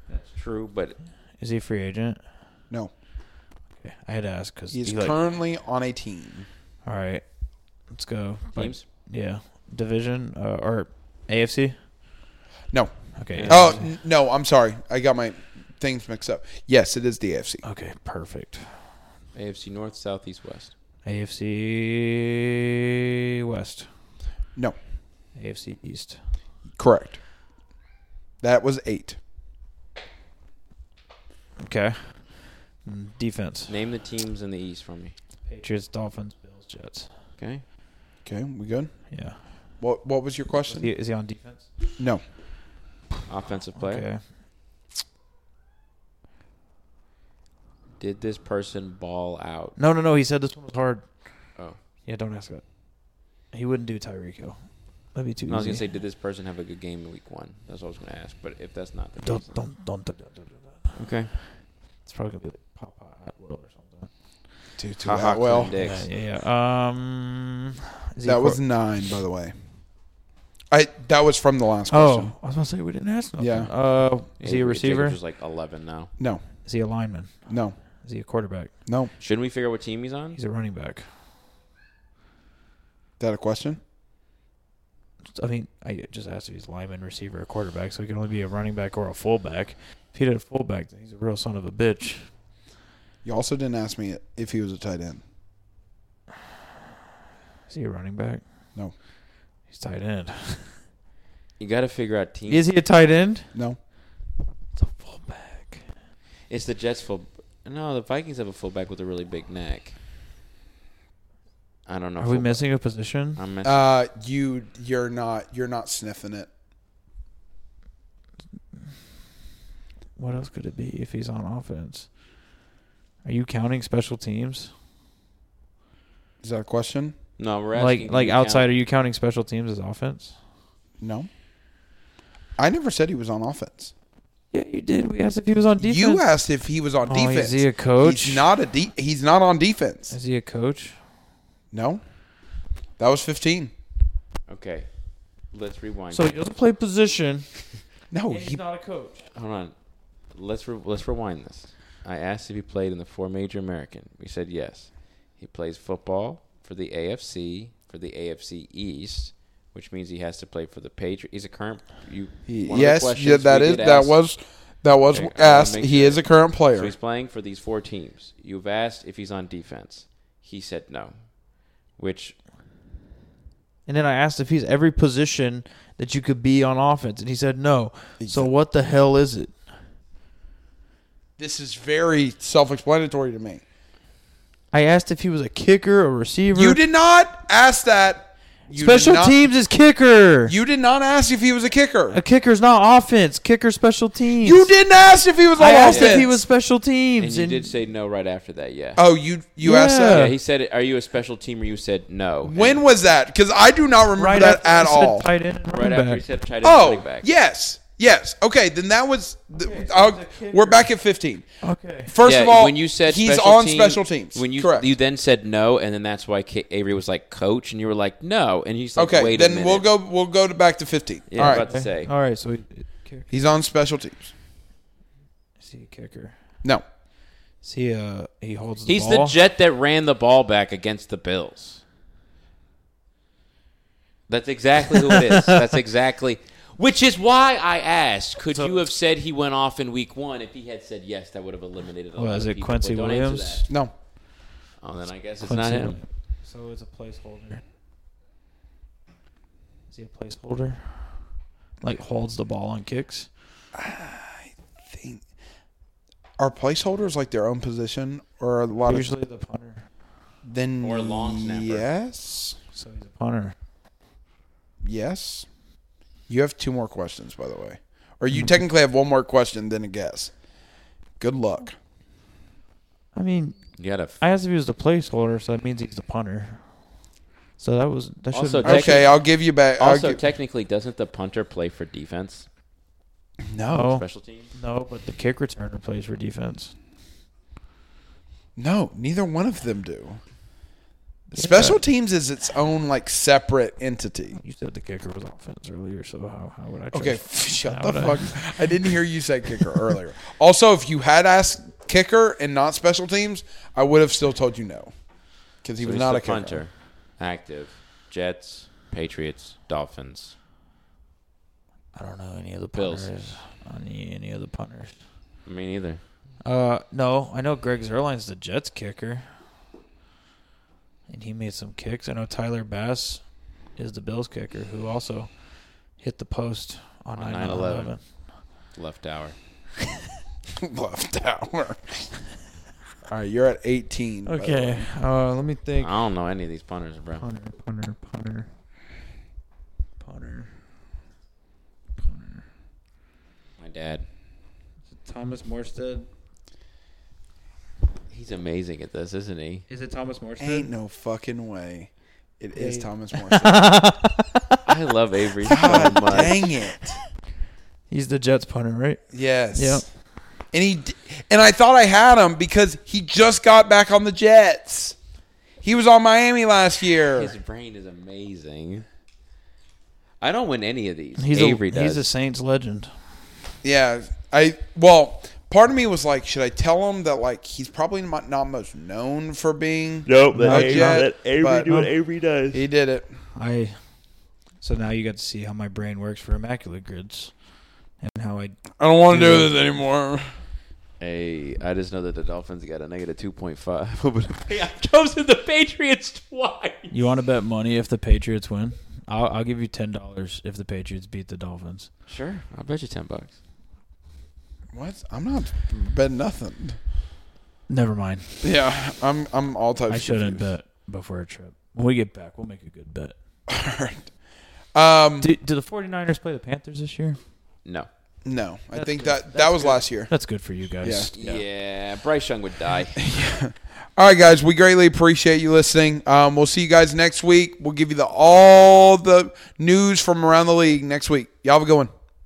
Speaker 2: That's true, but
Speaker 3: Is he a free agent?
Speaker 1: No.
Speaker 3: Okay. I had to ask because
Speaker 1: He's
Speaker 3: he's like,
Speaker 1: currently on a team.
Speaker 3: all right, let's go. Like,
Speaker 2: teams.
Speaker 3: yeah, division uh, or AFC.
Speaker 1: No.
Speaker 3: Okay.
Speaker 1: Oh,
Speaker 3: AFC.
Speaker 1: n- no. I'm sorry. I got my things mixed up. Yes, it is the AFC.
Speaker 3: Okay. Perfect.
Speaker 2: AFC North, South, East, West.
Speaker 3: AFC West.
Speaker 1: No.
Speaker 3: AFC East.
Speaker 1: Correct. That was eight.
Speaker 3: Okay. Mm, Defense.
Speaker 2: Name the teams in the East for me.
Speaker 3: Patriots, Dolphins, Bills, Jets.
Speaker 2: Okay.
Speaker 1: Okay. We good?
Speaker 3: Yeah.
Speaker 1: What What was your
Speaker 3: Is
Speaker 1: question?
Speaker 3: he, is he on defense?
Speaker 1: No.
Speaker 2: Offensive player.
Speaker 3: Okay.
Speaker 2: Did this person ball out?
Speaker 3: No, no, no. He said this one was hard.
Speaker 2: Oh.
Speaker 3: Yeah, don't ask that. He wouldn't do Tyreek Hill. That'd be too
Speaker 2: No, I was
Speaker 3: easy.
Speaker 2: gonna say, did this person have a good game in week one? That's what I was gonna ask. But if that's not the case,
Speaker 3: don't,
Speaker 2: then-
Speaker 3: don't, don't, don't, don't, don't, don't.
Speaker 2: Okay.
Speaker 3: It's probably gonna be like Popeye Atwell or something.
Speaker 1: Two, two.
Speaker 2: Ha ha,
Speaker 1: well,
Speaker 2: Clinton Dix.
Speaker 3: Yeah, yeah, yeah. Um, is he a
Speaker 1: that
Speaker 3: quar-
Speaker 1: was nine, by the way. I that was from the last question.
Speaker 3: Oh, I was going to say we didn't ask nothing.
Speaker 1: Yeah.
Speaker 3: Uh, is he a
Speaker 2: Avery
Speaker 3: receiver?
Speaker 2: Jacobs was like 11 now.
Speaker 1: No,
Speaker 3: Is he a lineman?
Speaker 1: no,
Speaker 3: Is he a quarterback?
Speaker 1: no.
Speaker 2: Shouldn't we figure out what team he's on?
Speaker 3: He's a running back.
Speaker 1: Is that a question?
Speaker 3: I mean, I just asked if he's a lineman, receiver, or quarterback, so he can only be a running back or a fullback. If he did a fullback, then he's a real son of a bitch.
Speaker 1: You also didn't ask me if he was a tight end.
Speaker 3: Is he a running back?
Speaker 1: No.
Speaker 3: He's tight end.
Speaker 2: You got to figure out team.
Speaker 3: Is he a tight end?
Speaker 1: No.
Speaker 3: It's a fullback.
Speaker 2: it's the Jets full. No, the Vikings have a fullback with a really big neck. I don't know.
Speaker 3: Are we
Speaker 2: fullback.
Speaker 3: missing a position?
Speaker 2: I'm missing.
Speaker 1: Uh, you you're not you're not sniffing it.
Speaker 3: What else could it be if he's on offense? Are you counting special teams?
Speaker 1: Is that a question?
Speaker 2: no, we're asking.
Speaker 3: Like
Speaker 2: can
Speaker 3: like
Speaker 2: you count-
Speaker 3: outside, are you counting special teams as offense?
Speaker 1: No. I never said he was on offense.
Speaker 3: Yeah, you did. We asked if he was on defense.
Speaker 1: You asked if he was on
Speaker 3: Oh,
Speaker 1: defense.
Speaker 3: Is he a coach?
Speaker 1: He's not a de- he's not on defense.
Speaker 3: Is he a coach?
Speaker 1: No. That was 15.
Speaker 2: Okay, let's rewind.
Speaker 3: So he doesn't play position.
Speaker 1: No,
Speaker 3: and he's
Speaker 1: Oh, he
Speaker 3: not a coach.
Speaker 2: Hold on. Let's re- let's rewind this. I asked if he played in the four major American. We said yes. He plays football for the AFC for the AFC East, which means he has to play for the Patriots. He's a current. You,
Speaker 1: he-
Speaker 2: one of the
Speaker 1: yes,
Speaker 2: questions
Speaker 1: yeah, that
Speaker 2: we
Speaker 1: is
Speaker 2: did
Speaker 1: that
Speaker 2: ask-
Speaker 1: was that was
Speaker 2: Okay, I wanna
Speaker 1: asked.
Speaker 2: uh, make
Speaker 1: He
Speaker 2: sure.
Speaker 1: is a current
Speaker 2: So
Speaker 1: player.
Speaker 2: he's playing for these four teams. You've asked if he's on defense. He said no, which
Speaker 3: And then I asked if he's every position that you could be on offense, and he said no. So what the hell is it?
Speaker 1: This is very self-explanatory to me.
Speaker 3: I asked if he was a kicker or receiver.
Speaker 1: You did not ask that. You did
Speaker 3: Mm. special
Speaker 1: not-
Speaker 3: teams is kicker.
Speaker 1: You did not ask if he was a kicker.
Speaker 3: a kicker's not offense. Kicker special teams.
Speaker 1: You didn't ask if he was on
Speaker 3: I asked if
Speaker 1: offense.
Speaker 3: he was special teams.
Speaker 2: and you did say no right after that. Yeah.
Speaker 1: Oh, you you asked
Speaker 3: Yeah.
Speaker 1: that.
Speaker 2: yeah. He said, "Are you a special teamer?" You said no. And
Speaker 1: When was that? Because I do not remember
Speaker 3: right
Speaker 1: that
Speaker 3: after
Speaker 1: at
Speaker 3: he said
Speaker 1: all.
Speaker 3: Tight end and
Speaker 2: right
Speaker 3: running
Speaker 2: after he
Speaker 3: back.
Speaker 2: said tight end running
Speaker 1: Oh,
Speaker 2: back.
Speaker 1: yes, yes. Okay, then that was. The,
Speaker 3: so
Speaker 1: I'll-
Speaker 3: he's a kicker.
Speaker 1: we're back at fifteen.
Speaker 3: Okay.
Speaker 1: First
Speaker 2: Yeah,
Speaker 1: of all,
Speaker 2: when you said
Speaker 1: he's
Speaker 2: special
Speaker 1: on
Speaker 2: team-
Speaker 1: special teams.
Speaker 2: When you
Speaker 1: correct.
Speaker 2: you then said no, and then that's why K- Avery was like coach, and you were like no, and he's like
Speaker 1: okay,
Speaker 2: wait a
Speaker 1: then
Speaker 2: minute.
Speaker 1: we'll go. We'll go to back to fifteen.
Speaker 2: Yeah,
Speaker 1: all
Speaker 2: I'm
Speaker 1: right.
Speaker 2: about to say
Speaker 3: All right. So he, kicker.
Speaker 1: He's on special teams.
Speaker 3: Is he a kicker?
Speaker 1: No.
Speaker 3: Is he uh he holds the
Speaker 2: he's the
Speaker 3: ball?
Speaker 2: jet that ran the ball back against the Bills. That's exactly who it is. that's exactly. Which is why I asked, could you have said he went off in week one? If he had said yes, that would have eliminated a lot
Speaker 3: Well, Oh, is
Speaker 2: of
Speaker 3: it
Speaker 2: people,
Speaker 3: Quincy
Speaker 2: but don't answer
Speaker 3: Williams?
Speaker 2: that.
Speaker 1: No.
Speaker 2: Oh, then I guess it's
Speaker 3: Quincy
Speaker 2: not him.
Speaker 3: Williams. So it's a placeholder. Is he a placeholder? Like holds the ball on kicks?
Speaker 1: Think. Are placeholders like their own position, or a lot of
Speaker 3: Usually the punter.
Speaker 1: then
Speaker 2: Or a long snapper.
Speaker 1: Yes.
Speaker 3: So he's a punter.
Speaker 1: Yes. You have two more questions, by the way. Or you technically have one more question, then a guess. Good luck.
Speaker 3: I mean,
Speaker 2: You gotta.
Speaker 3: I asked if he was the placeholder, so that means he's the punter. So that was that should
Speaker 2: Also,
Speaker 3: also,
Speaker 2: Techni-
Speaker 1: Okay, I'll give you back. I'll
Speaker 2: Also,
Speaker 1: give-
Speaker 2: technically, doesn't the punter play for defense?
Speaker 1: no,
Speaker 3: Oh.
Speaker 2: Special teams.
Speaker 3: no, but the kick returner plays for defense.
Speaker 1: no, neither one of them do. Special teams is its own like separate entity.
Speaker 3: You said the kicker was offense earlier, so how, how
Speaker 2: Oh.
Speaker 3: would I?
Speaker 1: Okay,
Speaker 3: trust-
Speaker 1: shut
Speaker 3: How
Speaker 1: the
Speaker 3: would I-
Speaker 1: fuck. I didn't hear you say kicker earlier. Also, if you had asked kicker and not special teams, I would have still told you no because he
Speaker 2: So
Speaker 1: was
Speaker 2: he's
Speaker 1: not
Speaker 2: the
Speaker 1: a kicker.
Speaker 2: punter. Active. Jets, Patriots, Dolphins.
Speaker 3: I don't know any of the
Speaker 2: Bills.
Speaker 3: punters. Any any of the punters?
Speaker 2: Me neither.
Speaker 3: Uh, no, I know Greg Zerline's the Jets kicker, and he made some kicks. I know Tyler Bass is the Bills kicker, who also hit the post on
Speaker 2: On
Speaker 3: 9
Speaker 2: 9/11. Left hour.
Speaker 1: Left tower. All right, you're at 18. by the way.
Speaker 3: Okay, uh, let me
Speaker 2: I
Speaker 3: think.
Speaker 2: don't know any of these punters, bro.
Speaker 3: Punter, punter, punter, punter.
Speaker 2: My dad.
Speaker 3: Thomas Morstead.
Speaker 2: He's amazing at this, isn't he?
Speaker 3: Is it Thomas
Speaker 1: Ain't no fucking way. It is
Speaker 3: Hey.
Speaker 1: Thomas Morrison.
Speaker 2: I love Avery so
Speaker 1: God
Speaker 2: much.
Speaker 1: dang it.
Speaker 3: He's the Jets punter, right?
Speaker 1: Yes.
Speaker 3: Yep.
Speaker 1: And he d- and I thought I had him because he just got back on the Jets. He was on Miami last year.
Speaker 2: His brain is amazing. I don't win any of these.
Speaker 4: He's
Speaker 2: Avery
Speaker 4: a,
Speaker 2: does.
Speaker 4: He's a Saints legend.
Speaker 1: Yeah, I well, part of me was like, should I tell him that like he's probably not, not most known for being?
Speaker 3: Nope, that,
Speaker 1: No,
Speaker 3: Avery,
Speaker 1: yet,
Speaker 3: that Avery
Speaker 1: but-
Speaker 3: do what Avery does.
Speaker 1: He did it.
Speaker 4: I. So now you got to see how my brain works for immaculate grids, and how I.
Speaker 1: I don't want to do this anymore.
Speaker 2: Hey, I just know that the Dolphins got a negative two point five. I chose the Patriots twice.
Speaker 4: You want to bet money if the Patriots win? I'll, I'll give you ten dollars if the Patriots beat the Dolphins.
Speaker 2: Sure, I'll bet you ten bucks.
Speaker 1: What? I'm not betting nothing.
Speaker 4: Never mind.
Speaker 1: Yeah, I'm. I'm all types.
Speaker 4: I shouldn't
Speaker 1: confused.
Speaker 4: bet before a trip. When we get back, we'll make a good bet.
Speaker 1: Um,
Speaker 4: Do, do the 49ers play the Panthers this year?
Speaker 2: No.
Speaker 1: no, I
Speaker 4: That's
Speaker 1: think
Speaker 4: good.
Speaker 1: that that
Speaker 4: That's
Speaker 1: was
Speaker 4: good.
Speaker 1: last year.
Speaker 4: That's good for you guys.
Speaker 2: Yeah. Bryce Young would die.
Speaker 1: All right, guys, we greatly appreciate you listening. Um, we'll see you guys next week. We'll give you the all the news from around the league next week. Y'all have a good one.